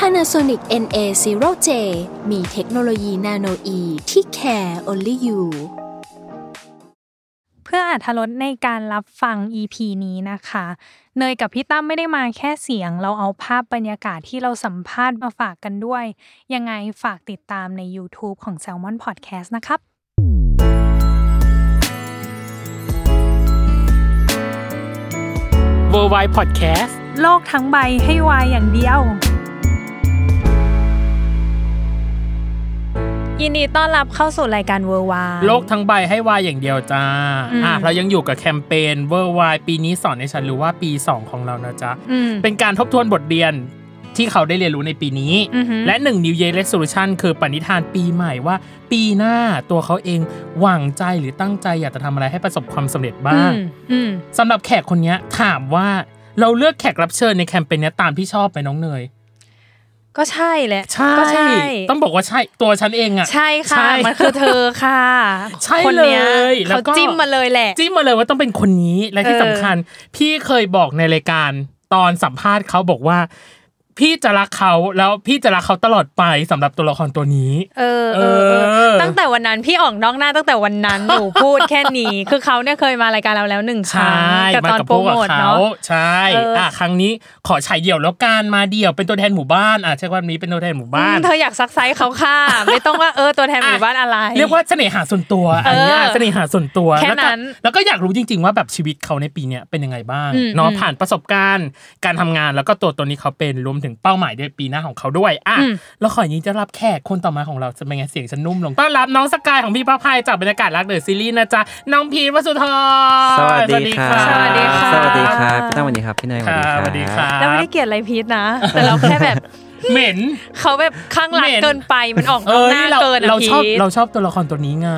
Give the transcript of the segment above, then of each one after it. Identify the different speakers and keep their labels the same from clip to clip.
Speaker 1: Panasonic NA0J มีเทคโนโลยีนาโนอีที่ care only you
Speaker 2: เพื่ออาธรตในการรับฟัง EP นี้นะคะ เนยกับพี่ตั้มไม่ได้มาแค่เสียง เราเอาภาพบรรยากาศที่เราสัมภาษณ์มาฝากกันด้วย ยังไงฝากติดตามใน YouTube ของ Salmon Podcast นะครับ
Speaker 3: w o r l d w i d e Podcast
Speaker 2: โลกทั้งใบให้วายอย่างเดียว ยินดีต้อนรับเข้าสู่รายการเวอร์วา
Speaker 3: โลกทั้งใบให้วายอย่างเดียวจ้า
Speaker 2: อืม
Speaker 3: อ่ะเรายังอยู่กับแคมเปญ w o r l d w i d e ปีนี้สอนให้ฉันรู้ว่าปี 2 ของเรานะจ๊ะ
Speaker 2: อืม
Speaker 3: เป็นการทบทวนบทเรียนที่เขาได้เรียนรู้ในปีนี้
Speaker 2: อือหือ
Speaker 3: และ 1 New Year Resolution คือปณิธานปีใหม่ว่า ปีหน้าตัวเขาเองหวังใจหรือตั้งใจอยากจะทำอะไรให้ประสบความสำเร็จ
Speaker 2: อื
Speaker 3: บ้าง
Speaker 2: มอืม
Speaker 3: สำหรับแขกคนเนี้ยถามว่าเราเลือกแขกรับเชิญในแคมเปญเนี้ยตามที่ชอบไหมน้องเนย
Speaker 2: ก็ใช่แหละ
Speaker 3: ใช่
Speaker 2: ก็ใช่
Speaker 3: ต้องบอกว่าใช่ตัวฉันเองอะ
Speaker 2: ใช่ค่ะ
Speaker 3: ใช่
Speaker 2: มันคือเธอค่ะ
Speaker 3: ใช่
Speaker 2: คนเนี้ย
Speaker 3: เลยแล้
Speaker 2: เขา
Speaker 3: วก็
Speaker 2: จิ้มมาเลยแหละ
Speaker 3: จิ้มมาเลยว่าต้องเป็นคนนี้และที่
Speaker 2: เออ
Speaker 3: สำคัญ พี่เคยบอกในรายการตอนสัมภาษณ์เขาบอกว่า พี่จะรักเขาแล้วพี่จะรักเขาตลอดไปสำหรับตัวละครตัวนี้
Speaker 2: เออเออเออ
Speaker 3: เออ
Speaker 2: ตั้งแต่วันนั้นพี่ออกนอกหน้าตั้งแต่วัน นั้น หนูพูดแค่นี้ คือเขาเนี่ยเคยมารายการเราแล้วหนึ่งค
Speaker 3: ใช
Speaker 2: รั้ง่กับ
Speaker 3: มา
Speaker 2: ตอน
Speaker 3: กับ
Speaker 2: โปร
Speaker 3: พวก
Speaker 2: โมท
Speaker 3: เขา
Speaker 2: เนาะ
Speaker 3: ใช่
Speaker 2: เอออ่
Speaker 3: อ่ะครั้งนี้ขอฉายเดี่ยวแล้วกันมาเดี่ยวเป็นตัวแทนหมู่บ้านอ่ะใช่ว่านี้เป็นตัวแทนหมู่บ้าน
Speaker 2: เธออยากซักไซส์เขาค่ะ ไม่ต้องว่าเออตัวแทนหมู่
Speaker 3: อ่ะ
Speaker 2: บ้านอะไร
Speaker 3: เรียกว่าเสน่หาส่วนตัวอันเนี้ย
Speaker 2: เออ
Speaker 3: เสน่หาส่วนตัว
Speaker 2: แค่
Speaker 3: ล้วก็
Speaker 2: นั้น
Speaker 3: แล้วก็อยากรู้จริง ๆ ว่าแบบชีวิตเขาในปีเนี้ยเป็นยังไงบ้าง
Speaker 2: อืม
Speaker 3: เนาะ
Speaker 2: อืม
Speaker 3: ผ่านประสบการณ์ การทำงานแล้วก็ตัวตนนี้เขาเป็นรวมถึงเป้าหมายด้วยปีหน้าของเขาด้วยอ่ะ
Speaker 2: อืม
Speaker 3: แล้วขออย่างนี้จะรับแขกคนต่อมาของเราจะเป็นไงเสียงฉันนุ่มลงต้อนรับน้องสกายของพี่พระพายจากบรรยากาศรักเดอะซีรีส์นะจ๊ะน้องพีทวสุธร
Speaker 4: สวัสดีครับ
Speaker 3: สวัสดีค่ะ
Speaker 2: บ
Speaker 4: สวัสดีครับพี่ตั้งสวัสดีครับ พี่เนย
Speaker 3: ค่ะส
Speaker 4: ส
Speaker 3: วั
Speaker 4: วั
Speaker 3: ส
Speaker 4: ส
Speaker 3: ดี
Speaker 4: ดี
Speaker 3: ค
Speaker 4: ครั
Speaker 3: รั
Speaker 4: บบ
Speaker 2: เราไม่ได้เกลียดอะไรพีทนะ แต่เราแค่แบบ
Speaker 3: เหม็น
Speaker 2: เขาแบบข้างหลัง
Speaker 3: เหม็น
Speaker 2: เกินไปมันออกน
Speaker 3: เอ
Speaker 2: อก
Speaker 3: อ
Speaker 2: หน้า
Speaker 3: นี่เรา
Speaker 2: เกินอะ
Speaker 3: เรา
Speaker 2: พี
Speaker 3: ชอบ
Speaker 2: ท
Speaker 3: เราชอบตัวละครตัวนี้ไง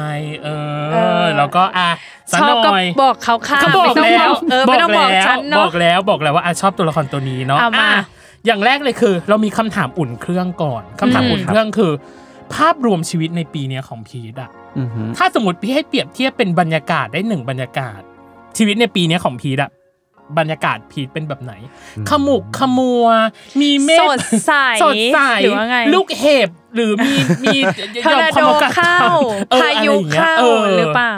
Speaker 3: เอ
Speaker 2: เออ
Speaker 3: อแล้วก็อ่ะสัก
Speaker 2: ชอบ
Speaker 3: ห
Speaker 2: ก็
Speaker 3: น่อย
Speaker 2: บอกเขาค่ะ
Speaker 3: เขาบอก
Speaker 2: ไม่ต้อง
Speaker 3: แล้
Speaker 2: บอก
Speaker 3: ว
Speaker 2: เออไม่ต้องบอก
Speaker 3: แล้ว
Speaker 2: ฉันเนาะ
Speaker 3: บอกแล้วบอกแล้วว่าอ่ะชอบตัวละครตัวนี้เนาะ
Speaker 2: เอามา
Speaker 3: อ่ะอย่างแรกเลยคือ เรามีคำถามอุ่นเครื่องก่อนคำถาม
Speaker 2: อืม
Speaker 3: อุ่นเครื่องคือ ภาพรวมชีวิตในปีเนี้ยของพีทอะ
Speaker 4: อือหือ
Speaker 3: ถ้าสมมติพี่ให้เปรียบเทียบเป็นบรรยากาศได้หนึ่งบรรยากาศ ชีวิตในปีเนี้ยของพีทอะบรรยากาศพีทเป็นแบบไหน ขมุกขมัว มีเมฆ
Speaker 2: สดใส
Speaker 3: สดใส
Speaker 2: หรือว่าไง
Speaker 3: ลูกเห็บหรือมีมี
Speaker 2: ทอร์นาโดเข้า
Speaker 3: เออ
Speaker 2: พา
Speaker 3: อะไร
Speaker 2: ยุ
Speaker 3: องงี้
Speaker 2: เข้า
Speaker 3: อ
Speaker 2: หรือเปล่า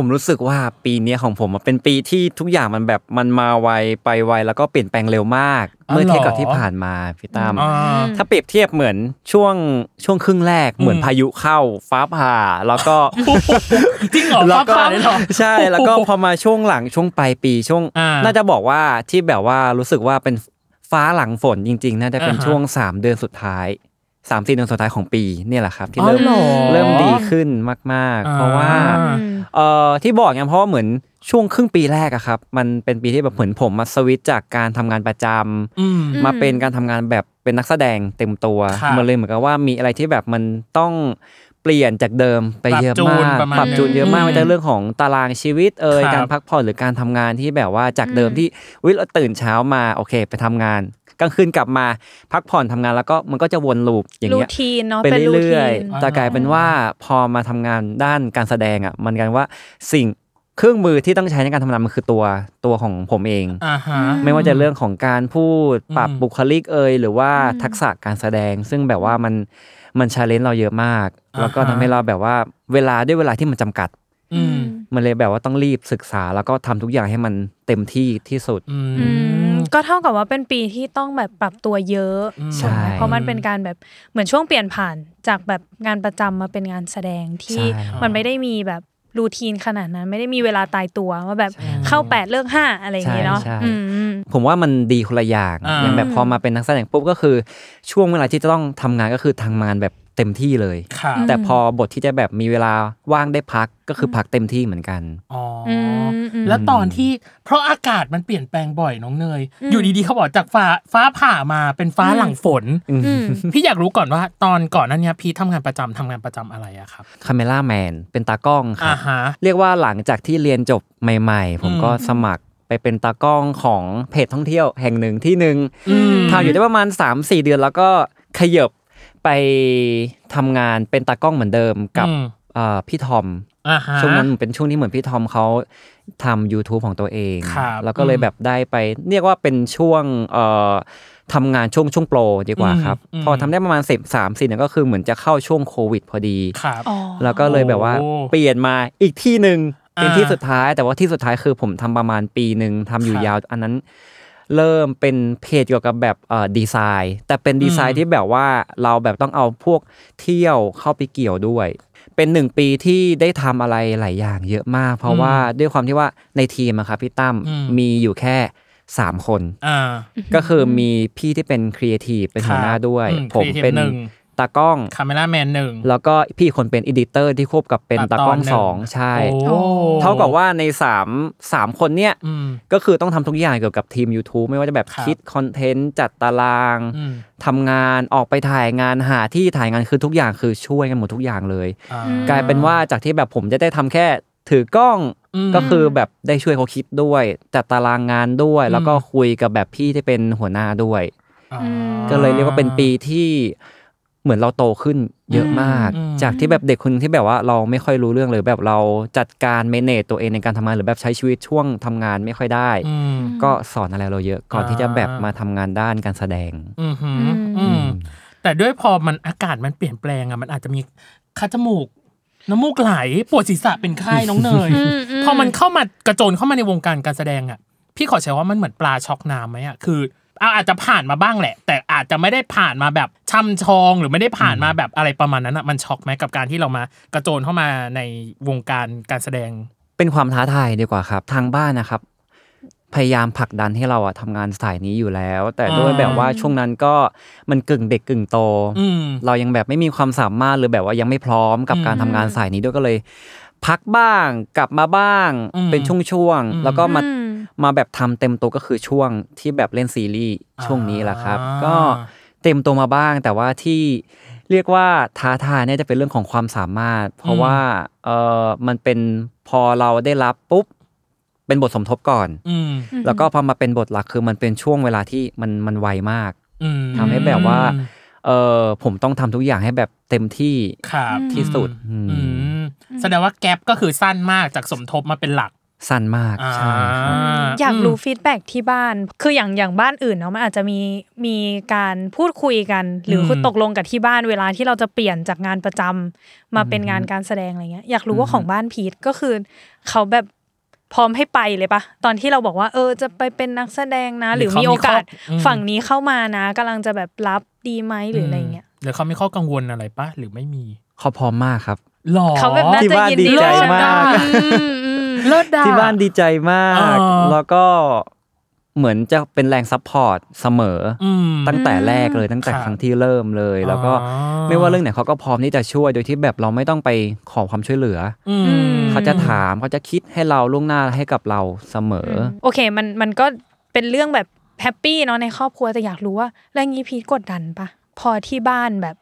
Speaker 4: ผมรู้สึกว่าปีเนี้ยของผมอะเป็นปีที่ทุกอย่างมันแบบมันมาไวไปไวแล้วก็เปลี่ยนแปลงเร็วมาก
Speaker 3: อ๋อ
Speaker 4: เมื่อเทียบ
Speaker 3: เหรอ
Speaker 4: กับที่ผ่านมาพี่ตั้ม
Speaker 3: อ่า
Speaker 4: ถ้าเปรียบเทียบเหมือนช่วงช่วงครึ่งแรกเหมือน
Speaker 3: อืม
Speaker 4: พายุเข้าฟ้าผ่าแล้ว ก็
Speaker 3: จริงเหรอ
Speaker 4: แล้ว
Speaker 3: ฟ้า
Speaker 4: ก็
Speaker 3: ผ่าเลยเหรอ
Speaker 4: ใช่แล้วก็พอมาช่วงหลังช่วงปลายปีช่วง
Speaker 3: อ่า
Speaker 4: น่าจะบอกว่าที่แบบว่ารู้สึกว่าเป็นฟ้าหลังฝนจริง ๆ น่าจะเป็น
Speaker 3: อ่าฮะ
Speaker 4: ช่วง 3 เดือนสุดท้าย3ามสี่เดือนสุดท้ายของปีเนี่ยแหละครับที่เริ่ม
Speaker 3: อ๋อหอ
Speaker 4: เริ่มดีขึ้นมาก
Speaker 3: อ่า
Speaker 4: ๆ เพราะว่าเอ่อที่บอกไงเพราะว่าเหมือนช่วงครึ่งปีแรกอะครับ มันเป็นปีที่แบบเหมือนผมมาสวิตช์จากการทำงานประจำ
Speaker 3: อืม
Speaker 4: มาเป็นการทำงานแบบเป็นนักแสดงเต็มตัว
Speaker 3: ค่ะ
Speaker 4: มันเลยเหมือนกับว่ามีอะไรที่แบบมันต้องเปลี่ยนจากเดิมไปเยอะมาก
Speaker 3: ปรับจูนประมาณ
Speaker 4: ปรับจูนเยอะมาก
Speaker 3: อืม
Speaker 4: ไม่ว่าจะเรื่องของตารางชีวิตเอ่ย
Speaker 3: ครับ
Speaker 4: การพักผ่อนหรือการทำงานที่แบบว่าจากเดิม
Speaker 2: อืม
Speaker 4: ที่วิเราตื่นเช้ามาโอเค ไปทำงานกลางคืนกลับมาพักผ่อนทำงานแล้วก็มันก็จะวนลูปอย่าง
Speaker 2: รู
Speaker 4: เงี้ย
Speaker 2: ทีนเนาะ
Speaker 4: ไป
Speaker 2: เป็นรู
Speaker 4: เรื่
Speaker 2: ที
Speaker 4: อย
Speaker 2: น
Speaker 4: ๆแต่กลายเป็นว่าพอมาทำงานด้านการแสดงอ่ะ มันกันว่าสิ่งเครื่องมือที่ต้องใช้ในการทำงานมันคือตัวตัวของผมเอง
Speaker 3: อ่า
Speaker 2: อื
Speaker 3: ฮะ
Speaker 2: ม
Speaker 4: ไม่ว่าจะเรื่องของการพูดปรับ
Speaker 3: อืม
Speaker 4: บุคลิกเอยหรือว่า
Speaker 2: อืม
Speaker 4: ทักษะการแสดง ซึ่งแบบว่ามันมันชาเลนจ์เราเยอะมาก แล้วก็ทำให้เราแบบว่าเวลาด้วยเวลาที่มันจำกัด
Speaker 3: อืม
Speaker 4: มันเลยแบบว่าต้องรีบศึกษา แล้วก็ทำทุกอย่างให้มันเต็มที่ที่สุด
Speaker 3: อื
Speaker 2: อืม
Speaker 3: ม
Speaker 2: ก็เท่ากับว่าเป็นปีที่ต้องแบบปรับตัวเยอะ
Speaker 3: อืม
Speaker 2: ถูกไหม
Speaker 4: ใช่
Speaker 2: เพราะมันเป็นการแบบเหมือนช่วงเปลี่ยนผ่านจากแบบงานประจำมาเป็นงานแสดงที่
Speaker 4: ใช่
Speaker 2: มันไม่ได้มีแบบรูทีนขนาดนั้น ไม่ได้มีเวลาตายตัวว่าแบบเข้าแปดเลิกห้าอะไรอย่างเงี้ยเนาะ
Speaker 4: ใช่ใช่
Speaker 2: อืม
Speaker 4: ผมว่ามันดีคนละอย่าง
Speaker 3: อ่า
Speaker 4: อย่างแบบพอมาเป็นนักแสดงปุ๊บก็คือ ช่วงเวลาที่จะต้องทำงานก็คือทำงานแบบ เต็มที่เลย
Speaker 3: ค่ะ
Speaker 5: อืม
Speaker 4: แต่พอบทที่จะแบบมีเวลาว่างได้พักก็คือพักเต็มที่เหมือนกัน
Speaker 3: อ๋ออ
Speaker 5: มอืม
Speaker 3: แล้วตอนที่เพราะอากาศมันเปลี่ยนแปลงบ่อยน้องเนย
Speaker 5: อืม
Speaker 3: อยู่ดีๆเขาบอกจากฟ้าฟ้าผ่ามาเป็นฟ้า
Speaker 5: อืม
Speaker 3: หลังฝน
Speaker 5: อืม
Speaker 3: พี่อยากรู้ก่อนว่าตอนก่อนหนั้นเนี้ยพี่ทำงานประจำทำงานประจำอะไรอะครับ
Speaker 4: คาเมล่าแมนเป็นตากล้องครั
Speaker 3: อ่า
Speaker 4: บ
Speaker 3: ฮะ
Speaker 4: เรียกว่าหลังจากที่เรียนจบใหม่ ๆ ผมก็
Speaker 3: อืม
Speaker 4: สมัครไปเป็นตากล้องของเพจท่องเที่ยวแห่งหนึ่งที่หนึ่ง
Speaker 5: อืม
Speaker 4: ทำอยู่ได้ประมาณ 3-4 เดือนแล้วก็ขยบไปทำงานเป็นตากล้องเหมือนเดิมกับ
Speaker 3: อืม
Speaker 4: เอ่อพี่ทอม
Speaker 3: อ่าฮะ
Speaker 4: ช่วงนั้นเป็นช่วงที่เหมือนพี่ทอมเขาทำ YouTube ของตัวเอง
Speaker 3: ครับ
Speaker 4: แล้วก็เลย
Speaker 3: อืม
Speaker 4: แบบได้ไป เรียกว่าเป็นช่วงเอ่อทำงานช่วงช่วงโปรดีกว่าครับ
Speaker 3: อืมอืม
Speaker 4: พอทำได้ประมาณสิบสามสี่เนี่ยก็คือเหมือนจะเข้าช่วงโควิดพอดี
Speaker 3: ครับ
Speaker 5: อ๋อ
Speaker 4: แล้วก็เลยแบบว่า
Speaker 3: โอ้
Speaker 4: เปลี่ยนมาอีกที่หนึ่งเป็น
Speaker 3: อ่า
Speaker 4: ที่สุดท้าย แต่ว่าที่สุดท้ายคือผมทำประมาณปีหนึ่งทำอยู่
Speaker 3: ครับ
Speaker 4: ยาว อันนั้นเริ่มเป็นเพจเกี่ยวกับแบบเอ่อดีไซน์ แต่เป็นดีไซ
Speaker 3: อื
Speaker 4: น์
Speaker 3: ม
Speaker 4: ที่แบบว่าเราแบบต้องเอาพวกเที่ยวเข้าไปเกี่ยวด้วย เป็นหนึ่งปีที่ได้ทำอะไรหลายอย่างเยอะมาก เพราะว่าด้วยความที่ว่าในทีมอะครับพี่ตั้ม
Speaker 3: อืม
Speaker 4: มีอยู่แค่สามคน
Speaker 3: อ่า
Speaker 4: ก็คือมีพี่ที่เป็นครีเอทีฟเป็นหัวหน้า
Speaker 3: ครับ
Speaker 4: ด้วย
Speaker 3: อืม
Speaker 4: ผม
Speaker 3: creative
Speaker 4: เป็น
Speaker 3: หนึ่ง
Speaker 4: ตากล้อง
Speaker 3: คาเมล่าแมนหนึ่ง
Speaker 4: แล้วก็พี่คนเป็นอดิเตอร์ที่ควบกับเป็น
Speaker 3: ตัด
Speaker 4: ตาก
Speaker 3: ต
Speaker 4: ล้อง
Speaker 3: อนหนึ่ง
Speaker 4: สองใช่
Speaker 3: โอ้
Speaker 4: เท่ากับว่าใน3 3คนเนี่ย
Speaker 3: อืม
Speaker 4: ก็คือต้องทำทุกอย่างเกี่ยวกับทีม YouTube ไม่ว่าจะแบบ
Speaker 3: ครับ
Speaker 4: คิดคอนเทนต์จัดตาราง
Speaker 3: อืม
Speaker 4: ทำงานออกไปถ่ายงานหาที่ถ่ายงานคือทุกอย่างคือช่วยกันหมดทุกอย่างเลย
Speaker 3: อ่า
Speaker 5: อืม
Speaker 4: กลายเป็นว่าจากที่แบบผมจะได้ทำแค่ถือกล้อง
Speaker 3: อืม
Speaker 4: ก็คือแบบได้ช่วยเขาคิดด้วย จัดตารางงานด้วย
Speaker 3: อืม
Speaker 4: แล้วก็คุยกับแบบพี่ที่เป็นหัวหน้าด้วย
Speaker 3: อ่า
Speaker 4: ก็เลยเรียกว่าเป็นปีที่เหมือนเราโตขึ้นเยอะมาก
Speaker 3: อืม
Speaker 4: จากที่แบบเด็กคนหนึ่งที่แบบว่าเราไม่ค่อยรู้เรื่องเลยแบบเราจัดการเมเนจตัวเองในการทำงานหรือแบบใช้ชีวิตช่วงทำงานไม่ค่อยได้
Speaker 3: อืม
Speaker 4: ก็สอนอะไรเราเยอะก่อนที่จะแบบมาทำงานด้านการแสดง
Speaker 3: อืมหือ
Speaker 5: อืม
Speaker 3: อืมแต่ด้วยพอมันอากาศมันเปลี่ยนแปลงอะมันอาจจะมีคัดจมูก น้ำมูกไหลปวดศีรษะเป็นไข้น้องเนย
Speaker 5: อืม
Speaker 3: พอมันเข้ามากระโจนเข้ามาในวงการการแสดงอะพี่ขอใช้ว่ามันเหมือนปลาช็อกน้ำไหมอะคือเอาอาจจะผ่านมาบ้างแหละ แต่อาจจะไม่ได้ผ่านมาแบบช่ำชองหรือไม่ได้ผ่านมาแบบอะไรประมาณนั้นอะมันช็อกไหมกับการที่เรามากระโจนเข้ามาในวงการการแสดง
Speaker 4: เป็นความท้าทายดีกว่าครับ ทางบ้านนะครับ พยายามผลักดันให้เราอะทำงานสายนี้อยู่แล้ว แต่ด้วยแบบว่าช่วงนั้นก็มันกึ่งเด็กกึ่งโต
Speaker 3: อืม
Speaker 4: เรายังแบบไม่มีความสามารถหรือแบบว่ายังไม่พร้อมกับ
Speaker 3: อืม
Speaker 4: การทำงานสายนี้ด้วยก็เลย พักบ้างกลับมาบ้าง
Speaker 3: อืม
Speaker 4: เป็นช่วง
Speaker 3: อืม
Speaker 4: ๆแล้วก็มา
Speaker 5: อืม
Speaker 4: มาแบบทำเต็มตัวก็คือช่วงที่แบบเล่นซีรีส์ช่วงนี้แหละครับ
Speaker 3: อ่า
Speaker 4: ก็เต็มตัวมาบ้าง แต่ว่าที่เรียกว่าท้าทายเนี่ยจะเป็นเรื่องของความสามารถ เพราะว่าเออมันเป็นพอเราได้รับปุ๊บเป็นบทสมทบก่อน
Speaker 3: อืม
Speaker 4: แล้วก็พอมาเป็นบทหลักคือมันเป็นช่วงเวลาที่มันมันไวมาก
Speaker 3: อืม
Speaker 4: ทำให้แบบว่า เออผมต้องทำทุกอย่างให้แบบเต็มที่
Speaker 3: ครับ
Speaker 4: ที่สุด
Speaker 3: อืม
Speaker 4: อืม
Speaker 3: อืมแสดงว่าแกลบก็คือสั้นมากจากสมทบมาเป็นหลัก
Speaker 4: สั้นมากใช่ครับ
Speaker 3: อ่า
Speaker 5: อยากรู้
Speaker 3: อืม
Speaker 5: ฟีดแบ็กที่บ้าน คืออย่างอย่างบ้านอื่นเนาะมันอาจจะมีมีการพูดคุยกัน หรืออ
Speaker 3: ม
Speaker 5: คือตกลงกับที่บ้านเวลาที่เราจะเปลี่ยนจากงานประจำมาเป็นงานการแสดงอะไรเงี้ย อยากรู้ว่าของบ้านพีทก็คือ เขาแบบพร้อมให้ไปเลยปะตอนที่เราบอกว่า เออจะไปเป็นนักแสดงนะ หรือมีโอกาสฝั่งนี้เข้ามานะกำลังจะแบบรับดีไหมหรืออะไรเงี้ย
Speaker 3: หรือเขามีข้อกังวลอะไรปะหรือไม่มี
Speaker 4: เขาพร้อมมากครับ
Speaker 3: หรอ
Speaker 5: เขาแบบน่า
Speaker 4: ที่
Speaker 5: จะ
Speaker 4: บ้าน
Speaker 5: ยิน
Speaker 4: ดีใจมาก
Speaker 5: อืมอืม
Speaker 3: เลิศดา
Speaker 4: ที่บ้านดีใจมาก
Speaker 3: อ๋อ
Speaker 4: แล้วก็เหมือนจะเป็นแรงซัพพอร์ตเสมออ
Speaker 3: อืม
Speaker 4: ตั้งแต่แรกเลยตั้งแต่
Speaker 3: ครับ
Speaker 4: ครั้งที่เริ่มเลย แล้วก็
Speaker 3: อ๋
Speaker 4: ไม่ว่าเรื่องไหนเขาก็พร้อมที่จะช่วยโดยที่แบบเราไม่ต้องไปขอความช่วยเหลือ
Speaker 3: อื
Speaker 5: ม
Speaker 3: ม
Speaker 4: อเขาจะถามเขาจะคิดให้เราล่วงหน้าให้กับเราเสมออ
Speaker 5: โอเคมันมันก็เป็นเรื่องแบบแฮปปี้เนาะในครอบครัวแต่อยากรู้ว่าแล้วอย่างงี้พีทกดดันปะพอที่บ้านแบบ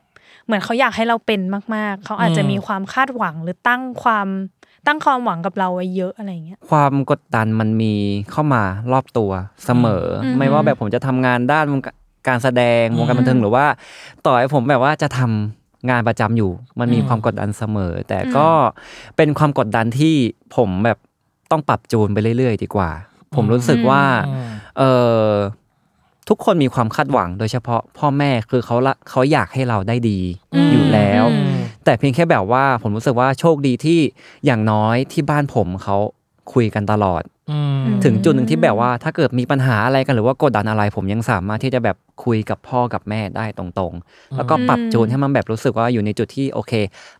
Speaker 5: เหมือนเขาอยากให้เราเป็นมาก ๆ เขาอาจจะ
Speaker 3: อืม
Speaker 5: มีความคาดหวังหรือตั้งความตั้งความหวังกับเราไว้เยอะอะไรอย่างเงี้ย
Speaker 4: ความกดดันมันมีเข้ามารอบตัวเสมออ
Speaker 5: ม
Speaker 4: ไม่ว่าแบบผมจะทำงานด้านวงการการแสดงวงการบันเทิงหรือว่า ต่อให้ผมแบบว่าจะทำงานประจำอยู่ มันมี
Speaker 3: อืม
Speaker 4: ความกดดันเสมอ แต่ก็เป็นความกดดันที่ผมแบบต้องปรับจูนไปเรื่อย ๆ ดีกว่า ผมรู้สึกว่า
Speaker 3: อืม
Speaker 4: เออทุกคนมีความคาดหวังโดยเฉพาะพ่อแม่คือเขาละเขาอยากให้เราได้ดี
Speaker 3: อืม
Speaker 4: อยู่แล้ว
Speaker 5: อืม
Speaker 4: แต่เพียงแค่แบบว่าผมรู้สึกว่าโชคดีที่อย่างน้อยที่บ้านผมเขาคุยกันตลอด
Speaker 3: อืม
Speaker 4: ถึงจุดหนึ่งที่แบบว่าถ้าเกิดมีปัญหาอะไรกันหรือว่ากดดันอะไร ผมยังสามารถที่จะแบบคุยกับพ่อกับแม่ได้ตรงๆ แล้วก็ปรับจูนให้มันแบบรู้สึกว่าอยู่ในจุดที่โอเค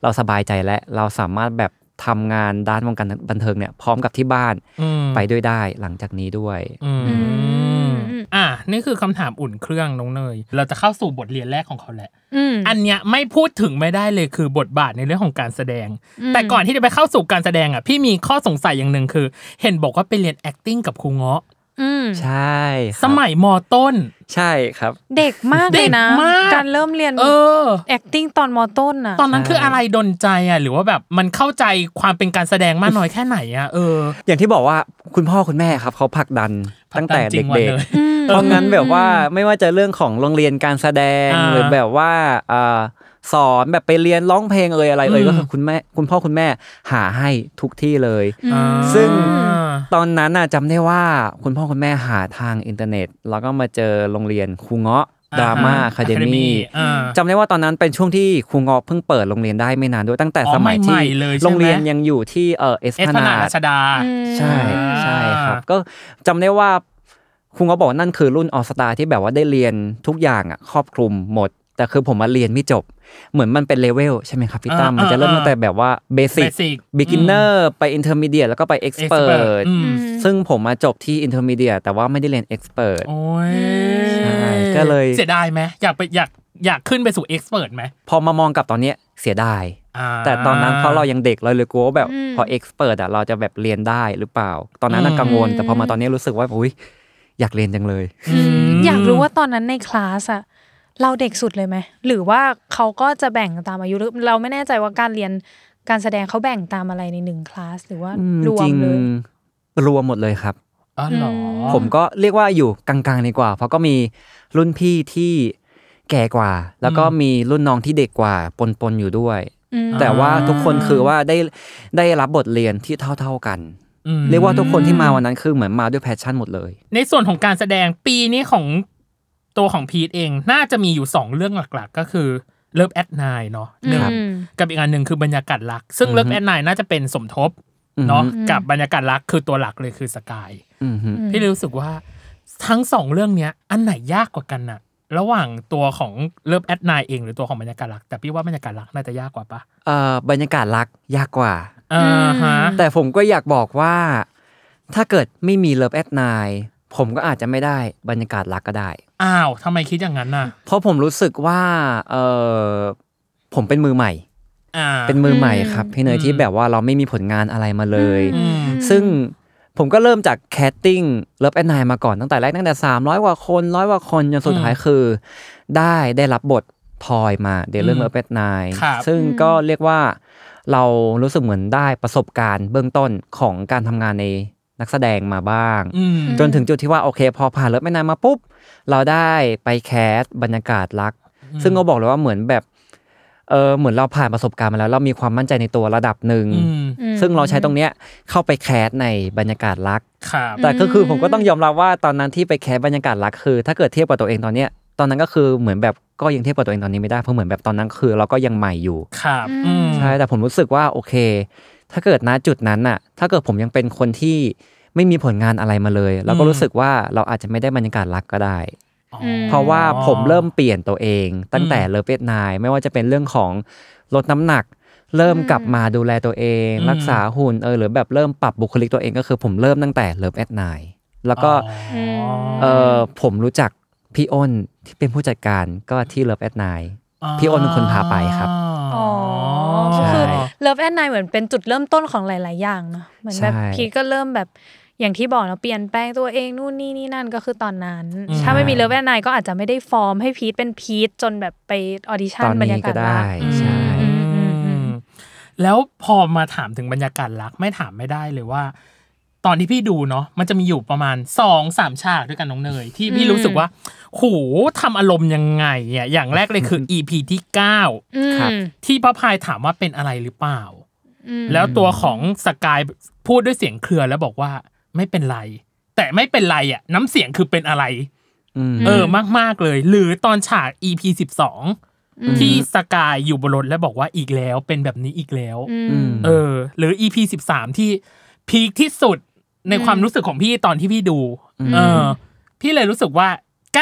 Speaker 4: เราสบายใจและเราสามารถแบบทำงานด้านวงการบันเทิงเนี่ยพร้อมกับที่บ้าน
Speaker 3: อืม
Speaker 4: ไปด้วยได้หลังจากนี้ด้วย
Speaker 3: อืม
Speaker 5: อืม อืม
Speaker 3: อ่ะนี่คือคำถามอุ่นเครื่องน้องเนย เราจะเข้าสู่บทเรียนแรกของเขาแหละ
Speaker 5: อืม
Speaker 3: อันเนี้ยไม่พูดถึงไม่ได้เลยคือบทบาทในเรื่องของการแสดง แต่ก่อนที่จะไปเข้าสู่การแสดงอ่ะพี่มีข้อสงสัยอย่างหนึ่งคือ เห็นบอกว่าไปเรียน acting กับครูเงาะ
Speaker 5: อืม
Speaker 4: ใช่ครับ
Speaker 3: สมัยมต้น
Speaker 4: ใช่ครับ
Speaker 5: เด็กมากเลยนะ
Speaker 3: เด็กมาก
Speaker 5: การเริ่มเรียน
Speaker 3: เออ
Speaker 5: acting ตอนมต้นน่ะ
Speaker 3: ตอนนั้น
Speaker 4: ใช่
Speaker 3: คืออะไรดนใจอ่ะ หรือว่าแบบมันเข้าใจความเป็นการแสดงมากน้อยแค่ไหนอ่ะเออ
Speaker 4: อย่างที่บอกว่าคุณพ่อคุณแม่ครับเขาผลักดัน
Speaker 3: ผลักดัน
Speaker 4: ตั้งแต่
Speaker 3: จริงว่ะ
Speaker 4: เด็ก
Speaker 3: เลย
Speaker 4: ๆ เพราะงั้นแบบว่าไม่ว่าจะเรื่องของโรงเรียนการแสดง
Speaker 3: อ่า
Speaker 4: หรือแบบว่าเอ่อสอนแบบไปเรียนร้องเพลงเอ่ยอะไรเอ่ย
Speaker 3: อืม
Speaker 4: ก็คือคุณแม่คุณพ่อคุณแม่หาให้ทุกที่เลย
Speaker 3: อ่า
Speaker 4: ซึ่ง ตอนนั้นน่ะจำได้ว่าคุณพ่อคุณแม่หาทางอินเทอร์เน็ต แล้วก็มาเจอโรงเรียนครูเงาะดราม่าคาเดมี่
Speaker 3: อ่า
Speaker 4: จำได้ว่าตอนนั้นเป็นช่วงที่ครูเงอเพิ่งเปิดโรงเรียนได้ไม่นานด้วยตั้งแต่
Speaker 3: อ๋อ
Speaker 4: สมัย
Speaker 3: ใหม่
Speaker 4: ที่
Speaker 3: ๆเลยใช่ไหม
Speaker 4: โรงเรียนยังอยู่ที่เออเอส
Speaker 3: เอส
Speaker 4: พ
Speaker 3: พ
Speaker 4: นา
Speaker 3: นาดรัชดา
Speaker 4: ใช่ใช่ครับ ก็จำได้ว่าครูเงอบอกว่านั่นคือรุ่นออสตาที่แบบว่าได้เรียนทุกอย่างอ่ะครอบคลุมหมด แต่คือผมมาเรียนไม่จบ เหมือนมันเป็นเลเวลใช่ไหมครับพี่ตั้ม
Speaker 3: อ่ามั
Speaker 4: มันจะเริ่ม
Speaker 3: อ่า
Speaker 4: ตั้งแต่แบบว่าเบสิก
Speaker 3: Basic
Speaker 4: บิ๊กินเนอร์ไปอินเ r อร์มีเดียแล้วก็ไปเอ็กซ์เพ
Speaker 3: Expert อืม
Speaker 4: ซึ่งผมมาจบที่อินเ r อร์มีเดียแต่ว่าไม่ได้เรียนเอ็กซ์เพ
Speaker 3: โอ้ย
Speaker 4: ใช่ก็เลย
Speaker 3: เสียดายไหมอยากไปอยากอยากขึ้นไปสู่เอ็กซ์เพรสไหม
Speaker 4: พอมามองกลับตอนเนี้ยเสียดาย
Speaker 3: อ่า
Speaker 4: แต่ตอนนั้นเพราะเรายังเด็กเราเลยกลัวว่าแบบ
Speaker 5: อืม
Speaker 4: พอเอ็กซ์เปิดอะเราจะแบบเรียนได้หรือเปล่า ตอนนั้นน่ะ
Speaker 3: อืม
Speaker 4: กังวล แต่พอมาตอนนี้รู้สึกว่าอุ้ยอยากเรียนจังเลย
Speaker 3: อืม
Speaker 5: อยากรู้ว่าตอนนั้นในคลาสอะเราเด็กสุดเลยไหมหรือว่าเขาก็จะแบ่งตามอายุหรือเราไม่แน่ใจว่าการเรียนการแสดงเขาแบ่งตามอะไรในหนึ่งคลาสหรือว่ารว
Speaker 4: จ
Speaker 5: ม
Speaker 4: ริง
Speaker 5: เลย
Speaker 4: รวมหมดเลยครับ
Speaker 3: อ๋อเหรอ
Speaker 5: ม
Speaker 4: ผมก็เรียกว่าอยู่กลางๆดีกว่า เพราะก็มีรุ่นพี่ที่แก่กว่า แล้วก็มีรุ่นน้องที่เด็กกว่าปนๆอยู่ด้วย
Speaker 5: อืม
Speaker 4: แต่ว่าทุกคนคือว่าได้ได้รับบทเรียนที่เท่า ๆกัน
Speaker 3: อืม
Speaker 4: เรียกว่าทุกคนที่มาวันนั้นคือเหมือนมาด้วยแพชชั่นหมดเลย
Speaker 3: ในส่วนของการแสดงปีนี้ของตัวของพีทเองน่าจะมีอยู่สองเรื่องหลักๆ ก็คือเลิฟแอดไนเนาะหนึ่ง
Speaker 4: ครับ
Speaker 3: กับอีกอันหนึ่งคือบรรยากาศรัก ซึ่ง
Speaker 4: อือฮึ
Speaker 3: เลิฟแอดไนน่าจะเป็นสมทบ
Speaker 4: อืม
Speaker 3: เนาะ
Speaker 5: อืม
Speaker 3: กับบรรยากาศรักคือตัวหลักเลยคือสกาย
Speaker 4: อืมฮึ
Speaker 5: อืม
Speaker 3: พี่รู้สึกว่าทั้งสองเรื่องเนี้ย อันไหนยากกว่ากันน่ะ ระหว่างตัวของเลิฟแอดไนเองหรือตัวของบรรยากาศรัก แต่พี่ว่าบรรยากาศรักน่าจะยากกว่าปะ
Speaker 4: เอ่อบรรยากาศรักยากกว่า
Speaker 3: อ่าฮะ
Speaker 4: แต่ผมก็อยากบอกว่า ถ้าเกิดไม่มีเลิฟแอดนายผมก็อาจจะไม่ได้บรรยากาศรักก็ได้
Speaker 3: อ้าวทำไมคิดอย่างนั้นน่ะ
Speaker 4: เพราะผมรู้สึกว่าเออผมเป็นมือใหม่
Speaker 3: อ่า
Speaker 4: เป็นมือใหม่ครับ
Speaker 5: อืม
Speaker 4: พี่เนย
Speaker 3: อืม
Speaker 4: ที่แบบว่าเราไม่มีผลงานอะไรมาเลย
Speaker 3: อืม
Speaker 4: ซึ่งผมก็เริ่มจากแคสติ้งเลิฟแอดนายมาก่อนตั้งแต่แรกตั้งแต่ 300 กว่าคนร้อยกว่าคนจนสุด
Speaker 3: อืม
Speaker 4: ท้ายคือ ได้ได้รับบททอยมาเดลเรื่อง
Speaker 3: อืม
Speaker 4: เลิฟแอดนาย
Speaker 3: ครับ
Speaker 4: ซึ่งก็เรียกว่าเรารู้สึกเหมือนได้ประสบการณ์เบื้องต้นของการทำงานในนักแสดงมาบ้าง
Speaker 3: อืม
Speaker 4: จนถึงจุดที่ว่าโอเค พอผ่านเลิฟแอดนายมาปุ๊บ เราได้ไปแคสบรรยากาศรัก
Speaker 3: อืม
Speaker 4: ซึ่งก็บอกเลยว่าเหมือนแบบเออเหมือนเราผ่านประสบการณ์มาแล้ว เรามีความมั่นใจในตัวระดับหนึ่ง
Speaker 3: อืม
Speaker 5: อืม
Speaker 4: ซึ่งเราใช้ตรงเนี้ยเข้าไปแคสในบรรยากาศรัก
Speaker 3: ครับ
Speaker 4: แต่ก็คือ
Speaker 5: ม
Speaker 4: ผมก็ต้องยอมรับว่าตอนนั้นที่ไปแคสบรรยากาศรักคือ ถ้าเกิดเทียบกับตัวเองตอนเนี้ยตอนนั้นก็คือเหมือนแบบก็ยังเทียบกับตัวเองตอนนี้ไม่ได้เพราะเหมือนแบบตอนนั้นคือเราก็ยังใหม่อยู่
Speaker 3: ครับอืม
Speaker 4: ใช่แต่ผมรู้สึกว่าโอเค ถ้าเกิดณจุดนั้นน่ะ ถ้าเกิดผมยังเป็นคนที่ไม่มีผลงานอะไรมาเลยเราก็รู้สึกว่าเราอาจจะไม่ได้บรรยากาศรักก็ได้
Speaker 3: อ๋อ
Speaker 5: ม
Speaker 4: เพราะว่าผมเริ่มเปลี่ยนตัวเอง ตั้งแต่
Speaker 3: อืม
Speaker 4: เลิฟเวทนายไม่ว่าจะเป็นเรื่องของลดน้ำหนัก เริ่มกลับมาดูแลตัวเอง
Speaker 3: อืม
Speaker 4: รักษาหุ่นเออหรือแบบเริ่มปรับบุคลิกตัวเองก็คือผมเริ่มตั้งแต่เลิฟเวทนายแล้วก็
Speaker 3: อ๋อ
Speaker 4: เออผมรู้จักพี่อ้นที่เป็นผู้จัดการก็ที่เลิฟเวทนาย พี่อ้นเป็นคนพาไปครับ
Speaker 3: อ๋อ
Speaker 5: ก็คือ
Speaker 4: ใช่
Speaker 5: เลิฟแอนไนเหมือนเป็นจุดเริ่มต้นของหลาย ๆ อย่างเนอะเหมือนแบบ
Speaker 4: ใช่
Speaker 5: พีทก็เริ่มแบบอย่างที่บอกเนาะเปลี่ยนแปลงตัวเองนู่นนี่นี่นั่นก็คือตอนนั้น
Speaker 3: อืม
Speaker 5: ถ้าไม่มีเลิฟแอนไนก็อาจจะไม่ได้ฟอร์มให้พีทเป็นพีทจนแบบไปออดิชั่น
Speaker 4: ตอนนี้
Speaker 5: บรรยากาศ
Speaker 4: ก็ได้
Speaker 5: รัก
Speaker 4: ใช่
Speaker 3: อืม
Speaker 5: อืมอืม
Speaker 3: แล้วพอมาถามถึงบรรยากาศรักไม่ถามไม่ได้เลยว่า ตอนที่พี่ดูเนาะมันจะมีอยู่ประมาณสองสามฉากด้วยกันน้องเนย ที่พี่รู้สึกว่าโหทำอารมณ์ยังไงเนี่ยอย่างแรกเลยคือ EP ที่ 9
Speaker 5: อืม
Speaker 4: ครับ
Speaker 3: ที่พระพายถามว่าเป็นอะไรหรือเปล่า
Speaker 5: อืม
Speaker 3: แล้วตัวของสกายพูดด้วยเสียงเครือแล้วบอกว่าไม่เป็นไร แต่ไม่เป็นไรอ่ะน้ำเสียงคือเป็นอะไร
Speaker 4: อืม
Speaker 3: เออมาก ๆ เลย หรือตอนฉาก EP 12 ที่สกายอยู่บนรถแล้วบอกว่าอีกแล้วเป็นแบบนี้อีกแล้ว
Speaker 4: อืม
Speaker 3: เออ หรือ EP 13 ที่พีคที่สุดในความรู้สึกของพี่ตอนที่พี่ดู
Speaker 4: อืม
Speaker 3: เออ พี่เลยรู้สึกว่า 9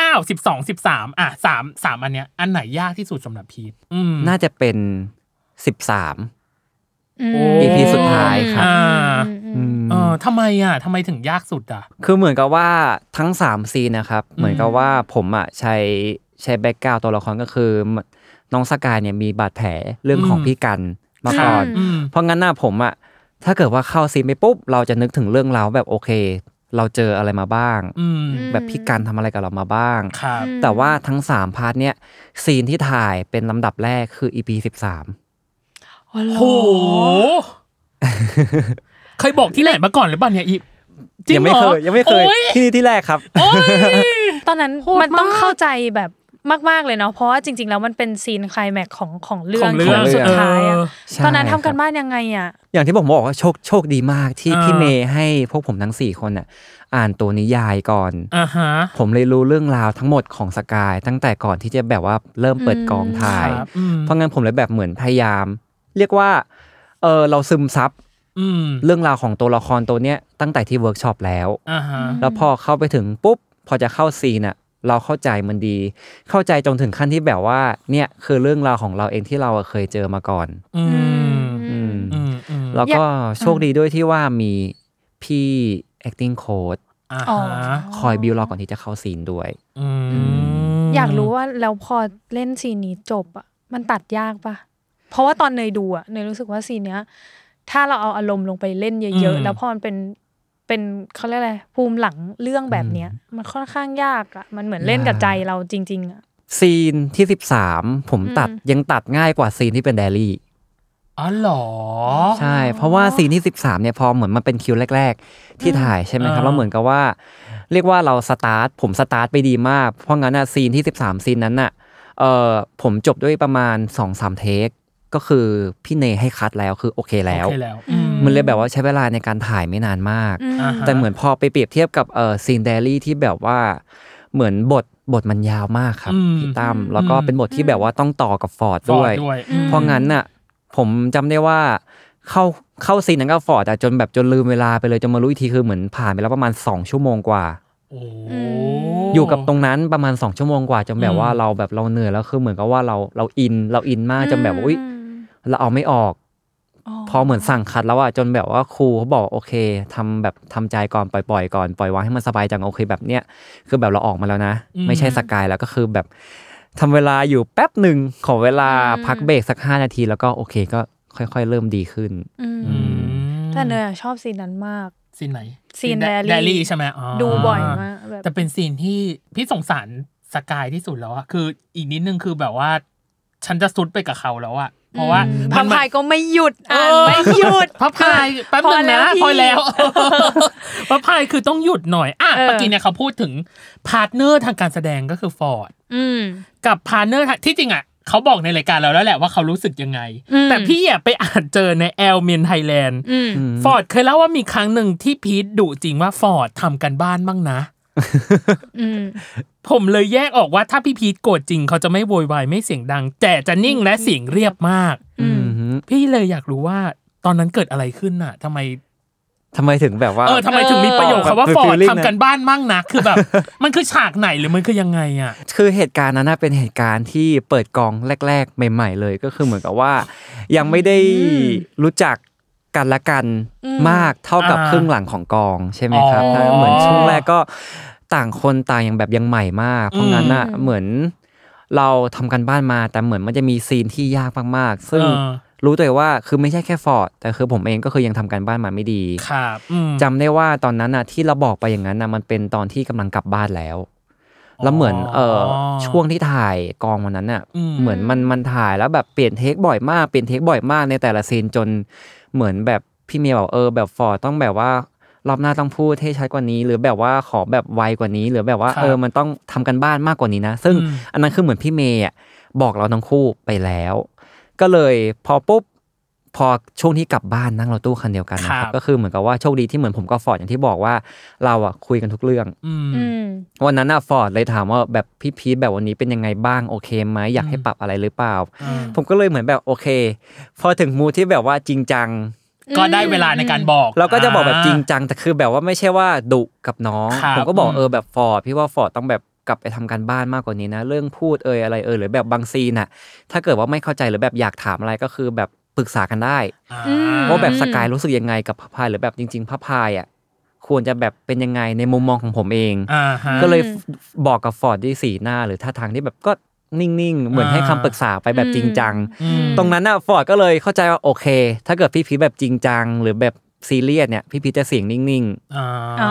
Speaker 3: 12 13 อ่ะ 3 3 อันเนี้ย อันไหนยากที่สุดสำหรับพีคอืม
Speaker 4: น่าจะเป็น 13
Speaker 5: อืม
Speaker 3: โอ้
Speaker 4: EP สุดท้ายครับ
Speaker 3: อ่า
Speaker 5: อืมอืม ม
Speaker 4: อืม
Speaker 3: เออทำไมอ่ะทำไมถึงยากสุดอ่ะ
Speaker 4: คือเหมือนกับว่าทั้ง3ซีนนะครับ
Speaker 3: อืม
Speaker 4: เหมือนกับว่าผมอ่ะใช้ใช้แบ็กกราวตัวละครก็คือน้องสกายเนี่ยมีบาดแผลเรื่องของพี่กันมาก่อน
Speaker 5: อื
Speaker 3: อืม
Speaker 4: เพราะงั้นหน้าผมอ่ะถ้าเกิดว่าเข้าซีนไปปุ๊บ เราจะนึกถึงเรื่องราวแบบโอเค เราเจออะไรมาบ้าง
Speaker 3: อืม
Speaker 4: แบบพี่กันทำอะไรกับเรามาบ้าง
Speaker 3: ครับ
Speaker 4: แต่ว่าทั้ง 3 พาร์ทเนี่ยซีนที่ถ่ายเป็นลำดับแรกคือ EP 13
Speaker 5: อ๋อเหรอ
Speaker 3: โห เคยบอกที่ไหนมาก่อนหรือเปล่าเนี่ยอีจริ
Speaker 4: ยัง ง
Speaker 3: เหรอ
Speaker 4: ไม่เคยยังไม่เคย
Speaker 3: โอ้
Speaker 4: ที่นี่ที่แรกครับ
Speaker 3: โอ้ย
Speaker 5: ตอนนั้น
Speaker 3: โหด
Speaker 5: มันต้อง
Speaker 3: มาก
Speaker 5: เข้าใจแบบมาก ๆ เลยเนาะเพราะว่าจริง ๆ แล้วมันเป็นซีนไคลแม็กซ์ของของเรื่อง
Speaker 3: ของเรื่อง
Speaker 5: สุดท้ายอะ
Speaker 3: เออ
Speaker 4: ใช่
Speaker 5: ตอนนั้นทำกัน
Speaker 4: ครับ
Speaker 5: บ้านยังไงอ่ะ
Speaker 4: อย่างที่ผมบอกว่าโชคโชคดีมากที่
Speaker 3: อ่า
Speaker 4: พี่เมย์ให้พวกผมทั้งสี่คนน่ะอ่านตัวนิยายก่อน
Speaker 3: อ่าฮะ
Speaker 4: ผมเลยรู้เรื่องราวทั้งหมดของสกาย ตั้งแต่ก่อนที่จะแบบว่าเริ่มเปิดกองถ่าย
Speaker 3: ครับอืม
Speaker 4: เพราะงั้นผมเลยแบบเหมือนพยายาม เรียกว่าเออเราซึมซับ
Speaker 3: อืม
Speaker 4: เรื่องราวของตัวละครตัวเนี้ยตั้งแต่ที่เวิร์กช็อปแล้ว
Speaker 3: อ่าฮะ
Speaker 4: แล้วพอเข้าไปถึงปุ๊บ พอจะเข้าซีนอะเราเข้าใจมันดี เข้าใจจนถึงขั้นที่แบบว่าเนี่ยคือเรื่องราวของเราเองที่เราอะเคยเจอมาก่อน
Speaker 3: อืม
Speaker 4: อืม
Speaker 3: อืมอืม
Speaker 4: แล้วก็โชคดีด้วยที่ว่ามีพี่ acting coach
Speaker 3: อ่า
Speaker 5: อ๋อ
Speaker 3: ฮะ
Speaker 4: คอยบิวเราก่อนที่จะเข้าซีนด้วย
Speaker 3: อืม
Speaker 5: อยากรู้ว่าแล้วพอเล่นซีนนี้จบอ่ะมันตัดยากปะเพราะว่าตอนเนยดูอ่ะเนยรู้สึกว่าซีนเนี้ย ถ้าเราเอาอารมณ์ลงไปเล่นเยอะ ๆ แล้วพอมันเป็นเป็นเขาเรียกอะไรภูมิหลังเรื่องแบบเนี้ย มันค่อนข้างยากอ่ะมันเหมือนเล่นกับใจเราจริง ๆอ่ะ
Speaker 4: ซีนที่ 13 ผมตัด
Speaker 5: อืม
Speaker 4: ยังตัดง่ายกว่าซีนที่เป็นแดรี่
Speaker 3: อ๋อเหรอ
Speaker 4: ใช่ เพราะว่าซีนที่ 13เนี่ยพอเหมือนมันเป็นคิวแรก ๆ ที่ถ่ายใช่ไหมครับ
Speaker 3: อ่า
Speaker 4: แล้วเหมือนกับว่า เรียกว่าเราสตาร์ทผมสตาร์ทไปดีมาก เพราะงั้นอะซีนที่ 13 ซีนนั้นอะเออผมจบด้วยประมาณ 2-3 เทค ก็คือพี่เนยให้คัดแล้วคือโอเคแล้ว
Speaker 3: โอเคแล้ว อืม
Speaker 4: มันเลยแบบว่าใช้เวลาในการถ่ายไม่นานมาก
Speaker 5: อืม
Speaker 3: อ่าฮะ
Speaker 4: แต่เหมือนพอไปเปรียบเทียบกับเออซีนเดลี่ที่แบบว่าเหมือนบทบทมันยาวมากครับ
Speaker 3: อืม
Speaker 4: พี่ตั้ม
Speaker 5: อืม
Speaker 4: แล้วก็เป็นบทที่แบบว่าต้องต่อกับฟอร์ด
Speaker 3: ฟอ
Speaker 4: ด้
Speaker 3: ร์
Speaker 4: ว
Speaker 3: ด
Speaker 4: ย
Speaker 3: ด้วย
Speaker 5: อืม
Speaker 4: เพราะงั้นน่ะผมจำได้ว่าเข้าเข้าซีนนั้นก็ฟอร์ดอะจนแบบจนลืมเวลาไปเลยจนมารู้อีกทีคือเหมือนผ่านไปแล้วประมาณ 2 ชั่วโมงกว่า
Speaker 3: โอ้
Speaker 4: อยู่กับตรงนั้นประมาณ 2 ชั่วโมงกว่าจนแบ
Speaker 3: อื
Speaker 4: บ
Speaker 3: ม
Speaker 4: ว่าเราแบบเราเหนื่อยแล้วคือเหมือนกับว่าเราเราอินเราอินมากจนแบบว่าอุ้ยเราเอาไม่ออก พอเหมือนสั่งคัดแล้วอะจนแบบว่าครูเขาบอกโอเคทำแบบทำใจก่อนปล่อยๆก่อนปล่อยวางให้มันสบายจังโอเคแบบเนี้ยคือแบบเราออกมาแล้วนะ
Speaker 3: อืม
Speaker 4: ไม่ใช่สกายแล้วก็คือแบบทำเวลาอยู่แป๊บหนึ่งขอเวลา
Speaker 5: อืม
Speaker 4: พักเบรกสักห้านาทีแล้วก็โอเคก็ค่อยๆ เริ่มดีขึ้น
Speaker 5: อืม
Speaker 3: อืม
Speaker 5: แต่เนยอะชอบซีนนั้นมาก
Speaker 3: ซีนไหน
Speaker 5: ซีนแดรี่
Speaker 3: แดรี่ใช่ไหมอ๋อ
Speaker 5: ดูบ่อยมากแบบ
Speaker 3: แต่เป็นซีนที่พี่สงสารสกายที่สุดแล้วอะคืออีกนิดนึงคือแบบว่า ฉันจะซุดไปกับเขาแล้วอะเพราะว่า
Speaker 5: อืม
Speaker 3: มั
Speaker 5: พับ
Speaker 3: นมัน
Speaker 5: พายก็ไม่หยุด
Speaker 3: เอ
Speaker 5: อ่าน
Speaker 3: อ
Speaker 5: ไม่หยุด
Speaker 3: พับพายแป๊บนึงนะ พ
Speaker 5: พ
Speaker 3: อ
Speaker 5: อแล้
Speaker 3: แล้ว
Speaker 5: ว
Speaker 3: พับพายคือต้องหยุดหน่อยอ่ะ
Speaker 5: เออ
Speaker 3: เมื่อกี้เนี่ยเขาพูดถึงพาร์ทเนอร์ทางการแสดงก็คือฟอร์ด
Speaker 5: อืม
Speaker 3: กับพาร์ทเนอร์ทางที่จริงอะเขาบอกในรายการเราแล้วแหละว่าเขารู้สึกยังไง
Speaker 5: อืม
Speaker 3: แต่พี่อะไปอ่านเจอในแอลเมนไทยแลนด์
Speaker 5: อืม
Speaker 3: ฟอร์ดเคยเล่าว่ามีครั้งหนึ่งที่พีทดุจริงว่าฟอร์ดทำกันบ้านบ้างนะ
Speaker 5: อืม
Speaker 3: ผมเลยแยกออกว่าถ้าพี่พีทโกรธจริงเขาจะไม่โวยวายไม่เสียงดัง แต่จะนิ่งและเสียงเรียบมาก
Speaker 5: อืม
Speaker 4: อืม
Speaker 3: พี่เลยอยากรู้ว่าตอนนั้นเกิดอะไรขึ้นน่ะทำไม
Speaker 4: ทำไมถึงแบบว่า
Speaker 3: เออทำไมถึงมีประโยคคำว่า
Speaker 4: เออ
Speaker 3: ฟอร์ด
Speaker 4: feeling
Speaker 3: ทำกันบ้านมั่งนะคือแบบ มันคือฉากไหนหรือมันคือยังไงอ่ะ
Speaker 4: คือเหตุการณ์นั้นน่ะเป็นเหตุการณ์ที่เปิดกองแรก ๆ ใหม่ ๆ เลยก็คือเหมือนกับว่า ยังไม่ได้รู้จักกันและกัน
Speaker 5: อืม
Speaker 4: มากเท่ากับ
Speaker 3: อ่า
Speaker 4: ครึ่งหลังของกองใช่ไหมครับ
Speaker 3: อ๋อ
Speaker 4: ถ้าเหมือนช่วงแรกก็ต่างคนต่างยังแบบยังใหม่มาก เพราะงั้นน่ะเหมือนเราทำกันบ้านมาแต่เหมือนมันจะมีซีนที่ยากมากๆ ซึ่ง
Speaker 3: อ่า
Speaker 4: รู้ตัวเองว่าคือไม่ใช่แค่ฟอร์ดแต่คือผมเองก็คือยังทำกันบ้านมาไม่ดี
Speaker 3: ครับอืม
Speaker 4: จำได้ว่าตอนนั้นน่ะที่เราบอกไปอย่างนั้นน่ะมันเป็นตอนที่กำลังกลับบ้านแล้ว แล้วเหมือนเออช่วงที่ถ่ายกองวันนั้นน่ะ
Speaker 3: อืม
Speaker 4: เหมือนมันมันถ่ายแล้วแบบเปลี่ยนเทคบ่อยมากเปลี่ยนเทคบ่อยมากในแต่ละซีนจนเหมือนแบบพี่เมียบอกเออแบบฟอร์ดต้องแบบว่ารอบหน้าต้องพูดให้ชัดกว่านี้ หรือแบบว่าขอแบบไวกว่านี้ หรือแบบว่าเออมันต้องทำกันบ้านมากกว่านี้นะ ซึ่งอันนั้นคือเหมือนพี่เมย์อ่ะบอกเราทั้งคู่ไปแล้ว ก็เลยพอปุ๊บพอช่วงที่กลับบ้านนั่งรถตู้คันเดียวกันนะครับก็คือเหมือนกับว่าโชคดีที่เหมือนผมกับฟอร์ดอย่างที่บอกว่าเราอ่ะคุยกันทุกเรื่อง
Speaker 3: อืม
Speaker 5: อืม
Speaker 4: วันนั้นน่ะฟอร์ดเลยถามว่าแบบพี่พีทแบบวันนี้เป็นยังไงบ้างโอเคไหมอยากให้ปรับอะไรหรือเปล่า
Speaker 3: อืม
Speaker 4: ผมก็เลยเหมือนแบบโอเค พอถึงมูดที่แบบว่าจริงจัง
Speaker 3: ก็ได้เวลาในการบอก
Speaker 4: เราก็จะบอกแบบจริงจังแต่คือแบบว่าไม่ใช่ว่าดุกับน้อง
Speaker 3: ครับ
Speaker 4: ผมก็บอก
Speaker 3: อืม
Speaker 4: เออแบบฟอร์ดพี่ว่าฟอร์ดต้องแบบกลับไปทำการบ้านมากกว่านี้นะ เรื่องพูดเอยอะไรเอยหรือแบบบางซีนน่ะ ถ้าเกิดว่าไม่เข้าใจหรือแบบอยากถามอะไรก็คือแบบ ปรึกษากันได้
Speaker 3: อ่า
Speaker 5: อืม
Speaker 4: ว่าแบบสกายรู้สึกยังไงกับพระพายหรือแบบจริงๆพระพายอ่ะควรจะแบบเป็นยังไงในมุมมองของผมเอง
Speaker 3: อ่าฮะ
Speaker 4: ก็เลย
Speaker 5: อืม
Speaker 4: บอกกับฟอร์ดด้วยสีหน้าหรือท่าทางที่แบบก็นิ่งๆ เหมือนให้คำปรึกษาไปแบบจริงจัง
Speaker 3: อืม
Speaker 4: ตรงนั้นน่ะฟอร์ดก็เลยเข้าใจว่าโอเค ถ้าเกิดพี่พีชแบบจริงจัง หรือแบบซีเรียสเนี่ยพี่พีชจะเสียงนิ่ง
Speaker 3: อ่า
Speaker 5: อ๋อ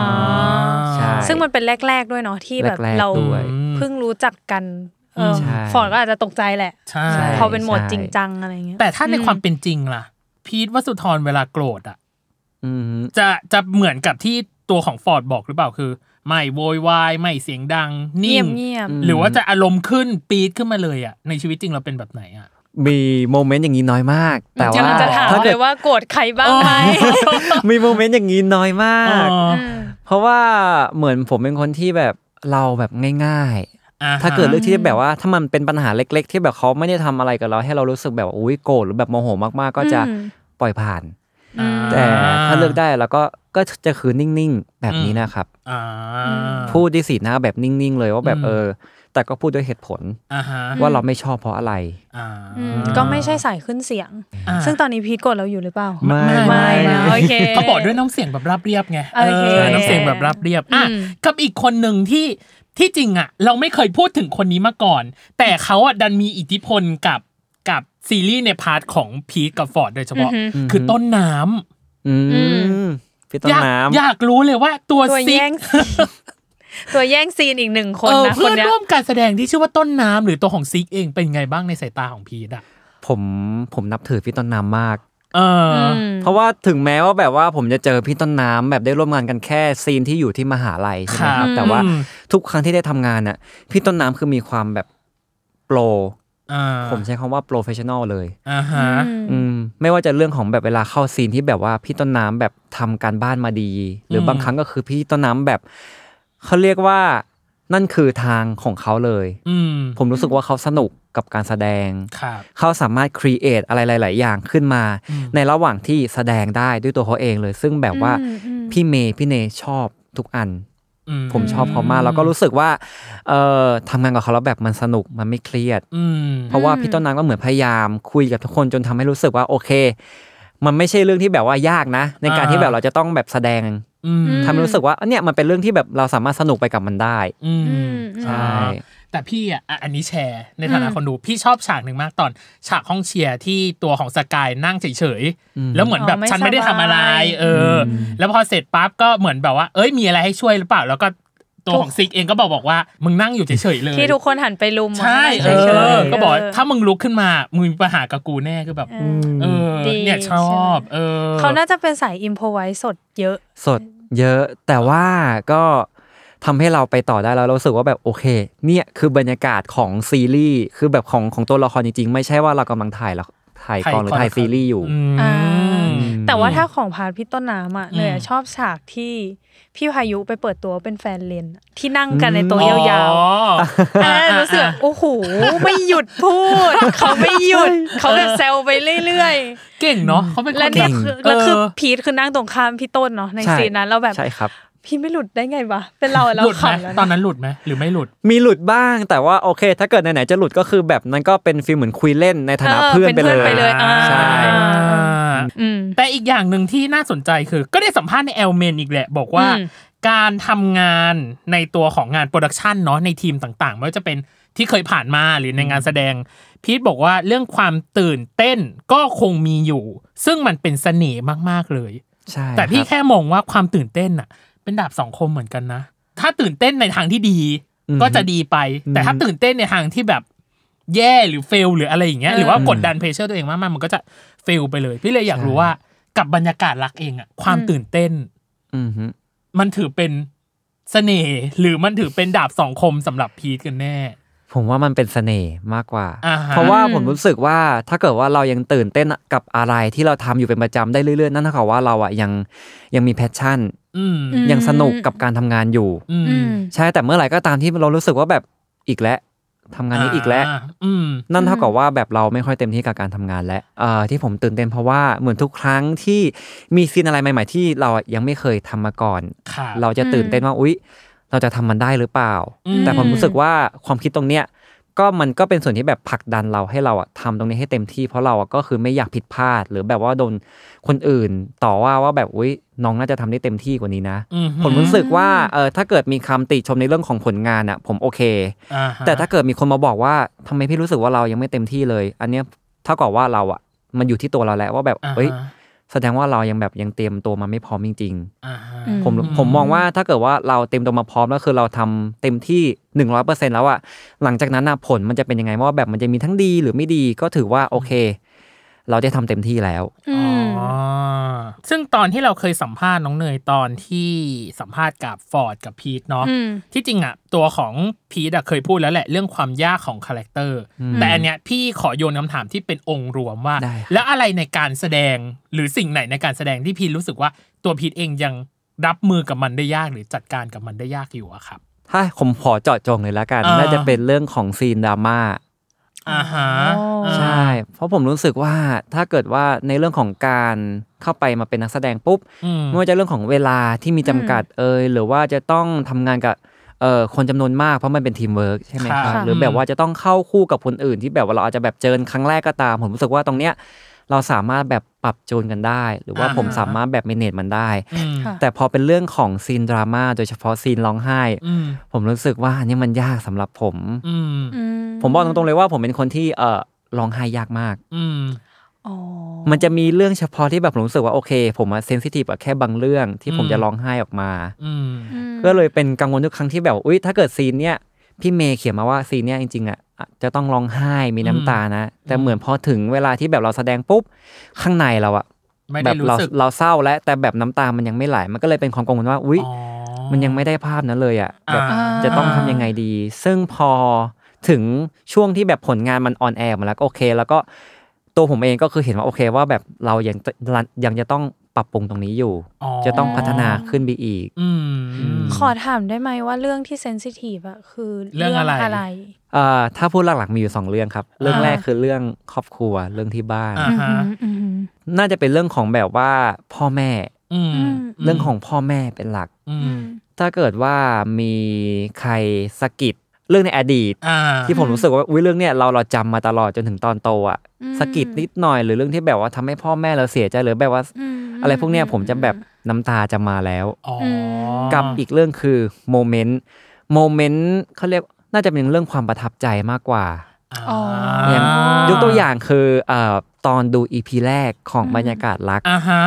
Speaker 4: ใช่
Speaker 5: ซึ่งมันเป็นแรก ๆ ด้วยเนาะที่แบบ
Speaker 4: แรกๆ
Speaker 5: เรา
Speaker 4: ด้วย
Speaker 5: เพิ่งรู้จักกันเออ
Speaker 4: ใช่
Speaker 5: ฟอร์ดก็อาจจะตกใจแหละ
Speaker 3: ใช่
Speaker 4: ใช่
Speaker 5: พอเป็นโหมดจริงจังอะไรเงี้ย
Speaker 3: แต่ถ้าใน
Speaker 5: อืม
Speaker 3: ความเป็นจริงล่ะ พีทวสุธรเวลาโกรธอ่ะ
Speaker 4: ๆอืม
Speaker 3: จะจะเหมือนกับที่ตัวของฟอร์ดบอกหรือเปล่าคือ ไม่โวยวาย ไม่เสียงดัง นิ่
Speaker 5: เงีย
Speaker 3: ง
Speaker 5: บเงียบ
Speaker 4: อืม
Speaker 3: หรือว่าจะอารมณ์ขึ้นปี๊ดขึ้นมาเลยอ่ะ ในชีวิตจริงเราเป็นแบบไหนอ่ะ
Speaker 4: มีโมเมนต์อย่างนี้น้อยมาก แต่
Speaker 5: จะ
Speaker 4: ว่า
Speaker 5: จะถาม
Speaker 4: ถ้า
Speaker 5: เล
Speaker 4: เกิด
Speaker 5: ยว่าโกรธใครบ้างไหม
Speaker 4: มีโมเมนต์อย่างนี้น้อยมาก
Speaker 3: อ๋อ
Speaker 5: ม
Speaker 4: เพราะว่าเหมือนผมเป็นคนที่แบบเราแบบง่าย ๆ
Speaker 3: อ่ฮะ
Speaker 4: ถ้าเกิดเรื่องที่แบบว่าถ้ามันเป็นปัญหาเล็ก ๆ ที่แบบเขาไม่ได้ทำอะไรกับเราให้เรารู้สึกแบบว่าอุ้ยโกรธหรือแบบโมโหมากๆ ก็จะ
Speaker 5: อืม
Speaker 4: ปล่อยผ่าน
Speaker 5: อืม
Speaker 4: แต่ถ้าเลือกได้เราก็ก็จะคือนิ่งๆ แบบนี้
Speaker 3: อืม
Speaker 4: นะครับ
Speaker 3: อ่า
Speaker 4: พูดด้วยสีหน้าแบบนิ่งๆ เลยว่าแบบ
Speaker 3: อืม
Speaker 4: เออ แต่ก็พูดด้วยเหตุผล
Speaker 3: อ่าฮะ
Speaker 4: ว่าเราไม่ชอบเพราะอะไร
Speaker 3: อ่า
Speaker 5: อืมก็ไม่ใช่สายขึ้นเสียง
Speaker 3: อ่า
Speaker 5: ซึ่งตอนนี้พีทโกรธเราอยู่หรือเปล่า
Speaker 4: ไม่
Speaker 5: ไม่นะโอเค
Speaker 3: เขาบอกด้วยน้ำเสียงแบบราบเรียบไง
Speaker 5: โอเค
Speaker 3: อน้ำเสียงแบบราบเรียบอ่ะ
Speaker 5: อืม
Speaker 3: กับอีกคนหนึ่งที่ที่จริงอ่ะ เราไม่เคยพูดถึงคนนี้มาก่อน แต่เขาอ่ะดันมีอิทธิพลกับกับซีรีส์ในพาร์ทของพีทกับฟอร์ดโดยเฉพาะ คือต้นน้ำ
Speaker 4: อื
Speaker 5: อืม
Speaker 4: มพี่ต้น
Speaker 3: อยาก
Speaker 4: น้ำ
Speaker 3: อยากรู้เลยว่าตัว
Speaker 5: ตัว
Speaker 3: ซิก
Speaker 5: แย่ง ตัวแย่งซีนอีกหนึ่งคน
Speaker 3: เออ
Speaker 5: นะค
Speaker 3: เพื่
Speaker 5: น
Speaker 3: อน
Speaker 5: เนี้ย
Speaker 3: ร่วมการแสดงที่ชื่อว่าต้นน้ำหรือตัวของซิกเองเป็นไงบ้างในสายตาของพีทอ่ะ
Speaker 4: ผมผมนับถือพี่ต้นน้ำมาก
Speaker 3: เอออ
Speaker 4: เพราะว่าถึงแม้ว่าแบบว่าผมจะเจอพี่ต้นน้ำแบบได้ร่วมงานกันแค่ซีนที่อยู่ที่มหาลัยใช่ไหมค
Speaker 3: ครั
Speaker 4: รับบ แต่ว่าทุกครั้งที่ได้ทำงานน่ะพี่ต้นน้ำคือมีความแบบโปร
Speaker 3: อ่า
Speaker 4: ผมใช้คำว่าโปรเฟชชั่นอลเลย
Speaker 3: อ่าฮะ
Speaker 4: อืมไม่ว่าจะเรื่องของแบบเวลาเข้าซีนที่แบบว่าพี่ต้นน้ำแบบทำการบ้านมาดี หรือบางครั้งก็คือพี่ต้นน้ำแบบเขาเรียกว่านั่นคือทางของเขาเลย
Speaker 3: อืม
Speaker 4: ผมรู้สึกว่าเขาสนุกกับการแสดง
Speaker 3: ครับ
Speaker 4: เขาสามารถครีเอทอะไรหลาย ๆ อย่างขึ้นมา
Speaker 3: อืม
Speaker 4: ในระหว่างที่แสดงได้ด้วยตัวเขาเองเลย ซึ่งแบบว่า
Speaker 5: อืมอืม
Speaker 4: พี่เมย์พี่เนยชอบทุกอัน
Speaker 3: อื
Speaker 4: ผมชอบเขามากแล้วก็รู้สึกว่าเอ่อทำงานกับเขาแล้วแบบมันสนุกมันไม่เครียด
Speaker 3: อืม
Speaker 4: เพราะว่าพี่ต้นน้ำก็เหมือนพยายามคุยกับทุกคนจนทำให้รู้สึกว่าโอเค มันไม่ใช่เรื่องที่แบบว่ายากนะ ในการที่แบบเราจะต้องแบบแสดง
Speaker 3: อืม
Speaker 4: ทำให้รู้สึกว่าอันเนี้ยมันเป็นเรื่องที่แบบเราสามารถสนุกไปกับมันได้
Speaker 3: อืม
Speaker 5: อืม
Speaker 4: ใช่
Speaker 3: อ่าแต่พี่อ่ะอ่ะอันนี้แชร์ในฐานะ
Speaker 5: อืม
Speaker 3: คนดูพี่ชอบฉากหนึ่งมากตอน ฉากห้องเชียร์ที่ตัวของสกายนั่งเฉย
Speaker 4: อืม
Speaker 3: ๆแล้วเหมือนแบบ
Speaker 5: อ๋อไม่
Speaker 3: ฉันไม่ได้ทำอะไร
Speaker 5: สบาย
Speaker 3: เอออแล้วพอเสร็จปั๊บก็เหมือนแบบว่า เอ้ยมีอะไรให้ช่วยหรือเปล่า แล้วก็ตัวของ
Speaker 5: ทุก
Speaker 3: ซิกเองก็บอกบอกว่ามึงนั่งอยู่เฉยๆเลย
Speaker 5: ที่ทุกคนหันไปลุม
Speaker 3: ใช่
Speaker 5: เฉ
Speaker 3: เอย
Speaker 5: ๆ
Speaker 3: อก็บอกว่า
Speaker 5: เ
Speaker 3: ถ้ามึงลุกขึ้นมามึงมีปัญหากับกูแน่คือแบบ
Speaker 5: เออ
Speaker 3: เออ
Speaker 5: ดี
Speaker 3: เนี่ยชอบ
Speaker 5: ใช่
Speaker 3: เออ
Speaker 5: เขาน่าจะเป็นสายอิมพอไว้สดเยอะ
Speaker 4: สดเยอะแต่ว่าก็ทำให้เราไปต่อได้แล้วเรารู้สึกว่าแบบโอเค เนี่ยคือบรรยากาศของซีรีส์คือแบบของของตัวละครจริงๆ ไม่ใช่ว่าเรากำลังถ่ายละถ่ายกองหรือถ่ายซีรีส์อยู่
Speaker 3: อืม
Speaker 5: อ่า แต่ว่า
Speaker 4: อืม
Speaker 5: ถ้าของพาร์ทพี่ต้นน้ำอ่ะ
Speaker 3: อืม
Speaker 5: เลยอะชอบฉากที่พี่พายุไปเปิดตัวเป็นแฟนเลนอะที่นั่งกันในโต๊ะยาว
Speaker 3: อ๋
Speaker 5: ๆ
Speaker 3: อ
Speaker 5: อันนั้นรู้สึกแบบโอ้โห ไม่หยุดพูด เขาไม่หยุด เขาแบบแซวไปเรื่อย
Speaker 3: เก่งเนาะเขาเป็น
Speaker 5: ๆ
Speaker 3: ค
Speaker 5: และ
Speaker 3: น
Speaker 5: เนี่ย
Speaker 3: แบบ
Speaker 5: คือ
Speaker 3: เออ
Speaker 5: แล้วคือพีทคือนั่งตรงข้ามพี่ต้นเนาะใน
Speaker 4: ใช่
Speaker 5: ซีนนั้นเราแบบ
Speaker 4: ใช่ครับ
Speaker 5: พี่ไม่หลุดได้ไงวะเป็นเราอะเรา
Speaker 3: หลุดไหม
Speaker 5: ขำแล้ว
Speaker 3: ตอน
Speaker 5: นะ
Speaker 3: นั้นหลุดไหมหรือไม่หลุด
Speaker 4: มีหลุดบ้างแต่ว่าโอเค ถ้าเกิดไหนๆจะหลุดก็คือแบบนั้นก็เป็นฟิลเหมือนคุยเล่นในฐานะ
Speaker 5: เออ
Speaker 4: เพื่อนไป
Speaker 5: เป็นเพื่
Speaker 4: เล
Speaker 5: อน
Speaker 4: ย
Speaker 5: ไปเลย อ่า
Speaker 4: ใช่
Speaker 5: อืม
Speaker 3: แต่อีกอย่างหนึ่งที่น่าสนใจคือ ก็ได้สัมภาษณ์ในแอลเมนอีกแหละ บอกว่า
Speaker 5: อืม
Speaker 3: การทำงานในตัวของงานโปรดักชันเนาะในทีมต่างๆไม่ว่าจะเป็นที่เคยผ่านมาหรือในงานแสดง พีทบอกว่าเรื่องความตื่นเต้นก็คงมีอยู่ ซึ่งมันเป็นเสน่ห์มากๆเลย
Speaker 4: ใช่
Speaker 3: แต่พี่
Speaker 4: ครับ
Speaker 3: แค่มองว่าความตื่นเต้นน่ะ เป็นดาบสองคมเหมือนกันนะ ถ้าตื่นเต้นในทางที่ดี
Speaker 4: อืม
Speaker 3: ก็จะดีไป
Speaker 4: อืม
Speaker 3: แต่ถ้าตื่นเต้นในทางที่แบบแย่หรือเฟลหรืออะไรอย่างเงี้ย
Speaker 5: เออ
Speaker 3: หรือว่ากดดันเพรสเชอร์ตัวเองมากๆมันก็จะเฟลไปเลย พี่เลยอยากรู้ว่ากับบรรยากาศรักเองอะความตื่นเต้น
Speaker 4: อือฮึ
Speaker 3: มันถือเป็นเสน่ห์หรือมันถือเป็นดาบสองคมสำหรับพีทกันแน่
Speaker 4: ผมว่ามันเป็นเสน่ห์มากกว่า
Speaker 3: อ่าฮะ
Speaker 4: เพราะว่า
Speaker 5: อืม
Speaker 4: ผมรู้สึกว่าถ้าเกิดว่าเรายังตื่นเต้นกับอะไรที่เราทำอยู่เป็นประจำได้เรื่อยๆ นั่นเท่ากับว่าเราอ่ะยังยังมีแพชชั่น
Speaker 3: อืม
Speaker 5: อืม
Speaker 4: ยังสนุกกับการทำงานอยู่
Speaker 3: อื
Speaker 5: อืม
Speaker 4: ใช่แต่เมื่อไหร่ก็ตามที่เรารู้สึกว่าแบบอีกแล้วทำงานนี้อีกแล้ว
Speaker 3: าอืม
Speaker 4: นั่นเท่ากับว่าแบบเราไม่ค่อยเต็มที่กับการทำงานแล้วเอ่อที่ผมตื่นเต้นเพราะว่าเหมือนทุกครั้งที่มีซีนอะไรใหม่ ๆ ที่เราอะยังไม่เคยทำมาก่อน
Speaker 3: ค่ะ
Speaker 4: เราจะตื่นเต้นว่าอุ๊ย เราจะทำมันได้หรือเปล่า
Speaker 3: อืม
Speaker 4: แต่ผมรู้สึกว่าความคิดตรงเนี้ย ก็มันก็เป็นส่วนที่แบบผลักดันเราให้เราอะทำตรงนี้ให้เต็มที่ เพราะเราอะก็คือไม่อยากผิดพลาด หรือแบบว่าโดนคนอื่นต่อว่าว่าแบบอุ้ยน้องน่าจะทำได้เต็มที่กว่านี้นะ
Speaker 3: อืฮึ
Speaker 4: ผมรู้สึกว่าเออถ้าเกิดมีคำติชมในเรื่องของผลงานอะผมโอเค
Speaker 3: อ่ฮะ
Speaker 4: แต่ถ้าเกิดมีคนมาบอกว่าทำไมพี่รู้สึกว่าเรายังไม่เต็มที่เลย อันเนี้ยเท่ากับว่าเราอะมันอยู่ที่ตัวเราแล้วว่าแบบ
Speaker 3: อ่าฮะ
Speaker 4: เอ้ยแสดงว่าเรายังแบบยังเตรียมตัวมาไม่พร้อมจริง
Speaker 3: อ่าฮะ
Speaker 5: อื
Speaker 4: ๆ ผม
Speaker 3: อืม
Speaker 4: ผมมองว่าถ้าเกิดว่าเราเต็มตัวมาพร้อมแล้วคือเราทำเต็มที่หนึ่งร้อยเปอร์เซ็นแล้วอะหลังจากนั้นอะผลมันจะเป็นยังไงว่าแบบมันจะมีทั้งดีหรือไม่ดีก็ถือว่าโอเค เราได้ทำเต็มที่แล้ว
Speaker 5: อืม
Speaker 3: อ๋อซึ่งตอนที่เราเคยสัมภาษณ์น้องเนยตอนที่สัมภาษณ์กับฟอร์ดกับพีทเนาะ
Speaker 5: อืม
Speaker 3: ที่จริงอะตัวของพีทอะเคยพูดแล้วแหละเรื่องความยากของคาแรคเตอร์
Speaker 4: อืม
Speaker 3: แต่อันเนี้ยพี่ขอโยนคำถามที่เป็นองค์รวมว่า
Speaker 4: ได้ครับ
Speaker 3: แล้วอะไรในการแสดงหรือสิ่งไหนในการแสดงที่พีทรู้สึกว่าตัวพีทเองยังรับมือกับมันได้ยากหรือจัดการกับมันได้ยากอยู่อะครับ
Speaker 4: ถ้าผมขอเจาะจงเลยละกัน
Speaker 3: อ่า
Speaker 4: น่าจะเป็นเรื่องของซีนดราม่า
Speaker 3: อ่าฮะ
Speaker 5: อ๋อ
Speaker 4: ใช่ เพราะผมรู้สึกว่าถ้าเกิดว่าในเรื่องของการเข้าไปมาเป็นนักแสดงปุ๊บ
Speaker 3: อืม
Speaker 4: ไม่ว่าจะเรื่องของเวลาที่มีจำกัดเอยหรือว่าจะต้องทำงานกับเอ่อคนจำนวนมากเพราะมันเป็นทีมเวิร์กใช่ไหมค
Speaker 5: ค
Speaker 4: รั
Speaker 5: รับ บ
Speaker 4: หรือแบบว่าจะต้องเข้าคู่กับคนอื่นที่แบบว่าเราอาจจะแบบเจอกันครั้งแรกก็ตาม ผมรู้สึกว่าตรงเนี้ยเราสามารถแบบปรับจูนกันได้ หรือว่าผมสามารถแบบเมเนจมันได้
Speaker 3: อืม
Speaker 5: ค่ะ
Speaker 4: แต่พอเป็นเรื่องของซีนดราม่าโดยเฉพาะซีนร้องไห้
Speaker 3: อืม
Speaker 4: ผมรู้สึกว่าอันนี้มันยากสำหรับผม
Speaker 3: อืม
Speaker 5: อื
Speaker 4: ผมบอกตรงๆเลยว่าผมเป็นคนที่เอ่อร้องไห้ยากมาก
Speaker 3: อืม
Speaker 5: อ๋อ
Speaker 4: มันจะมีเรื่องเฉพาะที่แบบผมรู้สึกว่าโอเค ผมอะเซนซิทีฟกับแค่บางเรื่องที่ผม
Speaker 3: อืม
Speaker 4: จะร้องไห้ออกมา
Speaker 3: อืม
Speaker 4: ก็เลยเป็นกังวลทุกครั้งที่แบบอุ้ยถ้าเกิดซีนเนี้ยพี่เมย์เขียนมาว่าซีนเนี้ยจริงๆอ่ะอาจจะต้องร้องไห้มีน้ำตานะ แต่เหมือนพอถึงเวลาที่แบบเราแสดงปุ๊บข้างในเราอะ
Speaker 3: ไม่
Speaker 4: แบ
Speaker 3: ได้
Speaker 4: บ
Speaker 3: รู้
Speaker 4: เรา
Speaker 3: สึก
Speaker 4: เราเศร้าแล้วแต่แบบน้ำตามันยังไม่ไหลมันก็เลยเป็นความกังวลว่าอุ้ย
Speaker 3: อ๋อ
Speaker 4: มันยังไม่ได้ภาพนั้นเลยอะแบบ
Speaker 3: อ่า
Speaker 4: จะต้องทำยังไงดี ซึ่งพอถึงช่วงที่แบบผลงานมันออนแอร์มาแล้วก็โอเค แล้วก็ตัวผมเองก็คือเห็นว่าโอเคว่าแบบเรายังยังจะต้องปรับปรุงตรงนี้อยู่
Speaker 3: อ๋อ
Speaker 4: จะต้องพัฒนาขึ้นไปอีก
Speaker 3: อืม
Speaker 5: ขอถามได้ไหมว่าเรื่องที่เซนซิทีฟอะคือ
Speaker 3: เรื่องอะไร
Speaker 4: เอ่อถ้าพูดหลักๆมีอยู่สองเรื่องครับ เรื่อง
Speaker 3: อ่า
Speaker 4: แรกคือเรื่องครอบครัวเรื่องที่บ้าน
Speaker 3: อ่า
Speaker 5: อืมอืม
Speaker 4: น่าจะเป็นเรื่องของแบบว่าพ่อแม่
Speaker 3: อืม
Speaker 4: เรื่องของพ่อแม่เป็นหลัก
Speaker 3: อื
Speaker 5: อื
Speaker 3: ม
Speaker 5: ม
Speaker 4: ถ้าเกิดว่ามีใครสะกิดเรื่องในอดีต
Speaker 3: อ่า
Speaker 4: ที่ผมรู้สึกว่าอุ๊ยเรื่องเนี้ยเราเราจำมาตลอดจนถึงตอนโตอ่ะ
Speaker 5: อืม
Speaker 4: สะกิดนิดหน่อยหรือเรื่องที่แบบว่าทำให้พ่อแม่เราเสียใจหรือแบบว่า
Speaker 5: ม
Speaker 4: อะไรพวกเนี้ยผมจะแบบน้ำตาจะมาแล้ว
Speaker 3: อ๋อ
Speaker 4: กับอีกเรื่องคือโมเมนต์โมเมนต์เขาเรียกน่าจะเป็นเรื่องความประทับใจมากกว่า
Speaker 3: อ่า
Speaker 5: อ๋อ
Speaker 4: อย่าง
Speaker 5: อ่าย ย
Speaker 4: กตัวอย่างคือเอ่อตอนดูอีพีแรกของ
Speaker 5: อืม
Speaker 4: บรรยากาศรัก
Speaker 3: อ่าฮะ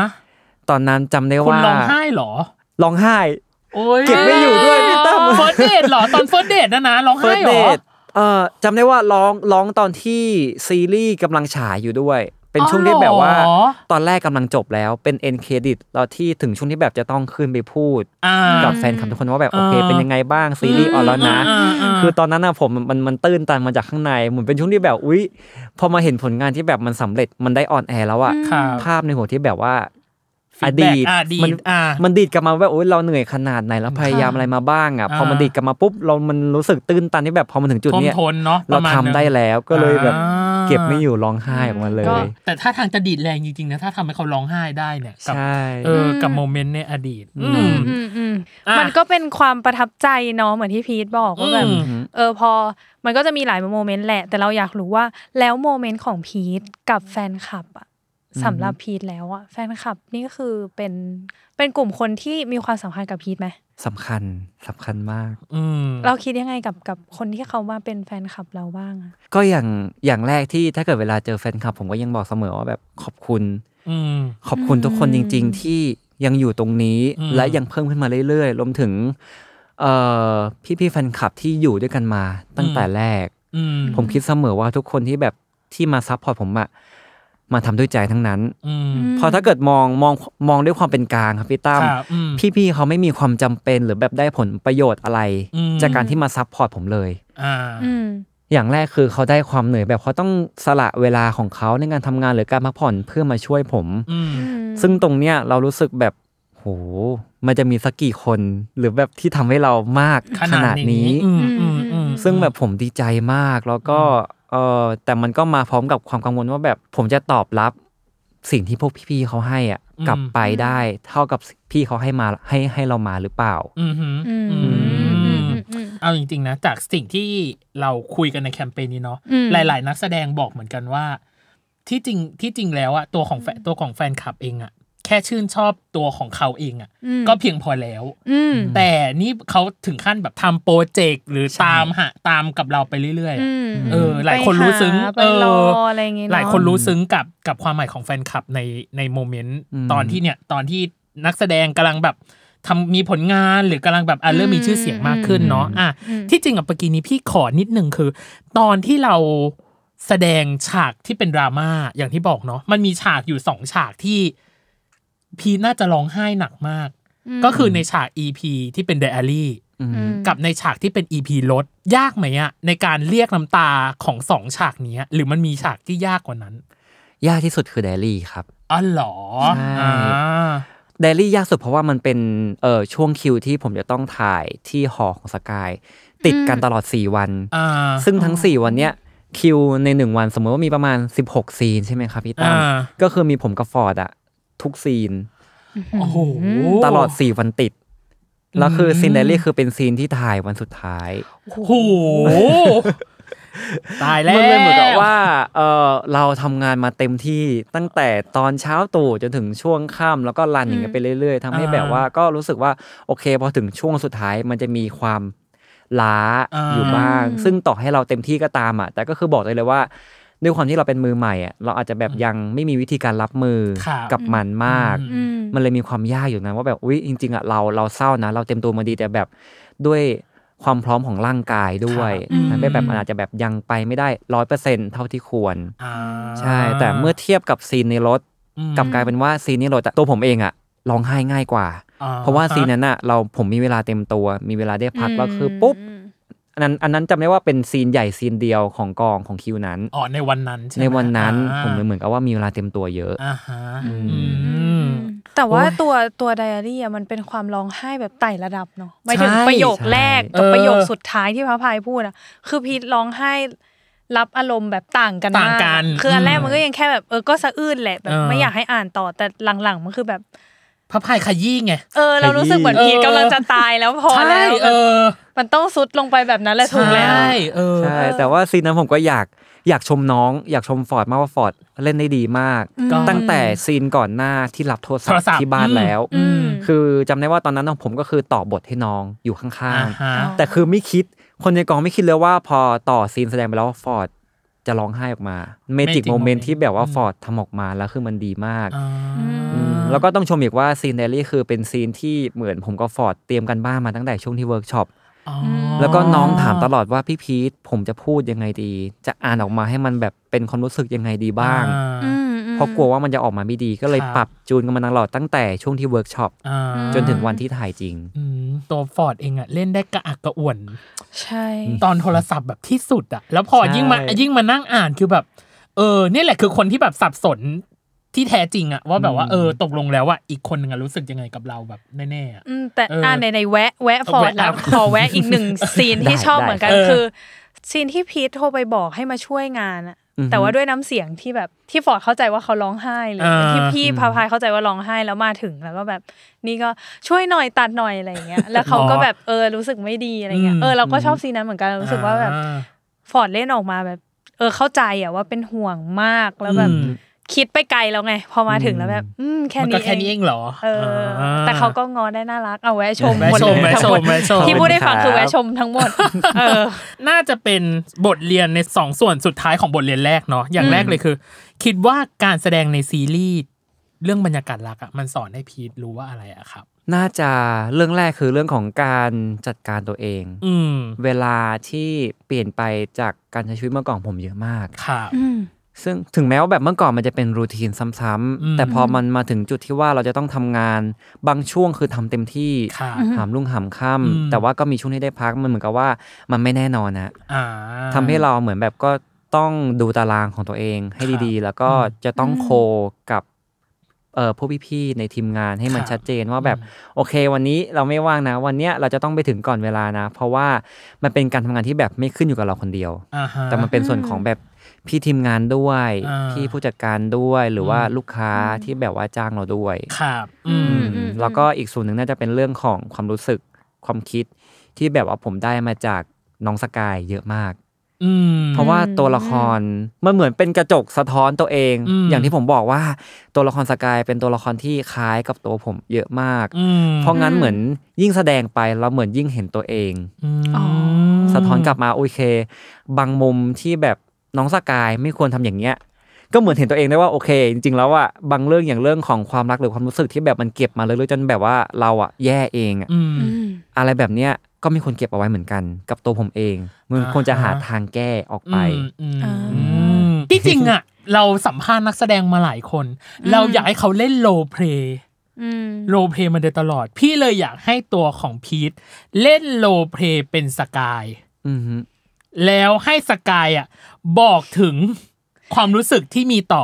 Speaker 4: ตอนนั้นจำได้
Speaker 3: คุณ
Speaker 4: ว่า
Speaker 3: ร้องไห้เหรอ
Speaker 4: ร้องไห้
Speaker 3: โอ้ย
Speaker 4: เก็บไม่อยู่ด้วยพี่ตั้ม
Speaker 3: เฟิร์สเดทเหรอ ตอนเฟิร์สเดทนะนะร้อง
Speaker 4: เฟิ
Speaker 3: ไห้
Speaker 4: ร์ส
Speaker 3: เหร
Speaker 4: เด
Speaker 3: อ
Speaker 4: ทเอ่อจำได้ว่าร้องร้องตอนที่ซีรีส์กำลังฉายอยู่ด้วย เป็นช่วงที่แบบว่า
Speaker 3: อ๋อเหรอ
Speaker 4: ตอนแรกกำลังจบแล้วเป็น end credit แล้วที่ถึงช่วงที่แบบจะต้องขึ้นไปพูด
Speaker 3: อ่า
Speaker 4: กับแฟนคลับทุกคนว่าแบบโอเค
Speaker 3: อ่า
Speaker 4: เป็นยังไงบ้างซีรีส์ออนแล้วนะ
Speaker 3: อ่าาา
Speaker 4: คือตอนนั้นนะผมมันมันตื้นตันมาจากข้างในเหมือนเป็นช่วงที่แบบอุ๊ยพอมาเห็นผลงานที่แบบมันสำเร็จมันได้ออนแอร์แล้วอะ
Speaker 3: ครับ
Speaker 4: ภาพในหัวที่แบบว่า
Speaker 3: Feedback
Speaker 4: อดีต
Speaker 3: อ่าอดีต
Speaker 4: มัน
Speaker 3: อ่ามั
Speaker 4: มันดีดกลับมาว่าโอ๊ยเราเหนื่อยขนาดไหนแล้วพยายามอะไรมาบ้างอะ
Speaker 3: อ่า
Speaker 4: พอมันดีดกลับมาปุ๊บเรามันรู้สึกตื้นตันที่แบบพอมันถึงจุด
Speaker 3: ท่วม
Speaker 4: เนี้ย
Speaker 3: ทนเนาะ
Speaker 4: เรา
Speaker 3: ปะมณ
Speaker 4: ทำ
Speaker 3: หนึ่ง
Speaker 4: ได้แล้วก็เลยแบบ
Speaker 3: อ่า
Speaker 4: เก็บไม่อยู่ร้องไห้ออกมาเล
Speaker 3: ก็
Speaker 4: ย
Speaker 3: แต่ถ้าทางจะดีดแรงจริงๆนะถ้าทำให้เขาร้องไห้ได้เนี่ยกับ
Speaker 4: ใช่
Speaker 3: เออกับโมเมนต์ในอดีต อืม
Speaker 5: อืมอืม
Speaker 3: อ่ะ
Speaker 5: มันก็เป็นความประทับใจเนาะเหมือนที่พีทบอกว่าแบบ
Speaker 3: อืม
Speaker 5: เออพอมันก็จะมีหลายโมเมนต์แหละ แต่เราอยากรู้ว่าแล้วโมเมนต์ของพีทกับแฟนคลับอะสำหรับพีทแล้วอะแฟนคลับนี่ก็คือเป็นเป็นกลุ่มคนที่มีความสำคัญกับพีทไหม
Speaker 4: สำคัญสำคัญมาก
Speaker 3: อืม
Speaker 5: เราคิดยังไงกับกับคนที่เขามาเป็นแฟนคลับเราบ้างอะ
Speaker 4: ก็อย่างอย่างแรกที่ถ้าเกิดเวลาเจอแฟนคลับ ผมก็ยังบอกเสมอว่าแบบขอบคุณ
Speaker 3: อืม
Speaker 4: ขอบคุณทุกคนจริง
Speaker 5: อืม
Speaker 4: ๆ ที่ยังอยู่ตรงนี้
Speaker 3: อืม
Speaker 4: และยังเพิ่มขึ้นมาเรื่อยๆรวมถึงเอ่อพี่ๆแฟนคลับที่อยู่ด้วยกันมาตั้งแต่แรก
Speaker 3: อืม
Speaker 4: ผมคิดเสมอว่าทุกคนที่แบบที่มาซัพพอร์ตผมอะมาทำด้วยใจทั้งนั้น
Speaker 3: อืม
Speaker 4: พอถ้าเกิดมองมองมองด้วยความเป็นกลางครับพี่ตั้ม
Speaker 3: ครับอืม
Speaker 4: พี่ๆเขาไม่มีความจำเป็นหรือแบบได้ผลประโยชน์อะไร
Speaker 3: อืม
Speaker 4: จากการที่มาซัพพอร์ตผมเลย
Speaker 3: อ่า
Speaker 5: อืม
Speaker 4: อย่างแรกคือเขาได้ความเหนื่อยแบบเขาต้องสละเวลาของเขาในการทำงานหรือการพักผ่อนเพื่อมาช่วยผม
Speaker 3: อืม
Speaker 4: ซึ่งตรงเนี้ยเรารู้สึกแบบโหมันจะมีสักกี่คนหรือแบบที่ทำให้เรามาก
Speaker 3: ขนาดนี้อืมอืมอืม
Speaker 4: ซึ่งแบบผมดีใจมากแล้วก็เออแต่มันก็มาพร้อมกับความกังวลว่าแบบผมจะตอบรับสิ่งที่พวกพี่ๆเขาให้อ่ะ
Speaker 3: อืม
Speaker 4: กลับไปได้ เท่ากับพี่เขาให้มาให้ให้เรามาหรือเปล่า
Speaker 3: อืมอืม
Speaker 5: อืม
Speaker 3: อื
Speaker 5: อืมอื
Speaker 3: ม
Speaker 5: มอืม
Speaker 3: เอาจริง ๆ นะ จากสิ่งที่เราคุยกันในแคมเปญนี้เนาะ
Speaker 5: อืม
Speaker 3: หลาย ๆ นักแสดงบอกเหมือนกันว่า ที่จริงที่จริงแล้วอะตัวของแฟนตัวของแฟนคลับเองอะแค่ชื่นชอบตัวของเขาเองอะ
Speaker 5: อืม
Speaker 3: ก็เพียงพอแล้ว
Speaker 5: อืม
Speaker 3: แต่นี่เขาถึงขั้นแบบทำโปรเจกต์หรือตามหาตามกับเราไปเรื่อยๆอะ
Speaker 5: ม
Speaker 3: เออหลายคนรู้ซึ้ง
Speaker 5: ไปหาไปรอ
Speaker 3: เอออ
Speaker 5: อะไรอย่างเงี้ย
Speaker 3: หลายคนรู้ซึ้งกับกับความหมายของแฟนคลับในในโมเมนต์
Speaker 4: อืม
Speaker 3: ตอนที่เนี่ยตอนที่นักแสดงกำลังแบบทำมีผลงานหรือกำลังแบบอ่ะเริ่มมีชื่อเสียงมากขึ้นเนาะอ่ะ
Speaker 5: อืม
Speaker 3: ที่จริงกับเมื่อกี้นี้พี่ขอนิดนึงคือ ตอนที่เราแสดงฉากที่เป็นดราม่าอย่างที่บอกเนาะมันมีฉากอยู่สองฉากที่พีทน่าจะร้องไห้หนักมาก ก็คือในฉาก EP ที่เป็นไดอารี่
Speaker 4: อืม
Speaker 5: อืม
Speaker 3: กับในฉากที่เป็น EP ลดยากไหมอะในการเรียกน้ำตาของสองฉากเนี้ย หรือมันมีฉากที่ยากกว่านั้น
Speaker 4: ยากที่สุดคือเดลี่ครับ
Speaker 3: อ๋อเหรอ
Speaker 4: ใช่
Speaker 3: อ่า
Speaker 4: เดลี่ยากสุดเพราะว่ามันเป็นเออช่วงคิวที่ผมจะต้องถ่ายที่หอของสกาย ติดกันตลอด 4 วัน
Speaker 3: อ่า
Speaker 4: ซึ่งทั้ง 4 วันเนี้ยคิวใน 1 วันสมมติว่ามีประมาณ 16 ซีนใช่ไหมครับพี่ตั้ม
Speaker 3: อ่า
Speaker 4: ก็คือมีผมกับฟอร์ดอะทุกซีน
Speaker 3: โอ้โห
Speaker 4: ตลอด 4 วันติด แล้วคืออ
Speaker 3: ม
Speaker 4: ซีนเดลี่คือเป็นซีนที่ถ่ายวันสุดท้าย
Speaker 3: โอ้โหตายแล้ว
Speaker 4: มันเลยเหมือนกับว่าเออเราทำงานมาเต็มที่ตั้งแต่ตอนเช้าตรู่จนถึงช่วงค่ำแล้วก็รันอย่างเงี้ยไปเรื่อยๆทำให้
Speaker 3: อ่า
Speaker 4: แบบว่าก็รู้สึกว่าโอเคพอถึงช่วงสุดท้ายมันจะมีความล้า
Speaker 3: อ่า
Speaker 4: อยู่บ้าง ซึ่งต่อให้เราเต็มที่ก็ตามอ่ะแต่ก็คือบอกได้เลยว่า ด้วยความที่เราเป็นมือใหม่อ่ะเราอาจจะแบบยังไม่มีวิธีการรับมือ
Speaker 3: ครับ
Speaker 4: กับมันมาก
Speaker 5: อืม
Speaker 4: มันเลยมีความยากอยู่นะว่าแบบอุ๊ยจริง ๆอ่ะเราเราเศร้านะ เราเต็มตัวมาดีแต่แบบด้วยความพร้อมของร่างกายด้วย
Speaker 3: ครับ
Speaker 4: ทำให้แบบมันอาจจะแบบยังไปไม่ได้ร้อยเปอร์เซ็นเท่าที่ควร
Speaker 3: อ่า
Speaker 4: ใช่ แต่เมื่อเทียบกับซีนในรถ
Speaker 3: อืม
Speaker 4: กลับกลายเป็นว่าซีนในรถอะตัวผมเองอ่ะร้องไห้ง่ายกว่า
Speaker 3: อ่
Speaker 4: เพราะว่าซีนนั้นอ่ะเราผมมีเวลาเต็มตัว มีเวลาได้พักแล้วคือปุ๊บอันนั้นอันนั้นจำได้ว่าเป็นซีนใหญ่ซีนเดียวของกองของคิวนั้น
Speaker 3: อ๋อในวันนั้นใช่ไหม
Speaker 4: ในวันนั้น
Speaker 3: อ่า
Speaker 4: ผมเลยเหมือนกับว่ามีเวลาเต็มตัวเยอะ
Speaker 3: อ่าฮะ
Speaker 4: อืม
Speaker 3: อืม
Speaker 2: แต่ว่า
Speaker 3: โอ้ย
Speaker 2: ตัวตัวไดอารี่อะมันเป็นความร้องไห้แบบไต่ระดับเนาะหมายถึง
Speaker 3: ใช่
Speaker 2: ประโยคแรก
Speaker 4: ใช่
Speaker 2: กับ
Speaker 3: เออ
Speaker 2: ประโยคสุดท้ายที่พระพายพูดอ่ะ คือพีทร้องไห้รับอารมณ์แบบต่างกันม
Speaker 3: ต่างกัน
Speaker 2: คืออันแรก
Speaker 3: อืม
Speaker 2: มันก็ยังแค่แบบเออก็สะอื้นแหละแบบ
Speaker 3: เออ
Speaker 2: ไม่อยากให้อ่านต่อแต่หลังๆมันคือแบบ
Speaker 3: พระพายขยี้ไง
Speaker 2: เออเรารู้สึกเหมือน
Speaker 3: เออ
Speaker 2: พีทกำลังจะตายแล้วพอแล้
Speaker 3: ใช่
Speaker 2: ว
Speaker 3: เออ
Speaker 2: มันต้องซุดลงไปแบบนั้นแหละถูกแล้ว
Speaker 3: ใช่เออ
Speaker 4: ใช่ แต่ว่าซีนนั้นผมก็อยากอยากชมน้อง อยากชมฟอร์ดมากว่าฟอร์ดเล่นได้ดีมาก
Speaker 3: ก็
Speaker 4: ตั้งแต่ซีนก่อนหน้าที่รับโทรศัพ
Speaker 3: โทร
Speaker 4: ท์
Speaker 3: ศัพท์
Speaker 4: ที่บ้านแล้ว
Speaker 2: อืม
Speaker 4: คือจำได้ว่าตอนนั้นของผมก็คือต่อบทให้น้องอยู่ข้า
Speaker 3: อ่าง ฮะ
Speaker 4: ๆ แต่คือไม่คิดคนในกองไม่คิดเลยว่าพอต่อซีนแสดงไปแล้วว่าฟอร์ดจะร้องไห้ออกมาเมจิ
Speaker 3: Magic
Speaker 4: กโมเมน
Speaker 3: moment
Speaker 4: ต์ที่แบบว่า
Speaker 3: อืม
Speaker 4: ฟอร์ดทำออกมาแล้วคือมันดีมาก
Speaker 3: อ่า
Speaker 4: อืมแล้วก็ต้องชมอีกว่าซีนเดลี่คือเป็นซีนที่เหมือนผมกับฟอร์ดเตรียมกันบ้านมาตั้งแต่ช่วงที่เวิร์กช็อป
Speaker 3: อ๋อ
Speaker 4: แล้วก็น้องถามตลอดว่าพี่พีทผมจะพูดยังไงดี จะอ่านออกมาให้มันแบบเป็นความรู้สึกยังไงดีบ้าง
Speaker 3: อ่า
Speaker 4: เพราะกลัวว่ามันจะออกมาไม่ดีก็เลย
Speaker 3: ครับ
Speaker 4: ปรับจูนกันมาตลอดตั้งแต่ช่วงที่เวิร์กช็อป
Speaker 3: อ่า
Speaker 4: จนถึงวันที่ถ่ายจริง
Speaker 3: อืมตัวฟอร์ดเองอะเล่นได้กระอักกระอ่วน
Speaker 2: ใช่
Speaker 3: ตอนโทรศัพท์แบบที่สุดอะแล้วพอ
Speaker 4: ใช่
Speaker 3: ยิ่งมายิ่งมานั่งอ่านคือแบบ เออเนี่ยแหละคือคนที่แบบสับสนที่แท้จริงอะว่าแบบว่าเออตกลงแล้วว่าอีกคนหนึ่งอะรู้สึกยังไงกับเราแบบแน่ๆอะ
Speaker 2: อืมแต่
Speaker 3: เอออ่
Speaker 2: อ่าในในๆแวะแวะฟอร์ด
Speaker 3: แวะ
Speaker 2: แล้ว
Speaker 3: ครับ
Speaker 2: ขอแวะอีกหนึ่ง ซีนที่
Speaker 4: ได้
Speaker 2: ชอบ
Speaker 4: ได้
Speaker 2: เหมือนกัน
Speaker 3: เออ
Speaker 2: คือ ซีนที่พีทโทรไปบอกให้มาช่วยงานอะ
Speaker 4: อือฮึ
Speaker 2: แต่ว่าด้วยน้ำเสียงที่แบบที่ฟอร์ดเข้าใจว่าเขาร้องไห้เลย
Speaker 3: อ่า
Speaker 2: ที่พี่พาพายเข้าใจว่าร้องไห้แล้วมาถึงแล้วก็แบบ นี่ก็ช่วยหน่อยตัดหน่อยอะไรอย่างเงี้ยแล้วเขาก็แบบเออรู้สึกไม่ดีอะไรเงี้ยเออเราก็ชอบซีนนั้นเหมือนกันเรารู้สึกว่าแบบ
Speaker 3: อ่
Speaker 2: ฟอร์ดเล่นออกมาแบบ เออเข้าใจอะว่าเป็นห่วงมากแล้วแบบ
Speaker 3: อืม
Speaker 2: คิดไปไกลแล้วไง พอมาถึงแล้วแบบ อืมแค่
Speaker 3: มัน
Speaker 2: นี้
Speaker 3: ก็แค่นี้
Speaker 2: เอง
Speaker 3: เองเหรอ
Speaker 2: เอออา แต่เขาก็งอได้น่ารักเอาแวะชม
Speaker 3: แวะ
Speaker 2: หมด
Speaker 3: ชม
Speaker 2: เลย
Speaker 3: แวะ
Speaker 2: ทั้
Speaker 3: ช
Speaker 2: งหม
Speaker 3: ม
Speaker 2: ด
Speaker 3: แวะชม
Speaker 2: ที่พูดได้ฟังคือ
Speaker 4: ครับ
Speaker 2: แวะชมทั้งหม ด เออ
Speaker 3: น่าจะเป็นบทเรียนในสองส่วนสุดท้ายของบทเรียนแรกเนาะอย่างแรกเลยคือ คิดว่าการแสดงในซีรีส์เรื่องบรรยากาศรักอะมันสอนให้พีทรู้ว่าอะไรอะครับ
Speaker 4: น่าจะเรื่องแรกคือเรื่องของการจัดการตัวเอง
Speaker 3: อืม
Speaker 4: เวลาที่เปลี่ยนไปจากการใช้ชีวิตเมื่อก่อนผมเยอะมาก
Speaker 3: ครับ
Speaker 4: ซึ่งถึงแม้ว่าแบบเมื่อก่อนมันจะเป็นรูทีนซ้ำๆแต่พอมันมาถึงจุดที่ว่าเราจะต้องทำงาน บางช่วงคือทำเต็มที่
Speaker 3: ครับ
Speaker 4: หามรุ่งหาม
Speaker 3: อืม
Speaker 4: ค่ำแต่ว่าก็มีช่วงที่ได้พักมันเหมือนกับว่ามันไม่แน่นอนนะ
Speaker 3: อ่า
Speaker 4: ทำให้เราเหมือนแบบก็ต้องดูตารางของตัวเองให้ดีๆ แล้วก็
Speaker 3: อืม
Speaker 4: จะต้องโคกับเอ่อผู้พี่ๆในทีมงานให้มัน
Speaker 3: ครับ
Speaker 4: ชัดเจนว่าแบบโอเค วันนี้เราไม่ว่างนะ วันเนี้ยเราจะต้องไปถึงก่อนเวลานะ เพราะว่ามันเป็นการทำงานที่แบบไม่ขึ้นอยู่กับเราคนเดียว
Speaker 3: าฮะ
Speaker 4: แต่มันเป็นส่วนของแบบพี่ทีมงานด้วย
Speaker 3: อ่า
Speaker 4: พี่ผู้จัดการด้วยหรือว่า
Speaker 3: อืม
Speaker 4: ลูกค้าที่แบบว่าจ้างเราด้วย
Speaker 3: ครับ อืม
Speaker 4: แล้วก็อีกส่วนหนึ่งน่าจะเป็นเรื่องของความรู้สึกความคิด ที่แบบว่าผมได้มาจากน้องสกายเยอะมาก
Speaker 3: อืม
Speaker 4: เพราะว่าตัวละครมันเหมือนเป็นกระจกสะท้อนตัวเอง
Speaker 3: อืม
Speaker 4: อย่างที่ผมบอกว่าตัวละครสกายเป็นตัวละครที่คล้ายกับตัวผมเยอะมาก
Speaker 3: อืม
Speaker 4: เพราะงั้นเหมือนยิ่งแสดงไปเราเหมือนยิ่งเห็นตัวเอง
Speaker 3: ม
Speaker 5: อ๋อ
Speaker 4: สะท้อนกลับมาโอเค บางมุมที่แบบน้องสกายไม่ควรทำอย่างเงี้ย ก็เหมือนเห็นตัวเองได้ว่าโอเค จริงๆแล้วอะบางเรื่องอย่างเรื่องของความรักหรือความรู้สึกที่แบบมันเก็บมาเรื่อยๆจนแบบว่าเราอะแย่เองอะ
Speaker 3: อืม
Speaker 2: อืม
Speaker 4: อะไรแบบเนี้ยก็มีคนเก็บเอาไว้เหมือนกัน กับตัวผมเอง มันควรจะหา
Speaker 3: อ่าฮะ
Speaker 4: ทางแก้ออกไป
Speaker 3: อืม
Speaker 2: อ่า
Speaker 3: อืมที่จริงอ่ะ เราสัมภาษณ์นักแสดงมาหลายคน เราอยากให้เขาเล่นโลเพล
Speaker 2: อืม
Speaker 3: โลเพลมาโดยตลอด พี่เลยอยากให้ตัวของพีทเล่นโลเพลเป็นสกาย
Speaker 4: อือฮึ
Speaker 3: แล้วให้สกายอ่ะบอกถึงความรู้สึกที่มีต่อ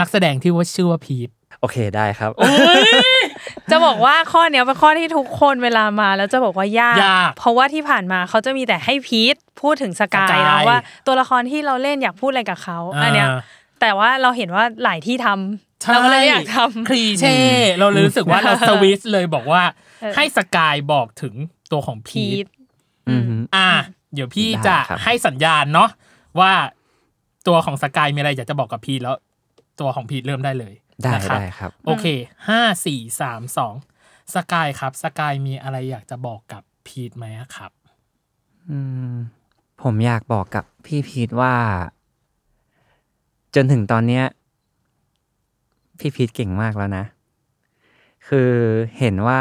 Speaker 3: นักแสดงที่ว่าชื่อว่าพีท
Speaker 4: โอเคได้ครับ
Speaker 2: จะบอกว่าข้อเนี้ยเป็นข้อที่ทุกคนเวลามาแล้วจะบอกว่ายาก
Speaker 3: ยาก
Speaker 2: เพราะว่าที่ผ่านมาเขาจะมีแต่ให้พีทพูดถึงสกาย
Speaker 3: สกาย
Speaker 2: แล้วว่าตัวละครที่เราเล่นอยากพูดอะไรกับเขาอันเนี้ย แต่ว่าเราเห็นว่าหลายที่ทำเราก็เลยไม่อยากทำ
Speaker 3: คลีเช่เราเลยรู้สึกว่าเราสวิสเลยบอกว่า
Speaker 2: เออ
Speaker 3: ให้สกายบอกถึงตัวของพี
Speaker 2: พีท
Speaker 3: ท
Speaker 4: อือฮึ
Speaker 3: อ่ะเดี๋ยวพี่
Speaker 4: ได้
Speaker 3: จะ
Speaker 4: ครับ
Speaker 3: ให้สัญญาณเนาะว่าตัวของสกายมีอะไรอยากจะบอกกับพีทแล้ว ตัวของพีทเริ่มได้เลย
Speaker 4: ได้
Speaker 3: นะครั
Speaker 4: ได้ครับ
Speaker 3: โอเคห้าสี่สามสองสกายครับสกายมีอะไรอยากจะบอกกับพีทไหมอะครับ
Speaker 4: อืมผมอยากบอกกับพี่พีทว่า จนถึงตอนเนี้ย พี่พีทเก่งมากแล้วนะ คือเห็นว่า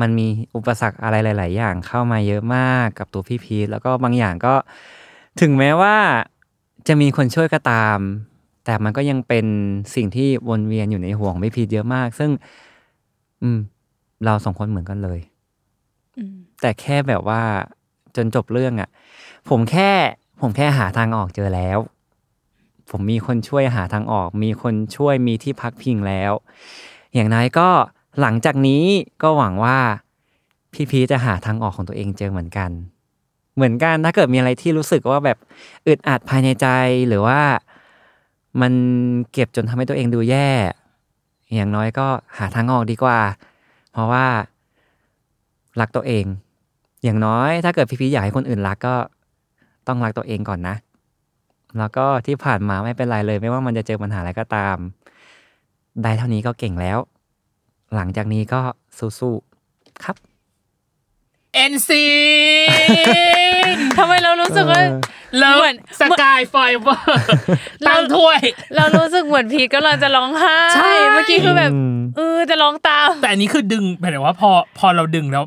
Speaker 4: มันมีอุปสรรคอะไรหลาย ๆ อย่างเข้ามาเยอะมากกับตัวพี่พีทแล้วก็บางอย่างก็ ถึงแม้ว่าจะมีคนช่วยก็ตาม แต่มันก็ยังเป็นสิ่งที่วนเวียนอยู่ในหัวของพี่พีทเยอะมาก ซึ่ง อืม เราสองคนเหมือนกันเลย แต่แค่แบบว่าจนจบเรื่องอะ่ะ ผมแค่ ผมแค่หาทางออกเจอแล้ว ผมมีคนช่วยหาทางออก มีคนช่วยมีที่พักพิงแล้ว อย่างน้อยก็หลังจากนี้ก็หวังว่า พี่พีชจะหาทางออกของตัวเองเจอเหมือนกัน เหมือนกันถ้าเกิดมีอะไรที่รู้สึกว่าแบบอึดอัดภายในใจหรือว่ามันเก็บจนทำให้ตัวเองดูแย่ อย่างน้อยก็หาทางออกดีกว่า เพราะว่า รักตัวเอง อย่างน้อยถ้าเกิดพี่พีอยากให้คนอื่นรักก็ต้องรักตัวเองก่อนนะ แล้วก็ที่ผ่านมาไม่เป็นไรเลย ไม่ว่ามันจะเจอปัญหาอะไรก็ตาม ได้เท่านี้ก็เก่งแล้ว หลังจากนี้ก็สู้ๆครับ
Speaker 3: เอ็นซี
Speaker 2: ทำไมเรารู้สึกว่า
Speaker 3: เลิ
Speaker 2: เหมื
Speaker 3: ฟ
Speaker 2: อน
Speaker 3: สกายไฟเว อร์ตั้งถ้วย
Speaker 2: เรารู้สึกเหมือนพีทกำลังจะร้องไห้
Speaker 3: ใช่
Speaker 2: เมื่อกี้คือแบบเออจะร้องตาม
Speaker 3: แต่อันนี้คือดึงหมายถึงว่าพอพอเราดึงแล้ว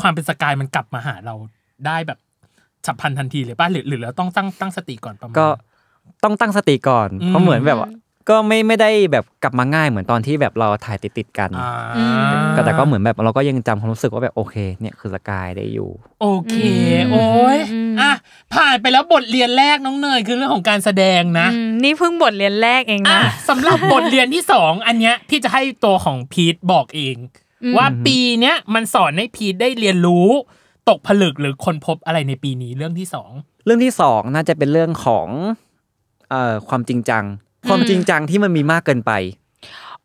Speaker 3: ความเป็นสกายมันกลับมาหาเราได้แบบฉับพลันทันทีเลยป่ะหรือหรือเราต้องตั้งตั้งสติก่อนประมาณ
Speaker 4: ก็ต้องตั้งสติก่อน
Speaker 3: อืม
Speaker 4: เพราะเหมือนแบบว่าก็ไม่ไม่ได้แบบกลับมาง่ายเหมือนตอนที่แบบเราถ่ายติดๆกัน
Speaker 3: อ่า
Speaker 2: อืม
Speaker 4: ก็แต่ก็เหมือนแบบเราก็ยังจำความรู้สึกว่าแบบโอเค เนี่ยคือสกายได้อยู่
Speaker 3: โอเค
Speaker 2: อืม
Speaker 3: โอ้ย
Speaker 2: อืม
Speaker 3: อ่ะ ผ่านไปแล้วบทเรียนแรกน้องเนยคือเรื่องของการแสดงนะ
Speaker 2: อืมนี่เพิ่งบทเรียนแรกเอง
Speaker 3: อ่ะ
Speaker 2: นะ
Speaker 3: สำหรับบทเรียนที่สองอันเนี้ยพี่จะให้ตัวของพีทบอกเอง
Speaker 2: อืม
Speaker 3: ว่าปีเนี้ยมันสอนให้พีทได้เรียนรู้ ตกผลึกหรือคนพบอะไรในปีนี้เรื่องที่สอง
Speaker 4: เรื่องที่สองน่าจะเป็นเรื่องของเอ่อความจริงจัง ความจริงจังที่มันมีมากเกินไป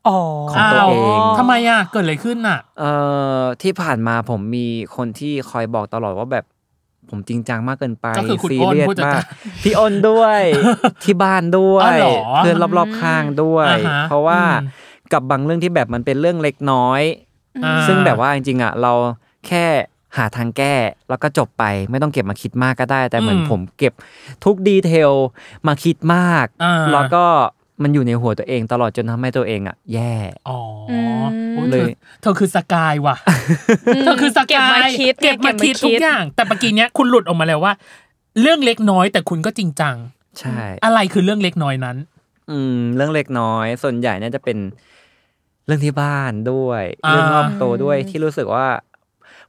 Speaker 2: อ๋อ
Speaker 4: ของตัวเอง
Speaker 3: ทำไมอ่ะ เกิดอะไรขึ้นอ่ะ
Speaker 4: เอ่อที่ผ่านมาผมมีคนที่คอยบอกตลอดว่าแบบผมจริงจังมากเกินไป
Speaker 3: ก็คือคุณ
Speaker 4: ซี
Speaker 3: อ้น
Speaker 4: เรียส
Speaker 3: ผู้จัด
Speaker 4: มาก
Speaker 3: การ
Speaker 4: พี่อ้นด้วย ที่บ้านด้วย
Speaker 3: อ๋อเหรอ
Speaker 4: เพื่อนรอบๆข้างด้วย
Speaker 3: อ่าฮะ
Speaker 4: เพราะว่า
Speaker 3: อืม
Speaker 4: กับบางเรื่องที่แบบมันเป็นเรื่องเล็กน้อย
Speaker 3: อ่า
Speaker 4: ซึ่งแบบว่าจริงๆอ่ะเราแค่หาทางแก้แล้วก็จบไปไม่ต้องเก็บมาคิดมากก็ได้ แต่เหมือนผมเก็บทุกดีเทลมาคิดมาก
Speaker 3: อ่า
Speaker 4: แล้วก็มันอยู่ในหัวตัวเองตลอดจนทำให้ตัวเองอ่ะ แย่
Speaker 3: อ๋ออโอ้ย
Speaker 4: เล
Speaker 3: เธอย เธอคือสกายว่ะ
Speaker 2: ม
Speaker 3: เธอคือสกาย
Speaker 2: เก็บมาคิด
Speaker 3: เก็บมาคิดทุกอย่าง แต่ปกี้เนี้ยคุณหลุดออกมาแล้วว่า เรื่องเล็กน้อยแต่คุณก็จริงจัง
Speaker 4: ใช่
Speaker 3: อะไรคือเรื่องเล็กน้อยนั้น
Speaker 4: อืมเรื่องเล็กน้อย ส่วนใหญ่เนี่ยจะเป็นเรื่องที่บ้านด้วย
Speaker 3: อ่า
Speaker 4: เรื่องรอบตัวด้วยที่รู้สึกว่า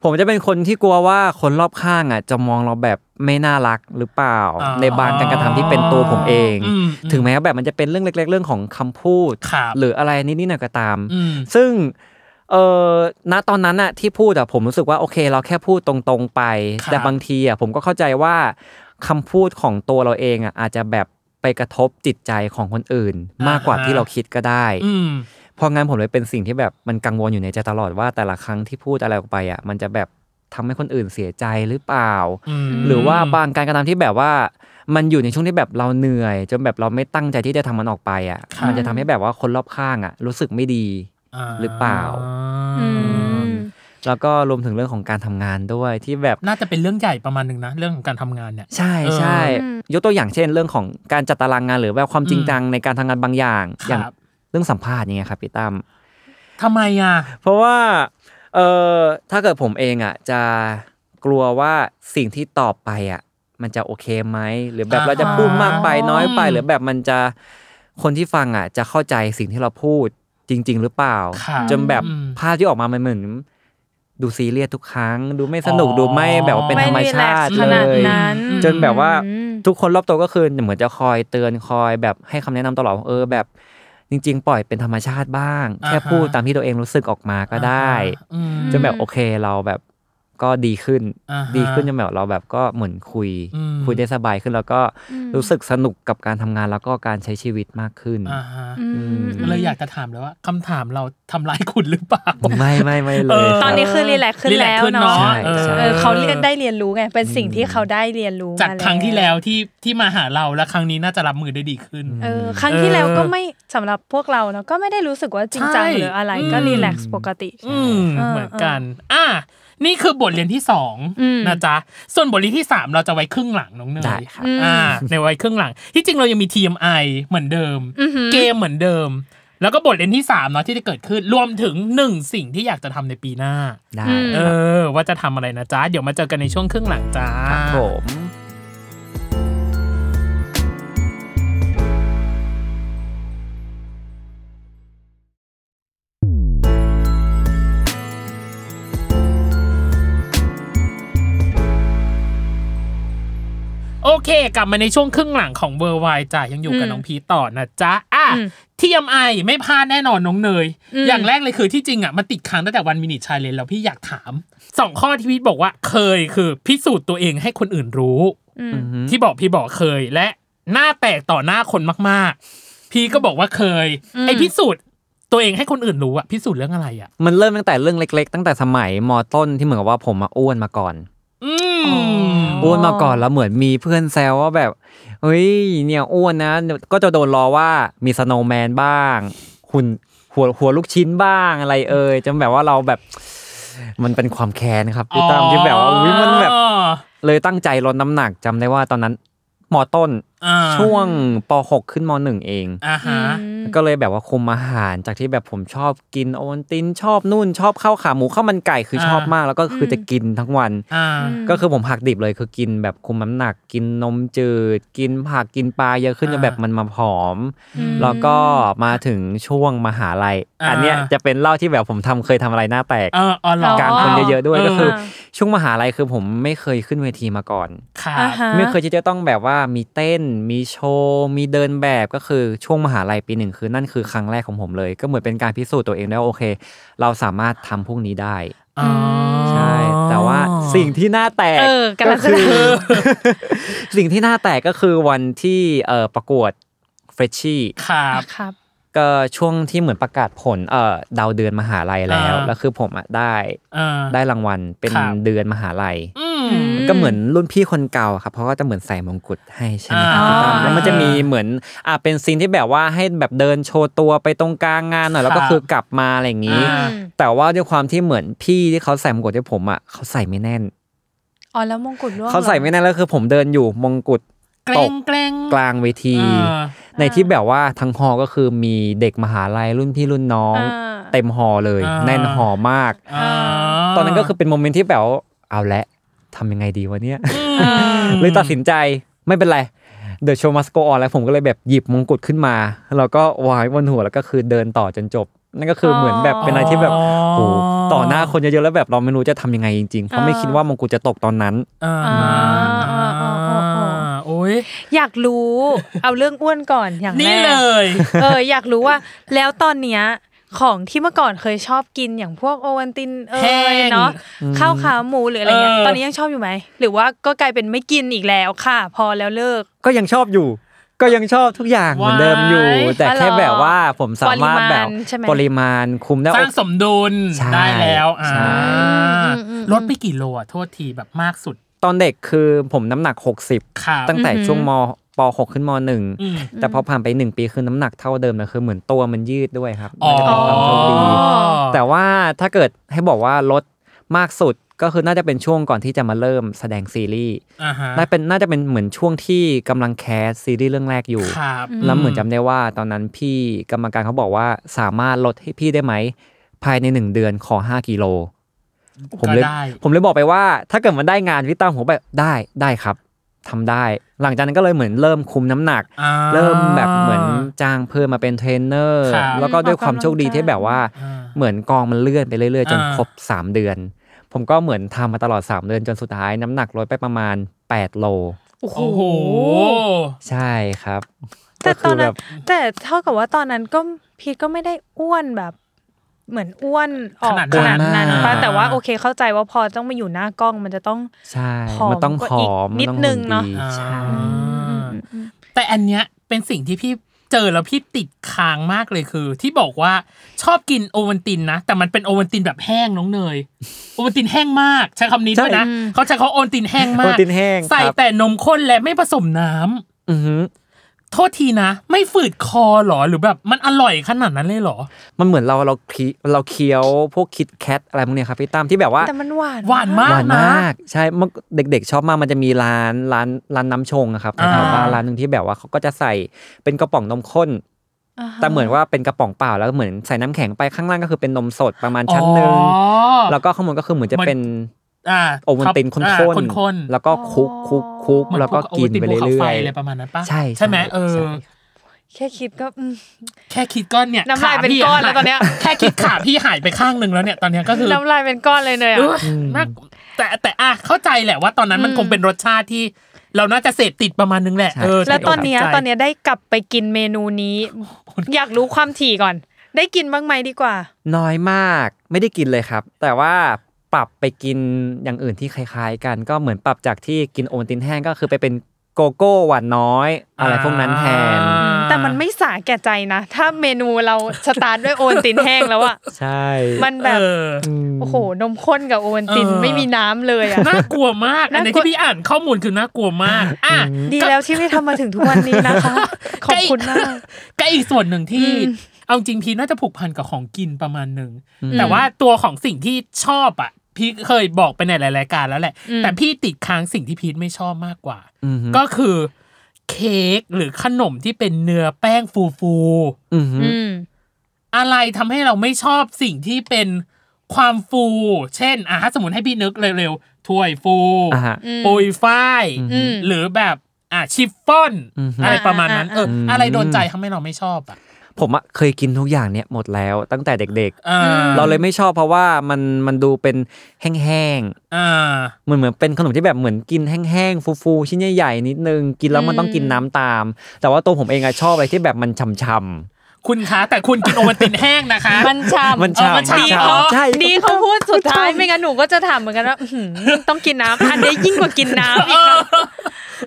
Speaker 4: ผมจะเป็นคนที่กลัวว่าคนรอบข้างอ่ะ จะมองเราแบบไม่น่ารักหรือเปล่า
Speaker 3: อ๋อ
Speaker 4: ในบางการกระทำที่เป็นตัวผมเอง
Speaker 3: อืม
Speaker 4: ถึงแม้แบบมันจะเป็นเรื่องเล็ก ๆ เรื่องของคำพูด
Speaker 3: ครับ
Speaker 4: หรืออะไรนิดๆหน่อยๆก็ตาม
Speaker 3: อืม
Speaker 4: ซึ่งเออณตอนนั้นอะที่พูดอะผมรู้สึกว่าโอเค เราแค่พูดตรงๆไป
Speaker 3: ครับ
Speaker 4: แต่บางทีอะผมก็เข้าใจว่าคำพูดของตัวเราเองอะอาจจะแบบไปกระทบจิตใจของคนอื่น มากกว่าที่เราคิดก็ได้
Speaker 3: อืม
Speaker 4: เพราะงั้นผมเลยเป็นสิ่งที่แบบมันกังวลอยู่ในใจตลอดว่าแต่ละครั้งที่พูดอะไรออกไปอะมันจะแบบ ทำให้คนอื่นเสียใจหรือเปล่า
Speaker 3: อืม
Speaker 4: หรือว่าบางการกระทำที่แบบว่า มันอยู่ในช่วงที่แบบเราเหนื่อย จนแบบเราไม่ตั้งใจที่จะทำมันออกไปอ่ะ
Speaker 3: ค่ะ
Speaker 4: มันจะทำให้แบบว่าคนรอบข้างอ่ะ รู้สึกไม่ดี หรือเปล่า
Speaker 2: อืม
Speaker 4: แล้วก็รวมถึงเรื่องของการทำงานด้วยที่แบบ
Speaker 3: น่าจะเป็นเรื่องใหญ่ประมาณหนึ่งนะ เรื่องของการทำงานเนี่ย
Speaker 4: ใช่ใช่
Speaker 5: อืม
Speaker 4: ยกตัวอย่างเช่น เรื่องของการจัดตารางงานหรือแบบความจริงจังในการทำงานบางอย่าง
Speaker 3: ครับ
Speaker 4: อย่างเรื่องสัมภาษณ์อย่างเงี้ยครับพี่ตั้ม
Speaker 3: ทำไมอ่ะ
Speaker 4: เพราะว่าเออถ้าเกิดผมเองอ่ะจะกลัวว่าสิ่งที่ตอบไปอ่ะมันจะโอเคไหมหรือแบบ
Speaker 3: อ่า
Speaker 4: เราจะพูดมากไปน้อยไป
Speaker 3: อืม
Speaker 4: หรือแบบมันจะคนที่ฟังอ่ะ จะเข้าใจสิ่งที่เราพูดจริง ๆ หรือเปล่า
Speaker 3: ครับ
Speaker 4: จนแบบ
Speaker 3: อืม
Speaker 4: ภาพที่ออกมามันเหมือนดูซีเรียสทุกครั้ง ดูไม่สนุกดูไม่แบบว่าเป็นธรรมชาติ
Speaker 2: ไม่ relax ข
Speaker 4: เล
Speaker 2: นาด
Speaker 4: ย
Speaker 2: นั้น
Speaker 4: จนแบบว่า
Speaker 2: อืม
Speaker 4: ทุกคนรอบตัวก็คือเหมือนจะคอยเตือนคอยแบบให้คำแนะนำตลอดว่าเออแบบจริง ๆ ปล่อยเป็นธรรมชาติบ้าง
Speaker 3: อ่าฮะ
Speaker 4: แค่พูดตามที่ตัวเองรู้สึกออกมาก็ได้
Speaker 3: อืม
Speaker 4: จนแบบโอเคเราแบบก็ดีขึ้น
Speaker 3: อ่าฮะ
Speaker 4: ดีขึ้นจนแบบเราแบบก็เหมือนคุย
Speaker 3: อืม
Speaker 4: คุยได้สบายขึ้นแล้วก็รู้สึกสนุกกับการทำงานแล้วก็การใช้ชีวิตมากขึ้น
Speaker 3: อ่าฮะ
Speaker 5: อืม
Speaker 4: อืม
Speaker 3: เลยอยากจะถามเลยว่าคำถามเราทำร้ายคุณหรือเปล่า
Speaker 4: ไม่ไม่ไม่เลย
Speaker 3: เออ
Speaker 2: ตอนนี้คือรีแลกซ์ขึ้นแล้วเนาะ
Speaker 4: ใช่
Speaker 2: เออ
Speaker 4: ใช่
Speaker 2: เออเขาเรียนได้เรียนรู้ไง เป็นสิ่งที่เขาได้เรียนรู้
Speaker 3: จาก
Speaker 2: ม
Speaker 3: ครั้งที่แล้วที่ที่มาหาเราและครั้งนี้น่าจะรับมือได้ดีขึ้น
Speaker 2: เออครั้งที่แล้วก็ไม่สำหรับพวกเราเนาะก็ไม่ได้รู้สึกว่าจริงจัง
Speaker 3: ใช่
Speaker 2: หรืออะไรก็
Speaker 3: อืม
Speaker 2: รีแลกซ์ปกติ
Speaker 3: อืม
Speaker 2: เออ
Speaker 3: เหมือนกัน อ่ะนี่คือบทเรียนที่สอง
Speaker 2: อืม
Speaker 3: นะจ๊ะ ส่วนบทเรียนที่สามเราจะไว้ครึ่งหลังน้องเน
Speaker 4: ได้
Speaker 3: ย
Speaker 4: ครับ
Speaker 2: อืม
Speaker 3: อ่า ในไว้ครึ่งหลัง ที่จริงเรายังมี TMI เหมือนเดิม
Speaker 2: อือหือ
Speaker 3: เกมเหมือนเดิม แล้วก็บทเรียนที่สามเนาะที่จะเกิดขึ้นรวมถึงหนึ่งสิ่งที่อยากจะทำในปีหน้า
Speaker 4: ได้
Speaker 2: อืม
Speaker 3: เออ ว่าจะทำอะไรนะจ๊ะ เดี๋ยวมาเจอกันในช่วงครึ่งหลังจ้า
Speaker 4: ครับผม
Speaker 3: โอเค กลับมาในช่วงครึ่งหลังของเวอร์ไวจ้ะยังอยู่กับ
Speaker 2: อืม
Speaker 3: น้องพีทต่อนะจ๊ะอ่ะ
Speaker 2: อืม
Speaker 3: TMI ไม่พลาดแน่นอนน้องเนย
Speaker 2: อืม
Speaker 3: อย่างแรกเลยคือที่จริงอ่ะมันติดค้างตั้งแต่วันมินิชาเลนแล้วพี่อยากถามสองข้อที่พีทบอกว่าเคยคือพิสูจน์ตัวเองให้คนอื่นรู้
Speaker 2: อืม
Speaker 4: อือฮึ
Speaker 3: ที่บอกพี่บอกเคยและหน้าแตกต่อหน้าคนมากๆ พี่ก็บอกว่าเคย
Speaker 2: อืม
Speaker 3: ไอพิสูจน์ตัวเองให้คนอื่นรู้อะพิสูจน์เรื่องอะไรอะ
Speaker 4: มันเริ่มตั้งแต่เรื่องเล็ก ๆ ตั้งแต่สมัยมต้นที่เหมือนกับว่าผมมาอ้วนมาก่อน
Speaker 3: อืม
Speaker 4: อ้วนมาก่อนแล้วเหมือนมีเพื่อนแซวว่าแบบเฮ้ยเนี่ยอ้วนนะ ก็จะโดนล้อว่ามีสโนว์แมนบ้างหุ่นหัวหัวลูกชิ้นบ้างอะไรเอ่ยจนแบบว่าเราแบบ มันเป็นความแค้นครับพี่ตั้มที่แบบว่าอุ๊ยมันแบบเลยตั้งใจลดน้ำหนักจำได้ว่าตอนนั้นมต้น
Speaker 3: อ่า
Speaker 4: ช่วงป .6 ขึ้นม .1 เอง
Speaker 3: อ่าฮะ
Speaker 4: ก็เลยแบบว่าคุมอาหารจากที่แบบผมชอบกินโอวัลตินชอบนู่นชอบข้าวขาหมูข้าวมันไก่คือชอบ
Speaker 3: อ่าม
Speaker 4: มาก แล้วก็คืออ
Speaker 2: ม
Speaker 4: จะกินทั้งวัน
Speaker 3: อ่า
Speaker 4: ก็คือผมหักดิบเลยคือกินแบบคุมน้ำหนัก กินนมจืด กินผักกินปลาเยอะขึ้น
Speaker 3: อ่า
Speaker 4: จนแบบมันมาผอม
Speaker 2: อืม
Speaker 4: แล้วก็มาถึงช่วงมหาลัย
Speaker 3: อ่า
Speaker 4: อันเนี้ยจะเป็นเล่าที่แบบผมทำเคยทำอะไรหน้าแตก
Speaker 3: เออออนไลน์
Speaker 4: กลางคนเยอะๆด้วย
Speaker 3: เออ
Speaker 4: ก็คืออา ช่วงมหาลัยคือผมไม่เคยขึ้นเวทีมาก่อน
Speaker 3: ค่ะ
Speaker 2: อ่าฮะ
Speaker 4: ไม่เคยที่จะต้องแบบว่ามีเต้น มีโชว์ มีเดินแบบก็คือช่วงมหาลัยปีหนึ่งคือนั่นคือครั้งแรกของผมเลย ก็เหมือนเป็นการพิสูจน์ตัวเองได้ว่าโอเค เราสามารถทำพวกนี้ได้
Speaker 3: อ๋อ
Speaker 4: ใช่ แต่ว่าสิ่งที่น่าแตก
Speaker 2: เออกำลังจะ
Speaker 4: สิ่งที่น่าแตกก็คือวันที่เอ่อประกวดเฟรชชี่
Speaker 3: ครับ
Speaker 5: ครับ
Speaker 4: ก็ช่วงที่เหมือนประกาศผลเอ่อดาวเดือนมหาลัยแล้ว
Speaker 3: อ่า
Speaker 4: แล้วคือผมอะได้
Speaker 3: เออ
Speaker 4: ได้รางวัลเป็น
Speaker 3: ครับ
Speaker 4: เดือนมหาลัย
Speaker 3: อืม
Speaker 4: ก็เหมือนรุ่นพี่คนเก่าอะครับเพราะก็จะเหมือนใส่มงกุฎให้ใช่ไหมครับ
Speaker 3: อ่า
Speaker 4: พี่ตั้มแล้วมันจะมี
Speaker 3: อ่า
Speaker 4: เหมือนอ่าเป็นซีนที่แบบว่าให้แบบเดินโชว์ตัวไปตรงกลางงานหน่อยแล้วก็
Speaker 3: ครับ
Speaker 4: คือกลับมาอะไรอย่างนี้
Speaker 3: อ่า
Speaker 4: แต่ว่าด้วยความที่เหมือนพี่ที่เขาใส่มงกุฎให้ผมอ่ะเขาใส่ไม่แน่น
Speaker 2: อ๋อแล้วมงกุฎร่วง
Speaker 4: เขาใส่ไม่แน่นแล้วคือผมเดินอยู่มงกุฎ
Speaker 3: เก
Speaker 4: ต
Speaker 3: รง
Speaker 4: ก
Speaker 3: เกรง
Speaker 4: กลางเวที
Speaker 3: เออ
Speaker 4: ในที่แบบว่าทั้งหอก็คือมีเด็กมหาลัยรุ่นพี่รุ่นน้อง
Speaker 2: อ่า
Speaker 4: เต็มหอเลย
Speaker 3: อ่า
Speaker 4: แน่นหอมาก
Speaker 3: อ่า
Speaker 4: ตอนนั้นก็คือเป็นโมเมนต์ที่แบบว่าเอาละทำยังไงดีวะเนี่ย
Speaker 3: อืม
Speaker 4: เลยตัดสินใจไม่เป็นไร เดอะโชว์มัสโกออนแล้วผมก็เลยแบบหยิบมงกุฎขึ้นมา แล้วก็วางไว้บนหัวแล้วก็คือเดินต่อจนจบ นั่นก็คืออ
Speaker 2: อ
Speaker 4: เหมือนแบบเป็นอะไรที่แบบ
Speaker 3: อ๋อ
Speaker 4: โหต่อหน้าคนเยอะๆแล้วแบบเราไม่รู้จะทำยังไงจริงๆเพราะไม่คิดว่ามงกุฎจะตกตอนนั้น
Speaker 3: อ่า
Speaker 2: อ่าอ่าอ่าอ่าอ่า
Speaker 3: โอ้ย
Speaker 2: อยากรู้ เอาเรื่องอ้วนก่อนอย่างแรก
Speaker 3: นี่เลย
Speaker 2: เอออยากรู้ว่าแล้วตอนเนี้ยของที่เมื่อก่อนเคยชอบกินอย่างพวกโอวันตินเอ
Speaker 3: แห้
Speaker 2: อง เนาะข้าวขาหมูหรืออะไรเงี้ย
Speaker 3: เออ
Speaker 2: ตอนนี้ยังชอบอยู่ไหม หรือว่าก็กลายเป็นไม่กินอีกแล้วค่ะ พอแล้วเลิก
Speaker 4: ก็ยังชอบอยู่ ก็ ก็ยังชอบทุกอย่างเหมือนเดิมอยู่
Speaker 3: ว้าย
Speaker 4: แต่แค่แบบว่าผมสามารถแบบ
Speaker 2: ปริมาณใช่ไหม
Speaker 4: ปริมาณคุมได้
Speaker 3: ส
Speaker 4: โอ
Speaker 3: ร้าง
Speaker 4: เค
Speaker 3: สมดุล
Speaker 4: ใช่
Speaker 3: ได้แล้วอ่า
Speaker 4: ใช่
Speaker 2: อืมอืมอืม
Speaker 3: ลดไปกี่โลอ่ะโทษทีแบบมากสุด
Speaker 4: ตอนเด็กคือผมน้ำหนัก
Speaker 3: ค่ะ
Speaker 4: 60 ตั้งแต่
Speaker 2: อือหือ
Speaker 4: ช่วงมป .6 ขึ้นม
Speaker 3: อืม
Speaker 4: .1 แต่พอผ่านไป 1 ปีคือน้ำหนักเท่าเดิมเลยคือเหมือนตัวมันยืดด้วยครับ
Speaker 3: อ๋อ
Speaker 4: น่าจะเป็นความโชคดี แต่ว่าถ้าเกิดให้บอกว่าลดมากสุดก็คือน่าจะเป็นช่วงก่อนที่จะมาเริ่มแสดงซีรีส์
Speaker 3: อ่าฮะ
Speaker 4: น่าเป็นน่าจะเป็นเหมือนช่วงที่กำลังแคสซีรีส์เรื่องแรกอยู่
Speaker 3: ครับ
Speaker 4: แล้วเหมือนจำได้ว่าตอนนั้นพี่กรรมการเขาบอกว่าสามารถลดให้พี่ได้ไหม ภายในหนึ่งเดือนขอ5กิโล ผมเลย
Speaker 3: ก็ได้
Speaker 4: ผมเลยบอกไปว่า ถ้าเกิดมันได้งานพี่ตั้มผมแบบได้ได้ครับทำได้ หลังจากนั้นก็เลยเหมือนเริ่มคุมน้ำหนัก
Speaker 3: อ่า
Speaker 4: เริ่มแบบเหมือนจ้างเพิ่มมาเป็นเทรนเนอร์
Speaker 3: ครับ
Speaker 4: แล้วก็ด้วยความโชคดีที่แบบว่า
Speaker 3: อ่า
Speaker 4: เหมือนกองมันเลื่อนไปเรื่อยๆ จน
Speaker 3: อ่า
Speaker 4: ครบ 3 เดือน ผมก็เหมือนทำมาตลอด 3 เดือนจนสุดท้ายน้ำหนักลดไปประมาณ 8 โล
Speaker 2: โอ้โห
Speaker 3: โอ้โห
Speaker 4: ใช่ครับ
Speaker 2: แต่ต
Speaker 4: ก็คืออน แบ
Speaker 2: นั้น
Speaker 4: บ
Speaker 2: แต่เท่ากับว่าตอนนั้นก็พีทก็ไม่ได้อ้วนแบบ เหมือนอ้วนออก
Speaker 3: ข
Speaker 2: ขนา
Speaker 3: นาด
Speaker 2: ด
Speaker 3: นั้
Speaker 2: นั้น นป่ะ
Speaker 3: อ่า
Speaker 2: แต่ว่าโอเคเข้าใจว่าพอต้องมาอยู่หน้ากล้องมันจะต้อง
Speaker 4: ใช่ มันต้อง
Speaker 2: ผ
Speaker 4: ผ
Speaker 2: อ
Speaker 4: อ
Speaker 2: ม
Speaker 4: ม
Speaker 2: ก็อีกนิด
Speaker 4: ต้อง
Speaker 2: นึงเนอะ
Speaker 4: หุ่ดีใช่
Speaker 3: อ่าแต่อันเนี้ยเป็นสิ่งที่พี่เจอแล้วพี่ติดค้างมากเลยคือ ที่บอกว่าชอบกินโอวัลตินนะ แต่มันเป็นโอวัลตินแบบแห้งน้องเนยโอวัลตินแห้งมาก ใช้คำนี้ด้วยนะ
Speaker 2: ใช่
Speaker 3: เขาใช้เขาโอวัลตินแห้งมาก
Speaker 4: โอวัลตินแห้ง
Speaker 3: ใส่
Speaker 4: ครับ
Speaker 3: แต่นมข้นและไม่ผสมน้ำ
Speaker 4: อือหือ
Speaker 3: โทษทีนะ ไม่ฝืดคอหรอหรือแบบมันอร่อยขนาดนั้นเลยเหรอ
Speaker 4: มันเหมือนเราเราคีเราเคี้ยวพวกคิดแคทอะไรพวกเนี้ยครับพี่ตั้มที่แบบว่า
Speaker 2: แต่มันหวาน
Speaker 3: หวานมาก
Speaker 4: หวานมากใช่เมื่อเด็กๆ ชอบมากมันจะมีร้านร้านร้านน้ำชงอะครับ
Speaker 3: อ่า
Speaker 4: แถวบ้านร้านหนึ่งที่แบบว่าเขาก็จะใส่เป็นกระป๋องนมข้น
Speaker 2: อ่าฮะ
Speaker 4: แต่เหมือนว่าเป็นกระป๋องเปล่าแล้วเหมือนใส่น้ำแข็งไปข้างล่างก็คือเป็นนมสดประมาณชั้นหนึ่ง
Speaker 3: อ๋อ
Speaker 4: แล้วก็ข้างบนก็คือเหมือนจะเป็น
Speaker 3: อ่า
Speaker 4: โอวัลตินข้
Speaker 3: อ่าน ข้น
Speaker 4: ๆ
Speaker 3: ๆ
Speaker 4: แล้วก็คลุกคลุกคลุก
Speaker 3: เหมือน
Speaker 4: แล้วก็
Speaker 3: พว
Speaker 4: กินไปเรื่
Speaker 3: โอวัลตินภูเขาฟ
Speaker 4: อย
Speaker 3: อะไรประ
Speaker 4: ๆ
Speaker 3: มาณนั้นปะ
Speaker 4: ใช่
Speaker 3: ใช่ไหม
Speaker 4: ใช่
Speaker 3: เออ
Speaker 4: ใช่
Speaker 2: แค่คิดก็อืม
Speaker 3: แค่คิดก้อนเนี่ย
Speaker 2: น้ำลาย
Speaker 3: ข
Speaker 2: เป็น
Speaker 3: พี่
Speaker 2: ก้อนแล้วตอนเนี้ย
Speaker 3: แค่คิดขาพี่หายไปข้างหนึ่งแล้วเนี่ยตอนเนี้ยก็คือ
Speaker 2: น้ำลายเป็นก้อนเลยเลย
Speaker 3: เอ
Speaker 2: อ่ะ
Speaker 3: อน่าแต่แต่อ่ะเข้าใจแหละว่าตอนนั้นมัน
Speaker 2: อืม
Speaker 3: คงเป็นรสชาติที่ เราน่าจะเสพติดประมาณนึงแหละ
Speaker 4: ใช่
Speaker 3: เออ
Speaker 2: แล้วตอนเนี้ย
Speaker 3: ใจ
Speaker 2: ตอนเนี้ยได้กลับไปกินเมนูนี้ อยากรู้ความถี่ก่อน ได้กินบ้างไหมดีกว่า
Speaker 4: น้อยมากไม่ได้กินเลยครับ แต่ว่าปรับไปกินอย่างอื่นที่คล้าย ๆ กันก็เหมือนปรับจากที่กินโอวัลตินแห้งก็คือไปเป็นโกโก้หวานน้อย อะไรพวกนั้นแทน
Speaker 3: อ่า
Speaker 2: แต่มันไม่สาแก่ใจนะ ถ้าเมนูเราสตาร์ทด้วยโอวัลตินแห้งแล้วอ่ะ
Speaker 4: ใช่
Speaker 2: มันแบบ
Speaker 3: เออ
Speaker 2: โอ้โห นมข้นกับโอวัลติน
Speaker 3: เออ
Speaker 2: ไม่มีน้ำเลยอ่ะ
Speaker 3: น่ากลัวมากอันไหน
Speaker 2: น่ากลัว
Speaker 3: ที่พี่อ่านข้อมูลคือน่ากลัวมากอ่ะ
Speaker 2: ดีแล้วที่ไม่ทำมาถึงทุกวันนี้นะคะ ขอบคุณมาก
Speaker 3: ก็อีกส่วนหนึ่งที่
Speaker 2: อืม
Speaker 3: เอาจริงพีน่าจะผูกพันกับของกินประมาณหนึ่ง
Speaker 4: อืม
Speaker 3: แต่ว่าตัวของสิ่งที่ชอบอ่ะ พีเคยบอกไปในหลายรายการแล้วแหละ
Speaker 2: อืม
Speaker 3: แต่พี่ติดค้างสิ่งที่พีทไม่ชอบมากกว่า
Speaker 4: อือหือ
Speaker 3: ก็คือเค้กหรือขนมที่เป็นเนื้อแป้งฟู
Speaker 4: อือหือ
Speaker 2: อืม
Speaker 3: ๆอะไรทำให้เราไม่ชอบสิ่งที่เป็นความฟู เช่นอ่ะถ้าสมมติให้พี่นึกเร็วๆถ้วยฟู
Speaker 4: อ่าฮะ
Speaker 3: ปุยฝ้าย
Speaker 2: อืม
Speaker 3: หรือแบบอ่ะชิฟฟ่อน
Speaker 4: อือฮึ
Speaker 3: อะไรประมาณนั้นเอออ
Speaker 4: ม
Speaker 3: อะไรโดนใจทำให้เราไม่ชอบอ่ะ
Speaker 4: ผมอะเคยกินทุกอย่างเนี่ยหมดแล้วตั้งแต่เด็ก
Speaker 3: อ่า
Speaker 4: ๆ เราเลยไม่ชอบเพราะว่ามันมันดูเป็นแห้ง
Speaker 3: อ่า
Speaker 4: ๆเหมือนเหมือนเป็นขนมที่แบบเหมือนกินแห้งๆฟูๆชิ้นใหญ่ๆนิดนึงกินแล้วมันต้องกินน้ำตาม แต่ว่าตัวผมเองอะชอบอะไรที่แบบมันช่ำ
Speaker 3: คุณคะแต่คุณกินโอวัลตินแห้งนะคะ
Speaker 2: มันชาม
Speaker 4: มันฉ่ำ
Speaker 2: เออมัน
Speaker 3: มัน
Speaker 2: ฉ่ำ
Speaker 3: ฉ่ำ
Speaker 2: ดีเขา
Speaker 4: ใช่
Speaker 2: ดีเขาพูดสุดท้ายไม่งั้นหนูก็จะถามเหมือนกันว่าอื้อหือต้องกินน้ำอันนี้ยิ่งกว่ากินน้ำอีกค่ะ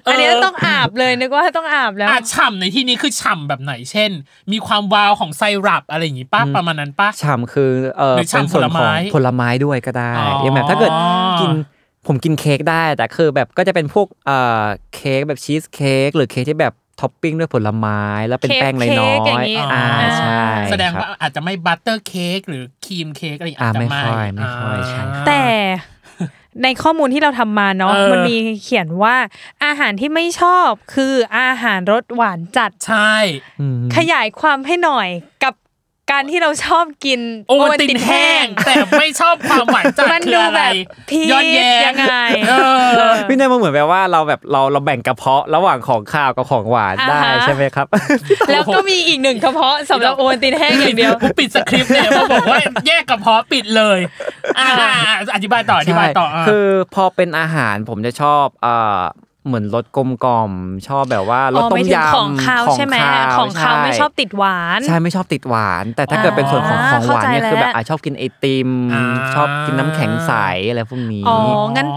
Speaker 2: อันนี้ต้องอาบเลยนึกว่าต้องอาบแล้ว
Speaker 3: อาฉ่ำในที่นี้คือฉ่ำแบบไหนเช่น มีความวาวของไซรัปอะไรอย่างงี้ป้าประมาณนั้นป้า
Speaker 4: ๆช่ำคือเออ
Speaker 3: หรือ
Speaker 4: เป็น
Speaker 3: ฉ่ำ
Speaker 4: ส่วน
Speaker 3: ผล
Speaker 4: ข
Speaker 3: ไม้
Speaker 4: องผลไม้ด้วยก็ได้
Speaker 3: อ๋ออ
Speaker 4: อย่างแบบถ้าเกิดกินผมกินเค้กได้แต่คือแบบก็จะเป็นพวกเอ่อเค้กแบบชีสเค้กหรือเค้กที่แบบท็อปปิ้งด้วยผลไม้แล้วเป็นแป้ง
Speaker 2: เค้
Speaker 4: น้อก
Speaker 2: ๆอย่าย งนี้
Speaker 4: ๆอ่าใช่
Speaker 3: แสดง
Speaker 4: ครับ
Speaker 3: ว่าอาจจะไม่บัตเตอร์เค้กหรือครีมเค้กอะไรอย่างงี้
Speaker 4: อ่า
Speaker 3: อาจจะ
Speaker 4: ไม่ค่อยไม่ค่อยใช่
Speaker 3: า
Speaker 2: แต่ในข้อมูลที่เราทำมาเนาะ
Speaker 3: เออ
Speaker 2: มันมีเขียนว่าอาหารที่ไม่ชอบคืออาหารรสหวานจัด
Speaker 3: ใช่
Speaker 4: อืม
Speaker 2: ขยายความให้หน่อยกับการที่เราชอบกิน
Speaker 3: โอวัลตินแห้ง แต่ไม่ชอบความหวานจัด
Speaker 2: มัน
Speaker 3: คือ
Speaker 2: ดู
Speaker 3: อะไร
Speaker 2: แบบพี
Speaker 3: ย้อนแย้
Speaker 2: ยังงไง
Speaker 3: เออ
Speaker 4: พี่เนยมันเหมือนแบบว่าเราแบบเราเราแบ่งกระเพาะระหว่างของข้าวกับของหวานได้ใช่ไหมครับ
Speaker 2: แล้วก็มีอีกหนึ่งกระเพาะสำหรับโอวัลตินแห้งอย่างเดียว
Speaker 3: ปิดสคริปต์เลยเพราะบอกว่าแยกกระเพาะปิดเลยอ่าอธิบายต่ออธิบายต่ออ่ะ
Speaker 4: คือพอเป็นอาหารผมจะชอบเอ่อ เหมือนรสกลมกล่อมชอบแบบว่ารส
Speaker 2: อ๋อ
Speaker 4: ต้
Speaker 2: ไม่
Speaker 4: ม
Speaker 2: ถึง
Speaker 4: ยำ
Speaker 2: ของคาวใช่ไหม
Speaker 4: ว
Speaker 2: ของคาวไม่
Speaker 4: ใ
Speaker 2: ชอบติดหวาน
Speaker 4: ใช่ไม่ชอบติดหวาน แต่ถ้าเกิดเป็นส่วนของ
Speaker 2: อ่า
Speaker 4: ของหวานเนี่ย
Speaker 2: เข้าใจ
Speaker 4: คือแบ
Speaker 2: แล้
Speaker 4: บ
Speaker 2: ว
Speaker 4: อ่ะชอบกินไอติม
Speaker 3: อ่า
Speaker 4: ชอบกินน้ำแข็งใสอะไรพวกนี้
Speaker 2: อ๋อ งั้น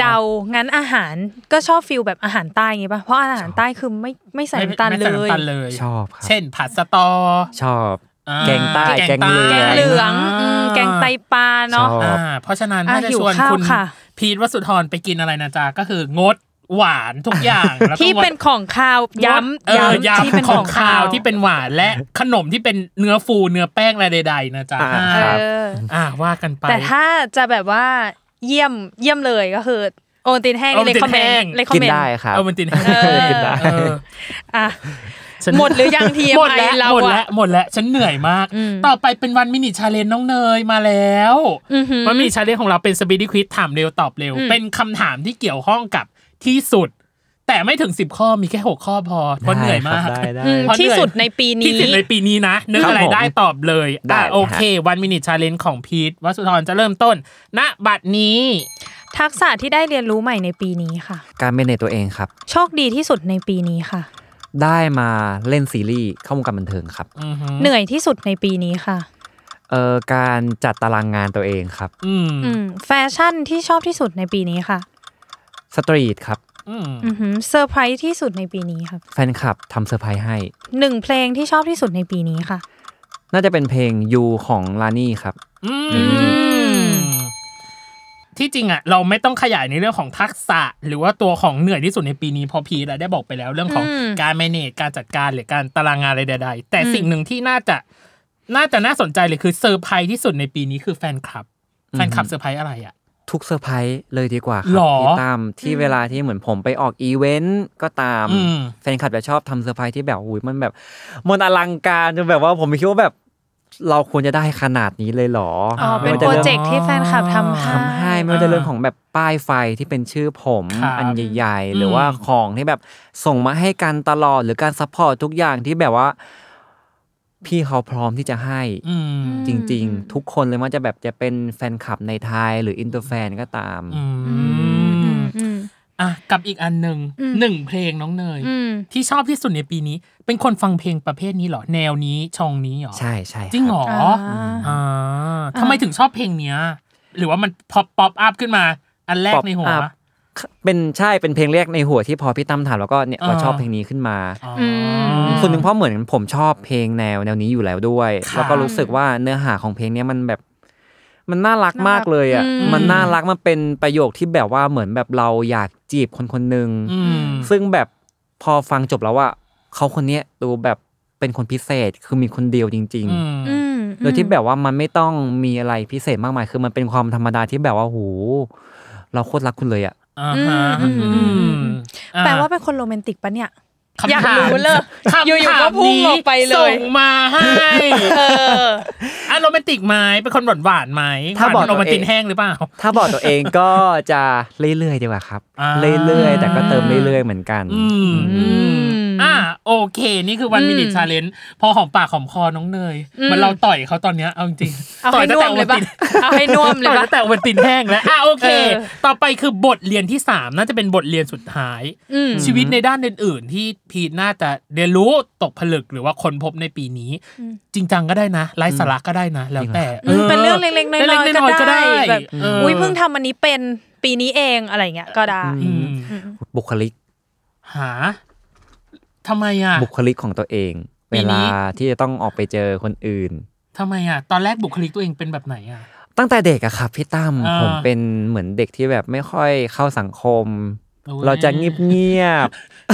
Speaker 2: เดา งั้นอาหารก็ชอบฟิลแบบอาหารใต้ไงป่ะ เพราะอาหารใต้คือไม่ไม่ใส่น้ำตาล
Speaker 3: ไม่
Speaker 2: เล
Speaker 3: ใส่น้ำ
Speaker 2: ย
Speaker 3: ตาลเลย
Speaker 4: ชอบครับ
Speaker 3: เช่นผัดสะตอ
Speaker 4: ชอบ
Speaker 3: อ่า
Speaker 4: แกงใต้แกงเหลือง
Speaker 2: แกงเหลืองอืมแกงไตปลาเนาะ
Speaker 4: ชอบ
Speaker 3: อ่าเพราะฉะนั้นถ้า
Speaker 2: อ่ะ
Speaker 3: จะ
Speaker 2: หิว
Speaker 3: ชวน
Speaker 2: ข้าว
Speaker 3: คุณ
Speaker 2: ค่ะ
Speaker 3: พีทวสุธรไปกินอะไรนะจ๊ะก็คืองดหวานทุกอย่างแล้ว ก็
Speaker 2: ที่
Speaker 3: งด
Speaker 2: เป็นของคาวย้ำ
Speaker 3: เออ
Speaker 2: ย้ำที่เป็น
Speaker 3: ยำข
Speaker 2: ข
Speaker 3: อ
Speaker 2: อง ง
Speaker 3: ข้า
Speaker 2: คาวว
Speaker 3: ที่เป็นหวานและขนมที่เป็นเนื้อฟูเนื้อแป้งอะไรใดๆนะจ๊ะ
Speaker 4: อ่า
Speaker 2: เอ
Speaker 3: อ่า
Speaker 4: ครับ
Speaker 2: อ
Speaker 3: อ่าว่ากันไป
Speaker 2: แต่ถ้าจะแบบว่าเยี่ยมเยี่ยมเลยก็คือ โอนตินแห้ง
Speaker 3: โอวัล
Speaker 2: เล
Speaker 3: ติ
Speaker 2: คอม
Speaker 3: น
Speaker 2: เม
Speaker 3: แห้
Speaker 2: น
Speaker 3: ง
Speaker 2: ต์เลคอม
Speaker 4: กิน
Speaker 2: เมน
Speaker 4: ได้
Speaker 2: ต์
Speaker 4: ครับ
Speaker 3: เอามันตินให้
Speaker 2: เออ
Speaker 3: กินได้เออ
Speaker 2: อ่ะ
Speaker 3: ฉัน
Speaker 2: หมดหรือยัง TMI
Speaker 3: หมดแล้ว
Speaker 2: เรา
Speaker 3: หมด
Speaker 2: อะ
Speaker 3: แล้วหมดแล้วฉันเหนื่อยมาก
Speaker 2: อืม
Speaker 3: ต่อไปเป็นวันมินิชาเลนน้องเนยมาแล้ว
Speaker 2: อื้อหือ
Speaker 3: มันมีชาเลนของเราเป็นสปีดควิ z ถามเร็วตอบเร็ว
Speaker 2: อืม
Speaker 3: เป็นคำถามที่เกี่ยวข้องกับที่สุด แต่ไม่ถึง 10 ข้อมีแค่ 6 ข้อพอเพราะเหนื่อยมาก
Speaker 4: ได้ครับได้
Speaker 2: อืม
Speaker 4: ได้
Speaker 3: เพราะเหนื่อย
Speaker 2: ที่สุดในปีนี้
Speaker 3: ที่สุดในปีนี้นะนึก
Speaker 4: ครับ
Speaker 3: อะไรได้
Speaker 4: ผม
Speaker 3: ตอบเลย
Speaker 4: ได้
Speaker 3: อ่ะ
Speaker 4: ฮะ
Speaker 3: โอเควันมินิชาเลนของพีทวสุธรจะเริ่มต้น ณบัดนี้
Speaker 2: ทักษะที่ได้เรียนรู้ใหม่ในปีนี้ค่ะ
Speaker 4: การเมเนจตัวเองครับ
Speaker 2: โชคดีที่สุดในปีนี้ค่ะ
Speaker 4: ได้มาเล่นซีรีส์เข้าวงการบันเทิงครับ
Speaker 3: อือหือ
Speaker 2: เหนื่อยที่สุดในปีนี้ค่ะ
Speaker 4: เอ่อการจัดตารางงานตัวเองครับ
Speaker 3: อืม
Speaker 2: อืมแฟชั่นที่ชอบที่สุดในปีนี้ค่ะ
Speaker 4: สตรีทครับ
Speaker 3: อืม
Speaker 2: อือหือเซอร์ไพรส์ที่สุดในปีนี้ครับ
Speaker 4: แฟนคลับทำเซอร์ไพรส์ให้
Speaker 2: หนึ่งเพลงที่ชอบที่สุดในปีนี้ค่ะ
Speaker 4: น่าจะเป็นเพลงยูของลานี่ครับ
Speaker 3: อื
Speaker 2: ม
Speaker 3: มที่จริงอ่ะ เราไม่ต้องขยายในเรื่องของทักษะ หรือว่าตัวของเหนื่อยที่สุดในปีนี้เพอพีทอะได้บอกไปแล้วเรื่องของ
Speaker 2: อืม
Speaker 3: การ manage การจัดการหรือการตารางงานอะไรใดๆแต่
Speaker 2: อืม
Speaker 3: สิ่งหนึ่งที่น่าจะน่าจะน่าสนใจเลยคือเซอร์ไพรส์ที่สุดในปีนี้คือแฟนคลับ แฟนคลับเซอร์ไพรส์อะไรอ่ะ
Speaker 4: ทุกเซอร์ไพรส์เลยดีกว่าค
Speaker 3: หรอ
Speaker 4: รัพี่ตามที่เวลาที่เหมือนผมไปออกอีเวนต์ก็ตาม
Speaker 3: อืม
Speaker 4: แฟนคลับจะชอบทำเซอร์ไพรส์ที่แบบอุ้ยมันแบบมันอลังการจนแบบว่าผมไม่คิดว่าแบบ เราควรจะได้ขนาดนี้เลยเหรอ
Speaker 2: อ๋อ
Speaker 3: ไม่
Speaker 2: เป็น
Speaker 4: ว่า
Speaker 2: โปร
Speaker 4: จะเรื่อง
Speaker 2: เจกต์ที่แฟนคลับทำให้
Speaker 4: ทำให้ไม่ว่าจะเรื่องของแบบป้ายไฟที่เป็นชื่อผม
Speaker 3: ครับ
Speaker 4: อันใหญ่
Speaker 3: อืม
Speaker 4: ๆ หรือว่าของที่แบบส่งมาให้กันตลอดหรือการซัพพอร์ตทุกอย่างที่แบบว่า พี่เขาพร้อมที่จะให้
Speaker 3: อืม
Speaker 4: จริง
Speaker 2: อืม
Speaker 4: ๆ ทุกคนเลยว่าจะแบบจะเป็นแฟนคลับในไทยหรืออินเตอร์แฟนก็ตาม
Speaker 3: อื
Speaker 2: อืมอื
Speaker 3: ม
Speaker 2: มอืม
Speaker 3: อ่ะกับอีกอันหนึ่ง
Speaker 2: อืม
Speaker 3: หนึ่งเพลงน้องเนย
Speaker 2: อืม
Speaker 3: ที่ชอบที่สุดในปีนี้ เป็นคนฟังเพลงประเภทนี้เหรอ แนวนี้ชองนี้เหรอ
Speaker 4: ใช่ใช่คบ
Speaker 3: จริงเหรออ่าทำไมถึงชอบเพลงเนี้ย หรือว่ามันพอป๊อปอัพขึ้นมา อันแรกในหัว
Speaker 4: ป๊อปอัพเป็นใช่เป็นเพลงแรกในหัวที่พอพี่ตั้มถามแล้วก็เนี่ย
Speaker 3: อ่า
Speaker 4: เราชอบเพลงนี้ขึ้นมา
Speaker 3: อ๋อ
Speaker 2: ม
Speaker 4: ส่วนหนึ่งเพราะเหมือนผมชอบเพลงแนวแนวนี้อยู่แล้วด้วย
Speaker 3: ค่ะ
Speaker 4: แล้วก็รู้สึกว่าเนื้อหาของเพลงเนี้ยมันแบบ มันน่ารัก
Speaker 2: น่ารัก
Speaker 4: มากเลยอ่ะ
Speaker 2: อืม
Speaker 4: มันน่ารักมันเป็นประโยคที่แบบว่าเหมือนแบบเราอยากจีบคนคนหนึ่ง
Speaker 3: อืม
Speaker 4: ซึ่งแบบพอฟังจบแล้วว่าเขาคนเนี้ยดูแบบเป็นคนพิเศษคือมีคนเดียวจริง
Speaker 3: อื
Speaker 4: ๆ
Speaker 3: ม
Speaker 2: อืม
Speaker 4: โดยที่แบบว่ามันไม่ต้องมีอะไรพิเศษมากมาย คือมันเป็นความธรรมดาที่แบบว่าโหเราโคตรรักคุณเลยอะ
Speaker 3: อ่าฮะ
Speaker 2: อืมอืมอืมอืม
Speaker 3: อ่ะ
Speaker 2: แปลว่าเป็นคนโรแมนติกปะเนี่ย
Speaker 3: คำถม
Speaker 2: อยากรู้เลย
Speaker 3: คำถาม
Speaker 2: อยู่ๆก็พุ่งออกไปเลย
Speaker 3: ส่งมาให้
Speaker 2: เออ
Speaker 3: อ่ะโรแมนติกไหมเป็นคนหวานหวานๆไหมหว
Speaker 4: ตั
Speaker 3: นโรแมนติกแห้งหรือเปล่า
Speaker 4: ถ้าบอกตัวเองก็จะเรื่อยๆดีกว่าครับ
Speaker 3: อ่า
Speaker 4: เรื่อยๆ แต่ก็เติมเรื่อยๆ เหมือนกัน
Speaker 3: อืม
Speaker 2: อืม
Speaker 3: อ่าโอเค นี่คือวัน
Speaker 2: อืม
Speaker 3: มินิชาเลนจ์พอหอมปากหอมคอน้องเนย
Speaker 2: อืม
Speaker 3: เหมันเราต่อยเขาตอนเนี้ยเอาจริง
Speaker 2: เอา
Speaker 3: ต่
Speaker 2: ให้
Speaker 3: ตั้
Speaker 2: น่
Speaker 3: ง
Speaker 2: วม
Speaker 3: แต่
Speaker 2: เลย
Speaker 3: วั
Speaker 2: ปะ
Speaker 3: ติด
Speaker 2: เอาให้น่วมเลย
Speaker 3: ต่อย
Speaker 2: ปะ
Speaker 3: ตั้งแต่วันตินแห้งแล้วอ่ะโอเค
Speaker 2: เออ
Speaker 3: ต่อไปคือบทเรียนที่สามน่าจะเป็นบทเรียนสุดท้าย
Speaker 2: อืม
Speaker 3: ชีวิตในด้านอื่น ๆ ที่พีทน่าจะเรียนรู้ตกผลึกหรือว่าค้นพบในปีนี้
Speaker 2: อืม
Speaker 3: จริงจังก็ได้นะไร้สาระก็ได้นะ แล้วแต่
Speaker 2: อืมเป็นเรื่องเล็กๆน้
Speaker 3: เล็
Speaker 2: อย
Speaker 3: กๆน้อ
Speaker 2: ๆ
Speaker 3: ยๆ
Speaker 2: ก็
Speaker 3: ก็
Speaker 2: ได้
Speaker 3: ได้
Speaker 2: แบบ
Speaker 3: เอออ
Speaker 2: อุ้ยเพิ่งทำอันนี้เป็นปีนี้เองอะไรเงี้ยก็ได้
Speaker 4: อื
Speaker 3: อืม
Speaker 4: บุคลิก
Speaker 3: หาทำไมอ่ะ
Speaker 4: บุคลิกของตัวเอง
Speaker 3: ปี
Speaker 4: เว
Speaker 3: นี้
Speaker 4: ลาที่จะต้องออกไปเจอคนอื่น
Speaker 3: ทำไมอ่ะ ตอนแรกบุคลิกตัวเองเป็นแบบไหนอ่ะ
Speaker 4: ตั้งแต่เด็กอะครับพี่ตั้ม
Speaker 3: อ่า
Speaker 4: ผมเป็นเหมือนเด็กที่แบบไม่ค่อยเข้าสังคม
Speaker 3: โอ้ย
Speaker 4: เราจะเงียบ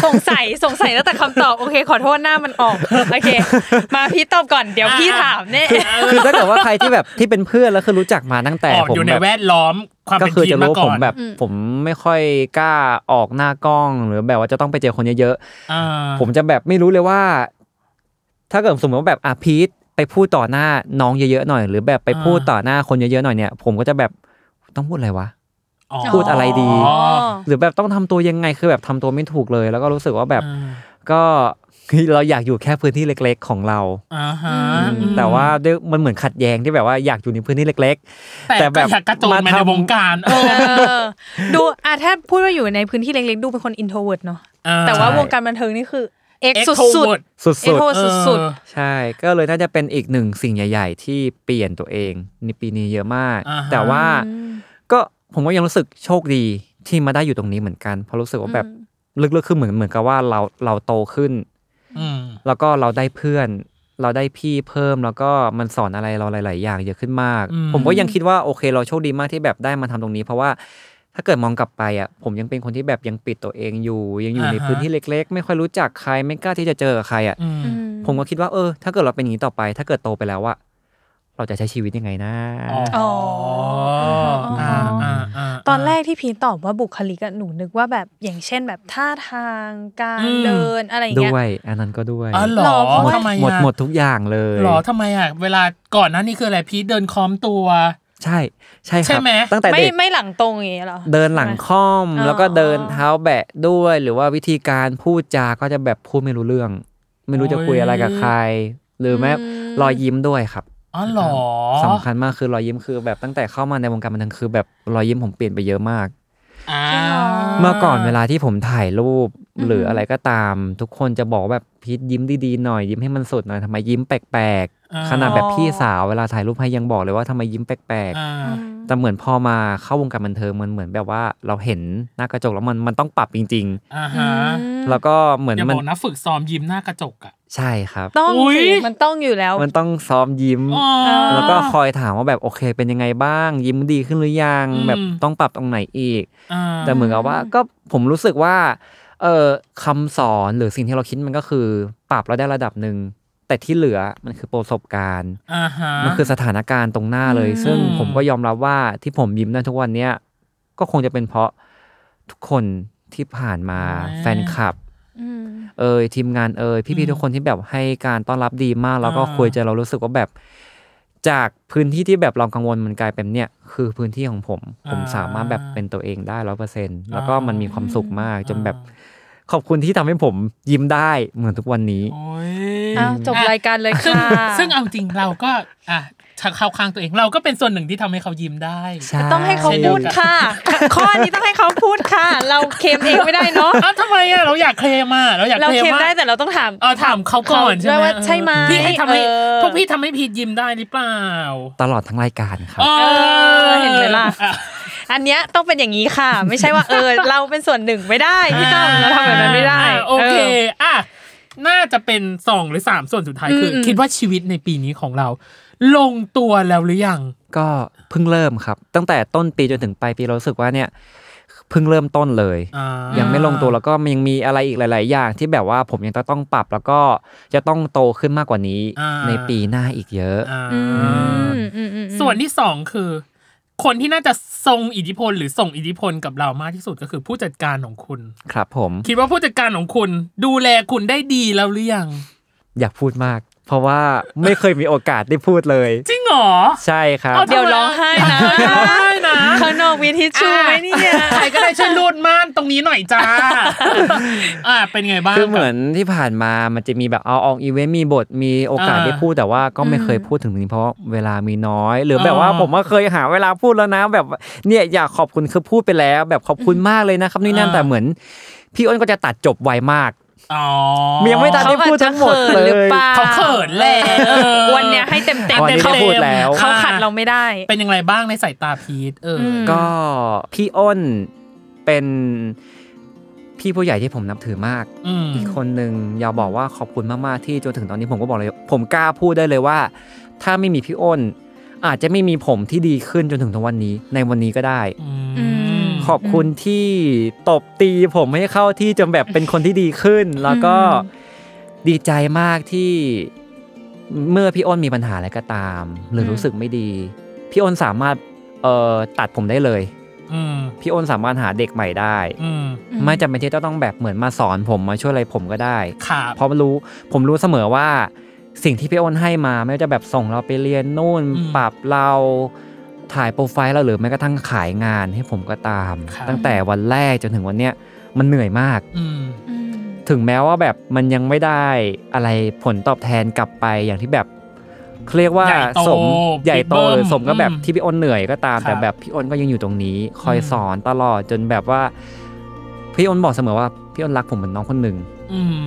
Speaker 2: สงสัยสงสัยตั้งแต่คำตอบ โอเค ขอโทษหน้ามันออก โอเค มาพี่ตอบก่อนเดี๋ยวพี่ถามเนี่ย
Speaker 4: ๆคือถ้าเกิดว่าใครที่แบบที่เป็นเพื่อนแล้วคือรู้จักมาตั้งแต่
Speaker 3: ออก
Speaker 4: ผม
Speaker 3: อยู่ใน
Speaker 4: แบบ
Speaker 3: แวดล้อมความ
Speaker 4: ก็
Speaker 3: เป็น
Speaker 4: คือ
Speaker 3: ทีม
Speaker 4: จะ
Speaker 3: มา
Speaker 4: รู้
Speaker 3: ก่
Speaker 4: ผ
Speaker 3: อ
Speaker 4: ม
Speaker 3: น
Speaker 4: แบบผมไม่ค่อยกล้าออกหน้ากล้องหรือแบบว่าจะต้องไปเจอคนเยอะ
Speaker 3: อ่า
Speaker 4: ๆผมจะแบบไม่รู้เลยว่า ถ้าเกิดสมมติว่าแบบอาพีทไปพูดต่อหน้าน้องเยอะๆหน่อย หรือแบบไปพูดต่อหน้าคนเยอะๆหน่อยเนี่ย ผมก็จะแบบต้องพูดอะไรวะ พูดอะไรดี
Speaker 3: อ๋อ
Speaker 4: หรือแบบต้องทำตัวยังไงคือแบบทำตัวไม่ถูกเลย แล้วก็รู้สึกว่าแบบ
Speaker 3: อ่า
Speaker 4: ก็ คือเราอยากอยู่แค่พื้นที่เล็ก ๆ ของเรา
Speaker 3: อ่าฮะ
Speaker 2: อืม
Speaker 4: แต่ว่าด้วยมันเหมือนขัดแย้งที่แบบว่าอยากอยู่ในพื้นที่เล็ก ๆ
Speaker 3: แต่แบบกระโจนมา
Speaker 4: มา
Speaker 3: ใน
Speaker 4: ทำ
Speaker 3: วงการเออ
Speaker 2: เออดูอ่ะถ้าพูดว่าอยู่ในพื้นที่เล็กๆ ดูเป็นคนอินโทรเวิร์ดเนาะ
Speaker 3: อ่
Speaker 2: แต่ว่า
Speaker 4: ใช่
Speaker 2: วงการบันเทิงนี่คือเอ็ก
Speaker 3: เอ็ก
Speaker 2: สุด
Speaker 3: โทร
Speaker 2: สุด
Speaker 3: เวิร์ด
Speaker 4: สุด
Speaker 2: เอ็กโทร
Speaker 3: เออ
Speaker 2: สุด
Speaker 4: ๆ ใช่ ก็เลยน่าจะเป็นอีกหนึ่งสิ่งใหญ่ ๆ ที่เปลี่ยนตัวเองในปีนี้เยอะมาก
Speaker 3: อ่าฮะ
Speaker 4: แต่ว่า
Speaker 2: อืม
Speaker 4: ก็ผมก็ยังรู้สึกโชคดีที่มาได้อยู่ตรงนี้เหมือนกันเพราะรู้สึกว่าแบบลึกๆคือเหมือนเหมือนกับว่าเราเราโตขึ้น
Speaker 3: อืม
Speaker 4: แล้วก็เราได้เพื่อน เราได้พี่เพิ่มแล้วก็มันสอนอะไรเราหลาย ๆ อย่างเยอะขึ้นมาก
Speaker 3: อืม
Speaker 4: ผมก็ยังคิดว่าโอเคเราโชคดีมากที่แบบได้มาทำตรงนี้ เพราะว่าถ้าเกิดมองกลับไปอ่ะผมยังเป็นคนที่แบบยังปิดตัวเองอยู่ ยังอยู่ในพื้นที่เล็ก ๆ ไม่ค่อยรู้จักใครไม่กล้าที่จะเจอกับใครอ่ะ
Speaker 3: อืม
Speaker 2: อื
Speaker 4: ผมก็คิดว่าเออ ถ้าเกิดเราเป็นอย่างนี้ต่อไป ถ้าเกิดโตไปแล้วอะเราจะใช้ชีวิตยังไงนะ
Speaker 3: อ๋ออ่าอ่าอ่า
Speaker 2: ตอนแรกที่พีทตอบว่าบุคลิกอะหนูนึกว่าแบบอย่างเช่นแบบท่าทางการ
Speaker 3: อืม
Speaker 2: เดินอะไรอย่าง
Speaker 4: ด้
Speaker 2: เงี้ย
Speaker 4: วย อันนั้นก็ด้วย
Speaker 3: อ๋อเหร
Speaker 2: หร
Speaker 3: อ
Speaker 2: อเพราะว่า
Speaker 3: ทำไม
Speaker 4: หมด
Speaker 3: อะ
Speaker 4: หมดทุกอย่างเลย
Speaker 3: หรอทำไมอ่ะเวลาก่อนหนั้นนี่คืออะไรพีทเดินคอมตัว
Speaker 4: ใช่ ใช่ค
Speaker 3: ใช่
Speaker 4: รับ
Speaker 3: ไหม
Speaker 4: ตั้งแต่
Speaker 2: ไม่
Speaker 4: เด็ก
Speaker 2: ไม่หลังตรงอย่างเงี้ยหรอ
Speaker 4: เดินหลังค่อม
Speaker 2: อ๋อ
Speaker 4: แล้วก็เดินเท้าแบะด้วย หรือว่าวิธีการพูดจาก็จะแบบพูดไม่รู้เรื่อง ไม่รู้จะคุยอะไรกับใคร หรือแม้รอยยิ้มด้วยครับ
Speaker 3: อ๋อเหรอ
Speaker 4: สำคัญมากคือรอยยิ้มคือแบบตั้งแต่เข้ามาในวงการบันเทิงคือแบบรอยยิ้มผมเปลี่ยนไปเยอะมาก
Speaker 3: อ่า
Speaker 4: เมื่อก่อนเวลาที่ผมถ่ายรูป
Speaker 2: อืม
Speaker 4: หรืออะไรก็ตาม ทุกคนจะบอกว่าแบบพีทยิ้มดีๆหน่อยยิ้มให้มันสุดหน่อยทำไมยิ้มแปลก
Speaker 3: อ่า
Speaker 4: ๆขนาดแบบพี่สาวเวลาถ่ายรูปให้ยังบอกเลยว่าทำไมยิ้มแปลก
Speaker 3: อ่า
Speaker 4: ๆแต่เหมือนพอมาเข้าวงการบันเทิงมันเหมือนแบบว่าเราเห็นหน้ากระจกแล้วมันมันต้องปรับจริง
Speaker 3: อ่า
Speaker 2: อื
Speaker 3: ฮะ
Speaker 2: ม
Speaker 4: ๆ แล้วก็เหมือน
Speaker 3: อย่า
Speaker 4: มั
Speaker 3: บ
Speaker 4: น
Speaker 3: อกนะฝึกซ้อมยิ้มหน้ากระจกอ่ะ
Speaker 4: ใช่ครับ
Speaker 2: ต้อง
Speaker 3: อุ๊ย
Speaker 2: สิมันต้องอยู่แล้ว
Speaker 4: มันต้องซ้อมยิ้ม
Speaker 3: อ๋อ
Speaker 4: แล้วก็คอยถามว่าแบบโอเค เป็นยังไงบ้าง ยิ้มดีขึ้นหรือยัง
Speaker 3: อืม
Speaker 4: แบบต้องปรับตรงไหนอีก
Speaker 3: อ่า
Speaker 4: แต่เหมือนกับว่าก็ผมรู้สึกว่าเออคำสอนหรือสิ่งที่เราคิดมันก็คือ ปรับเราได้ระดับหนึ่ง แต่ที่เหลือมันคือประสบการณ์
Speaker 3: อ่าฮะ
Speaker 4: มันคือสถานการณ์ตรงหน้าเลย
Speaker 2: อืม
Speaker 4: ซึ่งผมก็ยอมรับว่าที่ผมยิ้มได้ทุกวันเนี้ยก็คงจะเป็นเพราะทุกคนที่ผ่านมา
Speaker 3: อืม
Speaker 4: แฟนคลับ
Speaker 2: อืม
Speaker 4: เอ่ยทีมงานเอ่ย
Speaker 3: อื
Speaker 4: พี่
Speaker 3: ม
Speaker 4: ๆทุกคนที่แบบให้การต้อนรับดีมาก แล้วก็
Speaker 3: อ่า
Speaker 4: คุยจนเรารู้สึกว่าแบบ จากพื้นที่ที่แบบเรากังวลมันกลายเป็นเนี่ย คือพื้นที่ของผม ผมสามารถแบบเป็นตัวเองได้ร้อยเปอร์เซ็นแล้วก็มันมีความสุขมากจนแบบ ขอบคุณที่ทำให้ผมยิ้มได้เหมือนทุกวันนี้
Speaker 3: โอ้ย
Speaker 2: อ้าวจบรายการเลย
Speaker 3: ซึ่ง
Speaker 2: ค่ะ
Speaker 3: ซึ่งเอาจริงเราก็อ่ะเข้าข้างตัวเองเราก็เป็นส่วนหนึ่งที่ทำให้เขายิ้มได้
Speaker 4: ใช่
Speaker 2: ต้องให้เขาพูดค่ะ ข้อนี้ต้องให้เขาพูดค่ะ เราเคลมเองไม่ได้เนาะ
Speaker 3: อ้าวทำไมอ่ะเราอยากเคลมอ่ะเราอยาก
Speaker 2: เรา
Speaker 3: เคลม
Speaker 2: เคลม
Speaker 3: ว่า
Speaker 2: ได้แต่เราต้องถาม
Speaker 3: เออถามเขาก่อนใช่ไห
Speaker 2: เขา
Speaker 3: ม
Speaker 2: ด้วยว่าใช่ไหม
Speaker 3: พี่ให้ทำให้
Speaker 2: เออ
Speaker 3: พวกพี่ทำให้พีทยิ้มได้หรือเปล่า
Speaker 4: ตลอดทั้งรายการครับ
Speaker 3: ออ
Speaker 2: เห็นไหมล่ะ
Speaker 3: อ่
Speaker 2: อันเนี้ยต้องเป็นอย่างนี้ค่ะ ไม่ใช่ว่าเออ เราเป็นส่วนหนึ่งไม่ได้พี่ตั้มเราทำแบบนั้นไม่ได้
Speaker 3: อ่าโอเค
Speaker 2: ออ
Speaker 3: อ่ะน่าจะเป็นสองหรือสามส่วนสุดท้ายคืออ
Speaker 2: มอืม
Speaker 3: คิดว่าชีวิตในปีนี้ของเรา ลงตัวแล้วหรือยัง
Speaker 4: ก็เพิ่งเริ่มครับ ตั้งแต่ต้นปีจนถึงปลายปีเรารู้สึกว่าเนี่ยเพิ่งเริ่มต้นเลย
Speaker 3: อ่า
Speaker 4: ยังไม่ลงตัวแล้วก็มันยังมีอะไรอีกหลาย ๆ อย่างที่แบบว่าผมยังต้องปรับแล้วก็จะต้องโตขึ้นมากกว่านี้ ในปีหน้าอีกเยอะ
Speaker 3: อ่า
Speaker 2: อืมอืมอืม
Speaker 3: ส่วนที่สองคือ คนที่น่าจะทรงอิทธิพลหรือส่งอิทธิพลกับเรามากที่สุดก็คือผู้จัดการของคุณ
Speaker 4: ครับผม
Speaker 3: คิดว่าผู้จัดการของคุณ ดูแลคุณได้ดีแล้วหรือยัง
Speaker 4: อยากพูดมาก เพราะว่าไม่เคยมีโอกาสได้พูดเลย
Speaker 3: จริงเหรอ
Speaker 4: ใช่ครับ
Speaker 3: อา
Speaker 2: เดี๋ยวร้องไห้นะ
Speaker 3: เดี๋ยวร้องไห้นะ
Speaker 2: ข้างนอกมีทิชชู่ไหมเนี่ย
Speaker 3: อ่ะใครก็ได้ช่วยรูดม่านตรงนี้หน่อย จ้า อ่าเป็นไงบ้าง
Speaker 4: คือเหมือนที่ผ่านมามันจะมีแบบเอาออกอีเวนต์มีบทมีโอกาส
Speaker 3: อ่า
Speaker 4: ได้พูดแต่ว่าก็ไม่เคยพูดถึงตรงนี้เพราะเวลามีน้อย หรือแบบว่า
Speaker 3: อ่า
Speaker 4: ผมก็เคยหาเวลาพูดแล้วนะ แบบเนี่ยอยากขอบคุณคือพูดไปแล้ว แบบขอบคุณมากเลยนะครับนี่นั่น
Speaker 3: อ่า
Speaker 4: แต่เหมือน พี่อ้นก็จะตัดจบไวมาก
Speaker 3: อ๋อ
Speaker 4: มันยังไม่ตัด
Speaker 2: เขา
Speaker 4: ได้
Speaker 2: อา
Speaker 4: พูด
Speaker 2: จจะ
Speaker 4: ทั้งหมด
Speaker 2: เขิน
Speaker 4: เลย
Speaker 2: หรือเปล่า
Speaker 3: เขาเขินแหละเออ
Speaker 2: วันเนี้ยให้เต็มเต็ม
Speaker 4: วันนี้ได้พูดแล้ว
Speaker 2: เขาขัดเราไม่ได้
Speaker 3: เป็นยังไงบ้างในสายตาพีทเอออ
Speaker 2: ม
Speaker 4: ก็พี่อ้นเป็นพี่ผู้ใหญ่ที่ผมนับถือมาก
Speaker 3: อืม
Speaker 4: อีกคนหนึ่งอยากบอกว่าขอบคุณมากๆที่จนถึงตอนนี้ผมก็บอกเลย ผมกล้าพูดได้เลยว่า ถ้าไม่มีพี่อ้น อาจจะไม่มีผมที่ดีขึ้นจนถึงทุกวันนี้ ในวันนี้ก็ได้
Speaker 3: อืม
Speaker 4: ขอบคุณที่ตบตีผมให้เข้าที่จนแบบเป็นคนที่ดีขึ้น แล้วก็ดีใจมากที่เมื่อพี่อ้นมีปัญหาอะไรก็ตาม หรืออ
Speaker 2: ม
Speaker 4: รู้สึกไม่ดี พี่อ้นสามารถเอ่อตัดผมได้เลย
Speaker 3: อืม
Speaker 4: พี่อ้นสามารถหาเด็กใหม่ได้
Speaker 3: อืม
Speaker 4: ไม่จำเป็นที่จะต้องแบบเหมือนมาสอนผมมาช่วยอะไรผมก็ได้
Speaker 3: ขาบ
Speaker 4: เพราะรู้ผมรู้เสมอว่าสิ่งที่พี่อ้นให้มาไม่ว่าจะแบบส่งเราไปเรียนนู่น
Speaker 3: อืม
Speaker 4: ปรับเราถ่ายโปรไฟล์เราหรือแม้กระทั่งขายงานให้ผมก็ตาม
Speaker 3: ครับ
Speaker 4: ตั้งแต่วันแรกจนถึงวันเนี้ยมันเหนื่อยมาก
Speaker 3: อืม
Speaker 2: อืม
Speaker 4: ถึงแม้ว่าแบบมันยังไม่ได้อะไรผลตอบแทนกลับไปอย่างที่แบบเขาเรียกว่า
Speaker 3: ใหญ่โต
Speaker 4: สมใหญ่
Speaker 3: บิ๊ก
Speaker 4: โต
Speaker 3: เบิ้ม
Speaker 4: หรือสมก็แบบ
Speaker 3: อืม
Speaker 4: ที่พี่อ้นเหนื่อยก็ตาม
Speaker 3: ครับ
Speaker 4: แต่แบบพี่อ้นก็ยังอยู่ตรงนี้ คอย
Speaker 3: อืม
Speaker 4: สอนตลอดจนแบบว่า พี่อ้นบอกเสมอว่าพี่อ้นรักผมเหมือนน้องคนหนึ่ง
Speaker 3: อืม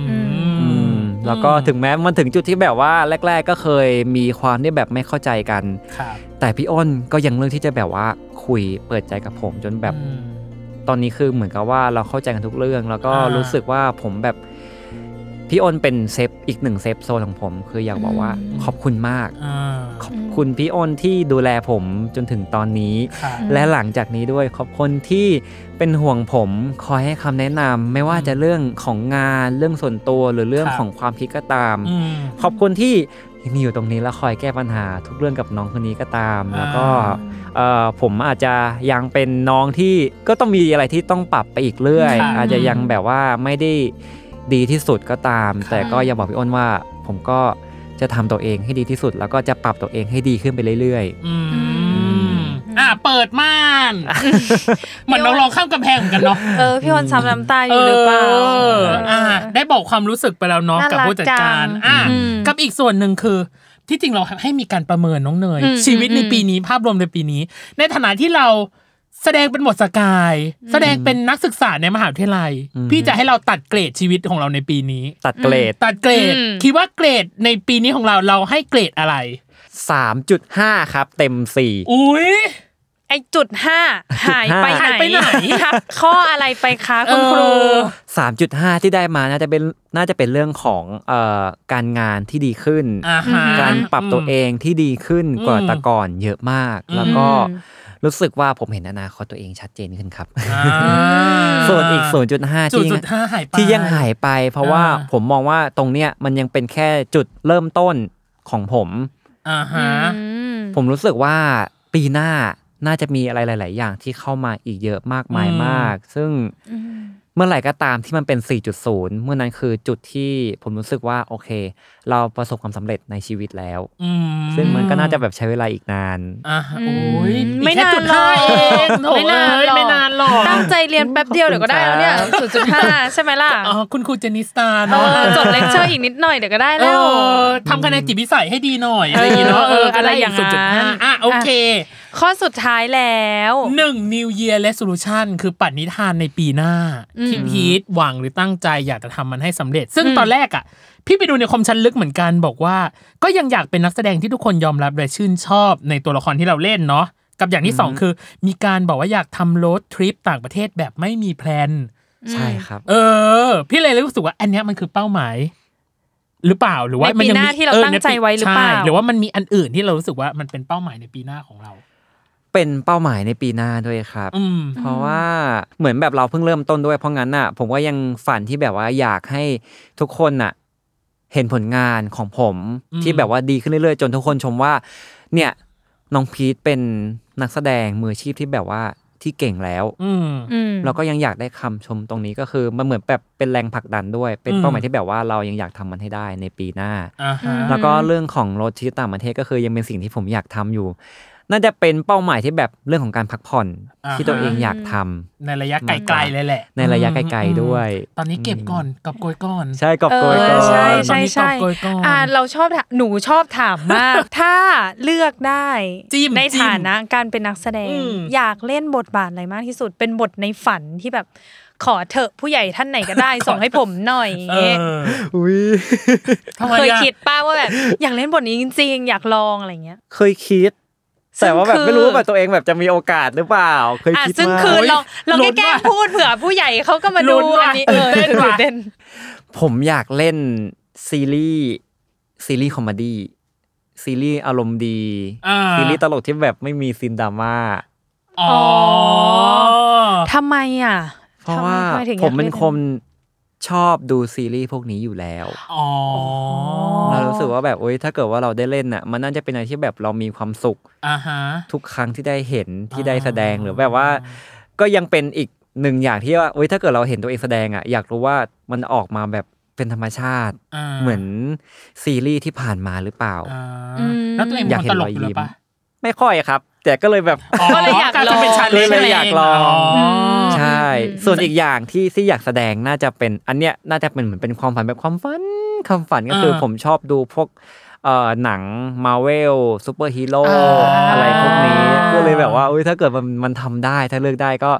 Speaker 4: อืมแล้วก็ถึงแม้มันถึงจุดที่แบบว่าแรก ๆ ก็เคยมีความที่แบบไม่เข้าใจกัน
Speaker 3: ครับ
Speaker 4: แต่พี่อ้นก็ยังเรื่องที่จะแบบว่าคุยเปิดใจกับผมจนแบบ
Speaker 3: อืม
Speaker 4: ตอนนี้คือเหมือนกับว่าเราเข้าใจกันทุกเรื่อง แล้วก็
Speaker 3: อ่ารู้
Speaker 4: รู้สึกว่าผมแบบพี่อ้นเป็นเซฟอีกหนึ่งเซฟโซนของผม คืออยากบอกว่าขอบคุณมาก
Speaker 3: อ่า
Speaker 4: ขอบคุณพี่อ้นที่ดูแลผมจนถึงตอนนี้
Speaker 3: ครับ
Speaker 5: อืม
Speaker 4: และหลังจากนี้ด้วยขอบคุณที่เป็นห่วงผมคอยให้คำแนะนำไม่ว่าจะเรื่องของงานเรื่องส่วนตัวหรือเรื่องของความคิดก็ตาม
Speaker 3: อืม
Speaker 4: ขอบคุณที่ยังอยู่ตรงนี้และคอยแก้ปัญหาทุกเรื่องกับน้องคนนี้ก็ตาม
Speaker 3: อ่า
Speaker 4: แล้วก็เอ่อผมอาจจะยังเป็นน้องที่ก็ต้องมีอะไรที่ต้องปรับไปอีกเรื่อย
Speaker 3: ค่ะ
Speaker 4: อาจจะยังแบบว่าไม่ได้ดีที่สุดก็ตาม
Speaker 3: ค่ะ
Speaker 4: แต่ก็อย่าบอกพี่อ้นว่า ผมก็จะทำตัวเองให้ดีที่สุด แล้วก็จะปรับตัวเองให้ดีขึ้นไปเรื่อย
Speaker 3: อืม
Speaker 4: ม
Speaker 3: อ่าเปิดม่าน เหมือนเราลองข้ามกำแพงเหมือนกันเนาะ
Speaker 2: เออพี่คนซ้ำน้ำตาอยู่หรือเปล่า
Speaker 3: เอออ่าได้บอกความรู้สึกไปแล้วเนาะ
Speaker 2: น่ารัก
Speaker 3: กับผู้จัดการ
Speaker 2: จัง
Speaker 3: อ่า
Speaker 2: อืม
Speaker 3: กับอีกส่วนหนึ่งคือ ที่จริงเราให้มีการประเมินน้องเนย
Speaker 2: อืม
Speaker 3: ชีวิตใน
Speaker 2: อืม
Speaker 3: ปีนี้ภาพรวมในปีนี้ ในฐานะที่เราแสดงเป็นบทสกาย แสดงเป็นนักศึกษาในมหาวิทยาลัย
Speaker 4: อืม
Speaker 3: พี่จะให้เราตัดเกรดชีวิตของเราในปีนี้
Speaker 4: ๆ ตัดเกรด
Speaker 3: ตัดเกรด
Speaker 2: อืม
Speaker 3: คิดว่าเกรดในปีนี้ของเราเราให้เกรดอะไร
Speaker 4: 3.5 ครับ เต็ม 4
Speaker 3: อุ้ย
Speaker 2: ไอจุดห้าหายไปไหน
Speaker 3: หายไปไหน
Speaker 2: หักข้ออะไรไปคะคุณครู
Speaker 3: เออ
Speaker 4: 3.5 ที่ได้มาน่าจะเป็นน่าจะเป็นเรื่องของเอ่อการงานที่ดีขึ้น
Speaker 3: อ่าฮะ
Speaker 4: การปรับตัวเองที่ดีขึ้นกว่า
Speaker 3: อืม
Speaker 4: แต่ก่อนเยอะมาก
Speaker 3: อืม
Speaker 4: แล้วก็รู้สึกว่าผมเห็นอนาคตตัวเองชัดเจนขึ้นครับ
Speaker 3: อ่า
Speaker 4: ส่วนอีก 0.5
Speaker 3: จุด
Speaker 4: ที่
Speaker 3: จุดห้าหายไป
Speaker 4: ที่ยังหายไป เพราะว่า
Speaker 3: อ่า
Speaker 4: ผมมองว่าตรงเนี้ยมันยังเป็นแค่จุดเริ่มต้นของผม
Speaker 3: อ่าฮะ
Speaker 4: ผมรู้สึกว่าปีหน้าน่าจะมีอะไรหลาย ๆ อย่างที่เข้ามาอีกเยอะมากมาย
Speaker 3: อืม
Speaker 4: มาก ซึ่งเมื่อไหร่ก็ตามที่มันเป็น 4.0 เมื่อนั้นคือจุดที่ผมรู้สึกว่าโอเค เราประสบความสำเร็จในชีวิตแล้ว
Speaker 3: อืม
Speaker 4: ซึ่งมันก็น่าจะแบบใช้เวลาอีกนาน
Speaker 3: อ่าฮะโอ้ย
Speaker 2: ไม่
Speaker 3: อีกแค่
Speaker 2: นาน
Speaker 3: จุดห้า
Speaker 2: หรอก
Speaker 3: เองโถ่
Speaker 2: ไม่นาน
Speaker 3: เอ้ย
Speaker 2: หรอก
Speaker 3: ไม่นานหรอก
Speaker 2: ตั้งใจเรียนแป๊บเดียวเดี๋ยวก็ได้แล้วเนี่ย
Speaker 4: ขอบคุณ
Speaker 2: ศูนย์
Speaker 4: ครับ
Speaker 2: จุดห้าใช่ไหมล่ะ
Speaker 3: อ๋อคุณครูเจนิสตา
Speaker 2: เอ
Speaker 3: เนาะ
Speaker 2: อจดเลคเชอร์อีกนิดหน่อยเดี๋ยวก็ได้
Speaker 3: เอ
Speaker 2: แล้ว
Speaker 3: อทำคะแนนจิตวิสัยให้ดีหน่อยอะไรอย่างงี้เนาะเอออะไรอย่าง
Speaker 2: อะไรอย่างนั้น
Speaker 3: จุดห้าอ่ะโอเค
Speaker 2: ข้อสุดท้ายแล้ว
Speaker 3: หนึ่ง New Year Resolution คือปัดนิทานในปีหน้า
Speaker 2: อืม
Speaker 3: ที่พีทหวังหรือตั้งใจอยากจะทำมันให้สำเร็จ ซึ่ง
Speaker 2: อืม
Speaker 3: ตอนแรกอ่ะ พี่ไปดูในคอมชันลึกเหมือนกันบอกว่า ก็ยังอยากเป็นนักแสดงที่ทุกคนยอมรับและชื่นชอบในตัวละครที่เราเล่นเนาะกับอย่างที่สองคือ มีการบอกว่าอยากทำโรดทริปต่างประเทศแบบไม่มีแพลน
Speaker 4: ใช่ครับ
Speaker 3: เออ พี่เลยรู้สึกว่าอันเนี้ยมันคือเป้าหมาย หรือเปล่าหรือว่า
Speaker 2: ในปี
Speaker 3: มัยัง
Speaker 2: หน้าที่เรา
Speaker 3: ออ
Speaker 2: ตั้งใจไว้หรือเปล่า
Speaker 3: ใช่หรือว่ามันมีอันอื่นที่เรารู้สึกว่ามันเป็นเป้าหมายในปีหน้าของเรา
Speaker 4: เป็นเป้าหมายในปีหน้าด้วยครับ
Speaker 3: อืม
Speaker 4: เพราะว่าเหมือนแบบเราเพิ่งเริ่มต้นด้วยเพราะงั้นน่ะ ผมก็ยังฝันที่แบบว่าอยากให้ทุกคนน่ะ เห็นผลงานของผม
Speaker 3: อืม
Speaker 4: ที่แบบว่าดีขึ้นเรื่อยๆ จนทุกคนชมว่า เนี่ยน้องพีทเป็นนักแสดงมืออาชีพที่แบบว่าที่เก่งแล้ว
Speaker 3: อืม
Speaker 2: อืม
Speaker 4: เราก็ยังอยากได้คำชมตรงนี้ก็คือมันเหมือนแบบเป็นแรงผลักดันด้วย เป็น
Speaker 3: อืม
Speaker 4: เป้าหมายที่แบบว่าเรายังอยากทำมันให้ได้ในปีหน้า
Speaker 3: อ่าฮะ
Speaker 2: อืม
Speaker 4: แล้วก็เรื่องของรถทริปต่างประเทศก็คือยังเป็นสิ่งที่ผมอยากทำอยู่ น่าจะเป็นเป้าหมายที่แบบเรื่องของการพักผ่อน
Speaker 3: อ่า
Speaker 4: ที่ตัวเองอยากทำ
Speaker 3: ในระยะไกลๆเลยแหละ
Speaker 4: ในระยะไกลๆด้วย
Speaker 3: ตอนนี้เก็บก่อนกับโกยก่อน
Speaker 4: ใช่กอบโกย
Speaker 2: เอ
Speaker 4: ก่อ
Speaker 2: อใช่
Speaker 4: น
Speaker 2: ใช่
Speaker 3: ตอนนี้กับโกยก่อน
Speaker 2: อ่าเราชอบถามหนูชอบถามมาก ถ้าเลือกได้
Speaker 3: จิ้ม
Speaker 2: ใน
Speaker 3: จิ้ม
Speaker 2: ฐานะการเป็นนักแสดง
Speaker 3: อืม
Speaker 2: อยากเล่นบทบาทอะไรมากที่สุด เป็นบทในฝันที่แบบขอเถอะผู้ใหญ่ท่านไหนก็ได้ ส่งให้ผมหน่อย
Speaker 3: เออ
Speaker 4: อุ้ย
Speaker 3: ทำไม
Speaker 2: เคย
Speaker 3: อะ
Speaker 2: คิดป้าว่าแบบ อยากเล่นบทนี้จริง ๆ อยากลองอะไรเงี้ย
Speaker 4: เคยคิด
Speaker 2: ซึ่ง
Speaker 4: แต่ว่าแบบ
Speaker 2: คือ
Speaker 4: ไม่รู้ว่าแบบตัวเองแบบจะมีโอกาสหรือเปล่า เคย
Speaker 2: อ่ะ
Speaker 4: คิด
Speaker 2: ซึ่ง
Speaker 4: มา
Speaker 2: คือก ลองลองแค่แกล้งพูดเผื่อผู้ใหญ่เขาก็มาดูอันนี้เออตื่นเต้น
Speaker 4: ผมอยากเล่นซีรีส์ซีรีส์คอมเมดี้ซีรีส์อารมณ์ดี
Speaker 3: อ่า
Speaker 4: ซีรีส์ตลกที่แบบไม่มีซีนดราม่า
Speaker 3: อ๋อ
Speaker 2: ทำไมอ่ะ
Speaker 4: เพราะว่า
Speaker 2: ทำไทำไถึงอย
Speaker 4: ผ
Speaker 2: ก
Speaker 4: มเป็น
Speaker 2: ล่
Speaker 4: คนชอบดูซีรีส์พวกนี้อยู่แล้ว
Speaker 3: อ๋อ
Speaker 4: เรารู้สึกว่าแบบโอ๊ยถ้าเกิดว่าเราได้เล่นน่ะ มันน่าจะเป็นอะไรที่แบบเรามีความสุข
Speaker 3: อ่าฮะ
Speaker 4: ทุกครั้งที่ได้เห็นที่ได้แสดง
Speaker 3: อ่า
Speaker 4: หรือแบบว่า ก็ยังเป็นอีกหนึ่งอย่างที่ว่าเอ้ยถ้าเกิดเราเห็นตัวเองแสดงอ่ะอยากรู้ว่ามันออกมาแบบเป็นธรรมชาติ
Speaker 3: อ่า
Speaker 4: เหมือนซีรีส์ที่ผ่านมาหรือเปล่า
Speaker 3: อ่า
Speaker 2: อืม
Speaker 3: แล้วตัวเอง
Speaker 4: อยาก
Speaker 3: เป็นค
Speaker 4: เห็
Speaker 3: นต
Speaker 4: น
Speaker 3: ล
Speaker 4: ร
Speaker 3: ก
Speaker 4: อย
Speaker 3: อยู่หรื
Speaker 4: ยิ้
Speaker 3: อ
Speaker 4: ม
Speaker 3: ปะ
Speaker 4: ไม่ค่อยครับ แต่ก็เลยแบบ
Speaker 2: ก็เลยอยากลอง
Speaker 3: จะเป็นชาเลนจ์
Speaker 4: เลยอยากลอง
Speaker 3: อ๋ออ
Speaker 4: ใช่
Speaker 2: อืม
Speaker 4: ส่วนอีกอย่างที่ที่อยากแสดงน่าจะเป็นอันเนี้ยน่าจะเป็นเหมือนเป็นความฝันแบบความฝันความฝันก็คืออาผมชอบดูพวกเอ่อหนังมาเวลซูเปอร์ฮีโร่
Speaker 3: อ่า
Speaker 4: อะไรพวกนี้ ก็เลยแบบว่าอุ้ยถ้าเกิดมันมันทำได้ถ้าเลือกได้ก็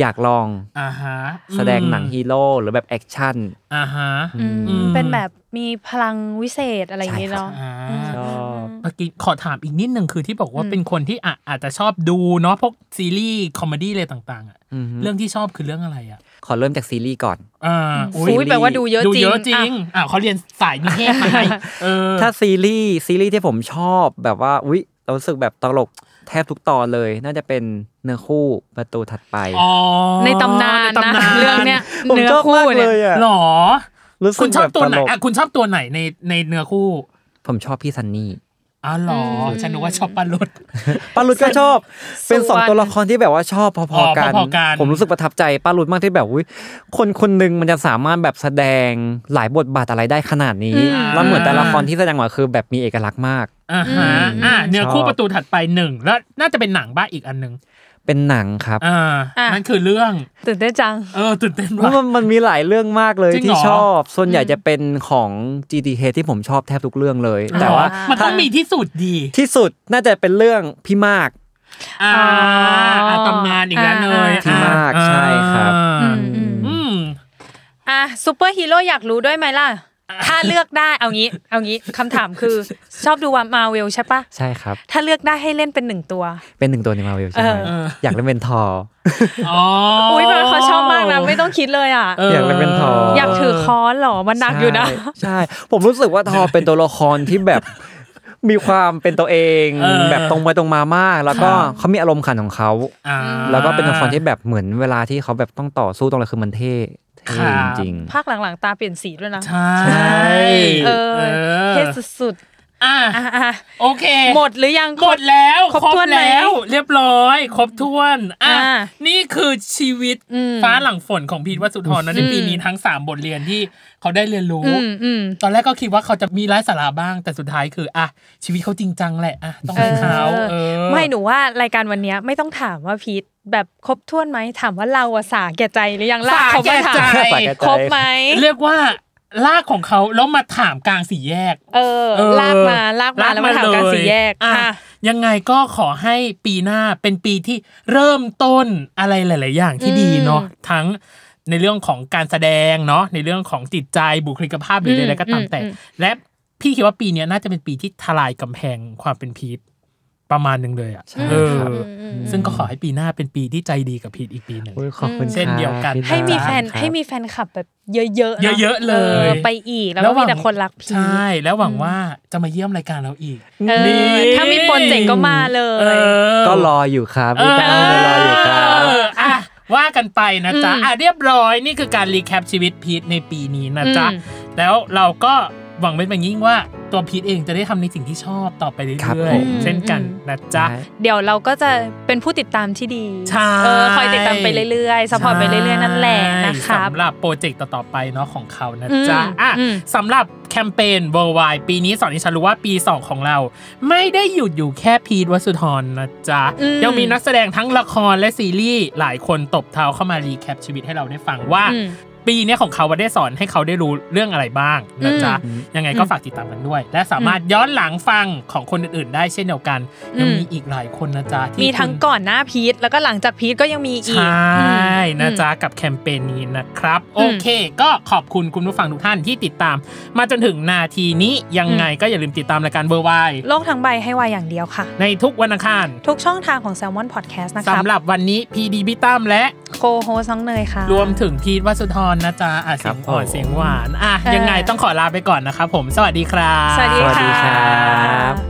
Speaker 4: อยากลอง
Speaker 3: อ่าฮะอืม
Speaker 4: แสดงหนังฮีโร่หรือแบบแอคชั่น
Speaker 3: อ่าฮะ
Speaker 2: อืม
Speaker 3: อืม
Speaker 2: เป็นแบบมีพลังวิเศษอะไรอย่างเงี้ยเนาะ
Speaker 3: อ่า
Speaker 4: ชอบ
Speaker 3: เมื่อกี้ขอถามอีกนิดนึงคือที่บอกว่า
Speaker 2: อืม
Speaker 3: เป็นคนที่อ่ะอาจจะชอบดูเนาะพวกซีรีส์คอมเมดี้อะไรต่างๆอ่ะ
Speaker 4: อือฮึ
Speaker 3: เรื่องที่ชอบคือเรื่องอะไรอ่ะ
Speaker 4: ขอเริ่มจากซีรีส์ก่อน
Speaker 3: อ่าอุ๊ย
Speaker 2: อุ้ยแปลว่าดูเยอะ
Speaker 3: ดู
Speaker 2: จริง
Speaker 3: เยอะจริง
Speaker 2: อ่ะ
Speaker 3: อ่าเขาเรียนสายนิเทศมา ไงเออ
Speaker 4: ถ้าซีรีส์ซีรีส์ที่ผมชอบแบบว่าอุ้ยเรารู้สึกแบบตลกแทบทุกตอนเลย น่าจะเป็นเนื้อคู่ประตูถัดไป
Speaker 3: อ๋อ
Speaker 2: ในตำนาน
Speaker 3: ใตำ
Speaker 2: นะเรื่องเนี้ย
Speaker 4: ผม
Speaker 2: เนื้อ
Speaker 4: ชอบ
Speaker 2: คู่
Speaker 4: มาก
Speaker 2: เนี่
Speaker 4: เลย ยอ่ะ
Speaker 3: หรอ
Speaker 4: รู้สึ
Speaker 3: คุณ
Speaker 4: ก
Speaker 3: ชอบ
Speaker 4: แบบ
Speaker 3: ตัว
Speaker 4: ต
Speaker 3: ไหน
Speaker 4: ลก
Speaker 3: อ่ะคุณชอบตัวไหนในในเนื้อคู่
Speaker 4: ผมชอบพี่ซันนี่
Speaker 3: อ๋อเหรออ
Speaker 2: ม
Speaker 3: ฉันนึกว่าชอบปันรถ
Speaker 4: ป้ารุดก็ชอบ เป็นสอง
Speaker 2: สุวรรณ
Speaker 4: ตัวละครที่แบบว่าชอบพ
Speaker 3: อ๋
Speaker 4: อ
Speaker 3: อ
Speaker 4: ๆกัน
Speaker 3: พอๆกัน
Speaker 4: ผมรู้สึกประทับใจป้ารุดมากที่แบบอุ้ยคนคนหนึ่งมันจะสามารถแบบแสดงหลายบทบาทอะไรได้ขนาดนี้
Speaker 2: อืม
Speaker 4: แล้วเหมือนแต่ละครที่แสดงออกมาคือแบบมีเอกลักษณ์มาก
Speaker 3: อ่าฮะ
Speaker 2: อืม
Speaker 3: อ่าเนื้อคู่
Speaker 4: ชอบ
Speaker 3: ประตูถัดไปหนึ่งแล้วน่าจะเป็นหนังบ้าอีกอันหนึ่ง
Speaker 4: เป็นหนังครับ
Speaker 3: อ่า
Speaker 2: อ่ะ
Speaker 3: นั่นคือเรื่อง
Speaker 2: ตื่นเต้นจัง
Speaker 3: เออตื่นเต้น
Speaker 4: เพ
Speaker 3: ว่ะ
Speaker 4: ราะมันมันมีหลายเรื่องมากเลย
Speaker 3: จริงเหรอ
Speaker 4: ที่ชอบ ส่วนใหญ่จะเป็นของ g d h ที่ผมชอบแทบทุกเรื่องเลย แต่ว่า
Speaker 3: อ๋อมันต้องมีที่สุดดี
Speaker 4: ที่สุดน่าจะเป็นเรื่องพี่มาก
Speaker 3: อ่า
Speaker 2: อ๋อ
Speaker 3: ตำนานอีกแล้วเนย
Speaker 4: ที่มาก
Speaker 3: อ่
Speaker 4: ใช่ครับ
Speaker 3: อืม
Speaker 2: อืม
Speaker 3: อืม
Speaker 2: อ่ะซูเปอร์ฮีโร่อยากรู้ด้วยไหมล่ะ ถ้าเลือกได้เอางี้ เอางี้คำถามคือชอบดูวามาเวลใช่ปะ
Speaker 4: ใช่ครับ
Speaker 2: ถ้าเลือกได้ให้เล่นเป็นหนึ่งตัว
Speaker 4: เป็นหนึ่งตัวในมาเวลใช่ไหม
Speaker 2: เออ
Speaker 4: อยากเล่นเป็นทอร์
Speaker 3: อ๋อ
Speaker 2: อุ้
Speaker 3: อุ้
Speaker 2: ยแบบเขาชอบมากนะไม่ต้องคิดเลยอ่ะ
Speaker 4: อยากเล่นเป็นทอ
Speaker 2: อยากถือค้อนเหรอมันหนักอยู่นะ
Speaker 4: ใช่ใช่ ผมรู้สึกว่าทอเป็นตัวละครที่แบบ มีความเป็นตัวเอง
Speaker 3: เออ
Speaker 4: แบบตรงไปตรงมามาก แล้วก็เขามีอารมณ์ขันของเขา
Speaker 3: อ่า
Speaker 4: แล้วก็เป็นตัวละครที่แบบเหมือนเวลาที่เขาแบบต้องต่อสู้ตรงอะไรคือมันเท่
Speaker 3: ค
Speaker 4: เท่
Speaker 3: รับ
Speaker 4: จริง
Speaker 2: ภาคหลังๆตาเปลี่ยนสีด้วยนะ
Speaker 3: ใช่
Speaker 2: เออ
Speaker 3: เออ
Speaker 2: เท่สุด
Speaker 3: อ่ะ
Speaker 2: ๆอ่ะอ่ะ
Speaker 3: โอเค
Speaker 2: หมดหรือยัง
Speaker 3: หมดแล้ว
Speaker 2: ครบถ้วนไหม
Speaker 3: แล้ว เรียบร้อย ครบถ้วนอ่ะ
Speaker 2: อ่า
Speaker 3: นี่คือชีวิต
Speaker 2: อืม
Speaker 3: ฟ้าหลังฝนของพีทวัสสุธรนะใน
Speaker 2: อืม
Speaker 3: ปีนี้ทั้ง 3 บทเรียนที่เขาได้เรียนรู้
Speaker 2: อืมอืม
Speaker 3: ตอนแรกก็คิดว่าเขาจะมีไร้สาระบ้างแต่สุดท้ายคืออ่ะชีวิตเขาจริงจังแหละอ่ะต้องให้เขาเออ
Speaker 2: ไม่หนูว่ารายการวันเนี้ยไม่ต้องถามว่าพีทแบบครบถ้วนไหมถามว่าเราอะสาแก่ใจหรือยังล่ะ
Speaker 3: สา
Speaker 2: เขามาถาม
Speaker 3: แก่ใจ
Speaker 2: ครบไหม
Speaker 3: เรียกว่าลากของเขาแล้วมาถามกลางสี่แยก
Speaker 2: เออ
Speaker 3: เออ
Speaker 2: ลากมาลากมาแล้วมาถามกันสี่แยก
Speaker 3: เอ่ะ
Speaker 2: อ่ะ
Speaker 3: ยังไงก็ขอให้ปีหน้าเป็นปีที่เริ่มต้นอะไรหลาย ๆ อย่างที่ดี
Speaker 2: อืม
Speaker 3: เนาะทั้งในเรื่องของการแสดงเนาะในเรื่องของจิตใจบุคลิกภาพหรือ
Speaker 2: ม
Speaker 3: อะไรก็ตามแต่
Speaker 2: อืม
Speaker 3: และพี่คิดว่าปีเนี้ยน่าจะเป็นปีที่ทลายกำแพงความเป็นพีทประมาณหนึ่งเลยอ่ะ
Speaker 4: ใช่
Speaker 3: เออ
Speaker 4: ครับ
Speaker 2: อืม
Speaker 3: ซึ่งก็ขอให้ปีหน้าเป็นปีที่ใจดีกับพีทอีกปีหนึ่ง
Speaker 4: ๆโอ้ยขอบคุณ
Speaker 3: เช่นเดียวกัน
Speaker 4: ครับ
Speaker 2: ให้มีแฟน
Speaker 4: ครับ
Speaker 2: ให้มีแฟนคลับแบบเยอะๆน
Speaker 3: เยอะๆเลย
Speaker 2: ออไปอีกแล้วก็มีแต่คนรักพี
Speaker 3: ใช
Speaker 2: ท่
Speaker 3: แล้วหวังว่าจะมาเยี่ยมรายการเราอีก
Speaker 2: เออ
Speaker 3: นี่
Speaker 2: ถ้ามีโปรเจกต์ก็มาเล
Speaker 3: เอย อ
Speaker 4: ก็รออยู่ครับมีแฟนก็รออยู่ครับ
Speaker 3: เอออ่ะว่ากันไปนะจ๊ะ
Speaker 2: อืม
Speaker 3: อ่ะเรียบร้อยนี่คือการรีแคปชีวิตพีทในปีนี้นะจ๊ะ
Speaker 2: อืม
Speaker 3: แล้วเราก็หวังเป็นอย่างยิ่งว่าตัวพีทเองจะได้ทำในสิ่งที่ชอบต่อไปเรื่
Speaker 4: ครับ
Speaker 3: อ
Speaker 4: ผ
Speaker 3: ย
Speaker 4: ม
Speaker 3: ๆเช่นกันนะจ๊ะ
Speaker 4: ได้
Speaker 2: เดี๋ยวเราก็จะเป็นผู้ติดตามที่ดี
Speaker 3: ใช่
Speaker 2: เออคอยติดตามไปเรื่อยๆสปอร์ตไปเรื่อยๆนั่นแหละนะครับ
Speaker 3: สำหรับโปรเจกต์ต่อๆไปเนาะของเขานะจ๊ะ
Speaker 2: อืม
Speaker 3: อ่ะ
Speaker 2: อืม
Speaker 3: สำหรับแคมเปญ Worldwide ปีนี้สอนให้ฉันรู้ว่าปี 2 ของเรา ไม่ได้หยุดอยู่แค่พีทวสุธรนะจ๊ะ
Speaker 2: อืม
Speaker 3: ยังมีนักแสดงทั้งละครและซีรีส์หลายคนตบเท้าเข้ามารีแคปชีวิตให้เราได้ฟังว่า
Speaker 2: อืม
Speaker 3: ปีเนี้ยของเขาว่าได้สอนให้เขาได้รู้เรื่องอะไรบ้างนะจ๊ะ
Speaker 4: อืม
Speaker 3: ยังไงก็ฝากติดตามกันด้วย และสามารถย้อนหลังฟังของคนอื่นๆ ได้เช่นเดียวกัน ยัง
Speaker 2: อืม
Speaker 3: มีอีกหลายคนนะจ๊ะที่
Speaker 2: มีทั้ง
Speaker 3: คุณ
Speaker 2: ก่อนหน้าพีทแล้วก็หลังจากพีทก็ยังมีอี
Speaker 3: ใช
Speaker 2: ก อื่ ม
Speaker 3: นะจ๊ะ กับแคมเปญนี้นะครับ
Speaker 2: อื
Speaker 3: โอ
Speaker 2: ม
Speaker 3: เค ก็ขอบคุณคุณผู้ฟังทุกท่านที่ติดตาม มาจนถึงนาทีนี้ยังไงก็อย่าลืมติดตามรายการเบอร์ไวน์
Speaker 2: โลกทั้งใบให้วายอย่างเดียวค่ะ
Speaker 3: ในทุกวันอังคาร
Speaker 2: ทุกช่องทางของ s ซ l m o n Podcast นะครั
Speaker 3: สำหรับวันนี้พีดีพิตั้มและ
Speaker 2: โคโฮซน้องเนยค่ะ
Speaker 3: รวมถึงพีทวัสุธรนะจ๊ะอ่ะ
Speaker 4: ค
Speaker 3: เสี
Speaker 4: รั
Speaker 3: ย
Speaker 4: บ
Speaker 3: งอ่อน
Speaker 4: ผม
Speaker 3: เสียงหวาน อ่ะ
Speaker 2: เออ
Speaker 3: ยังไงต้องขอลาไปก่อนนะครับผม สวัสดีครับ
Speaker 2: สวัสดี
Speaker 4: สวัสดี
Speaker 2: ค่ะ
Speaker 4: ครับ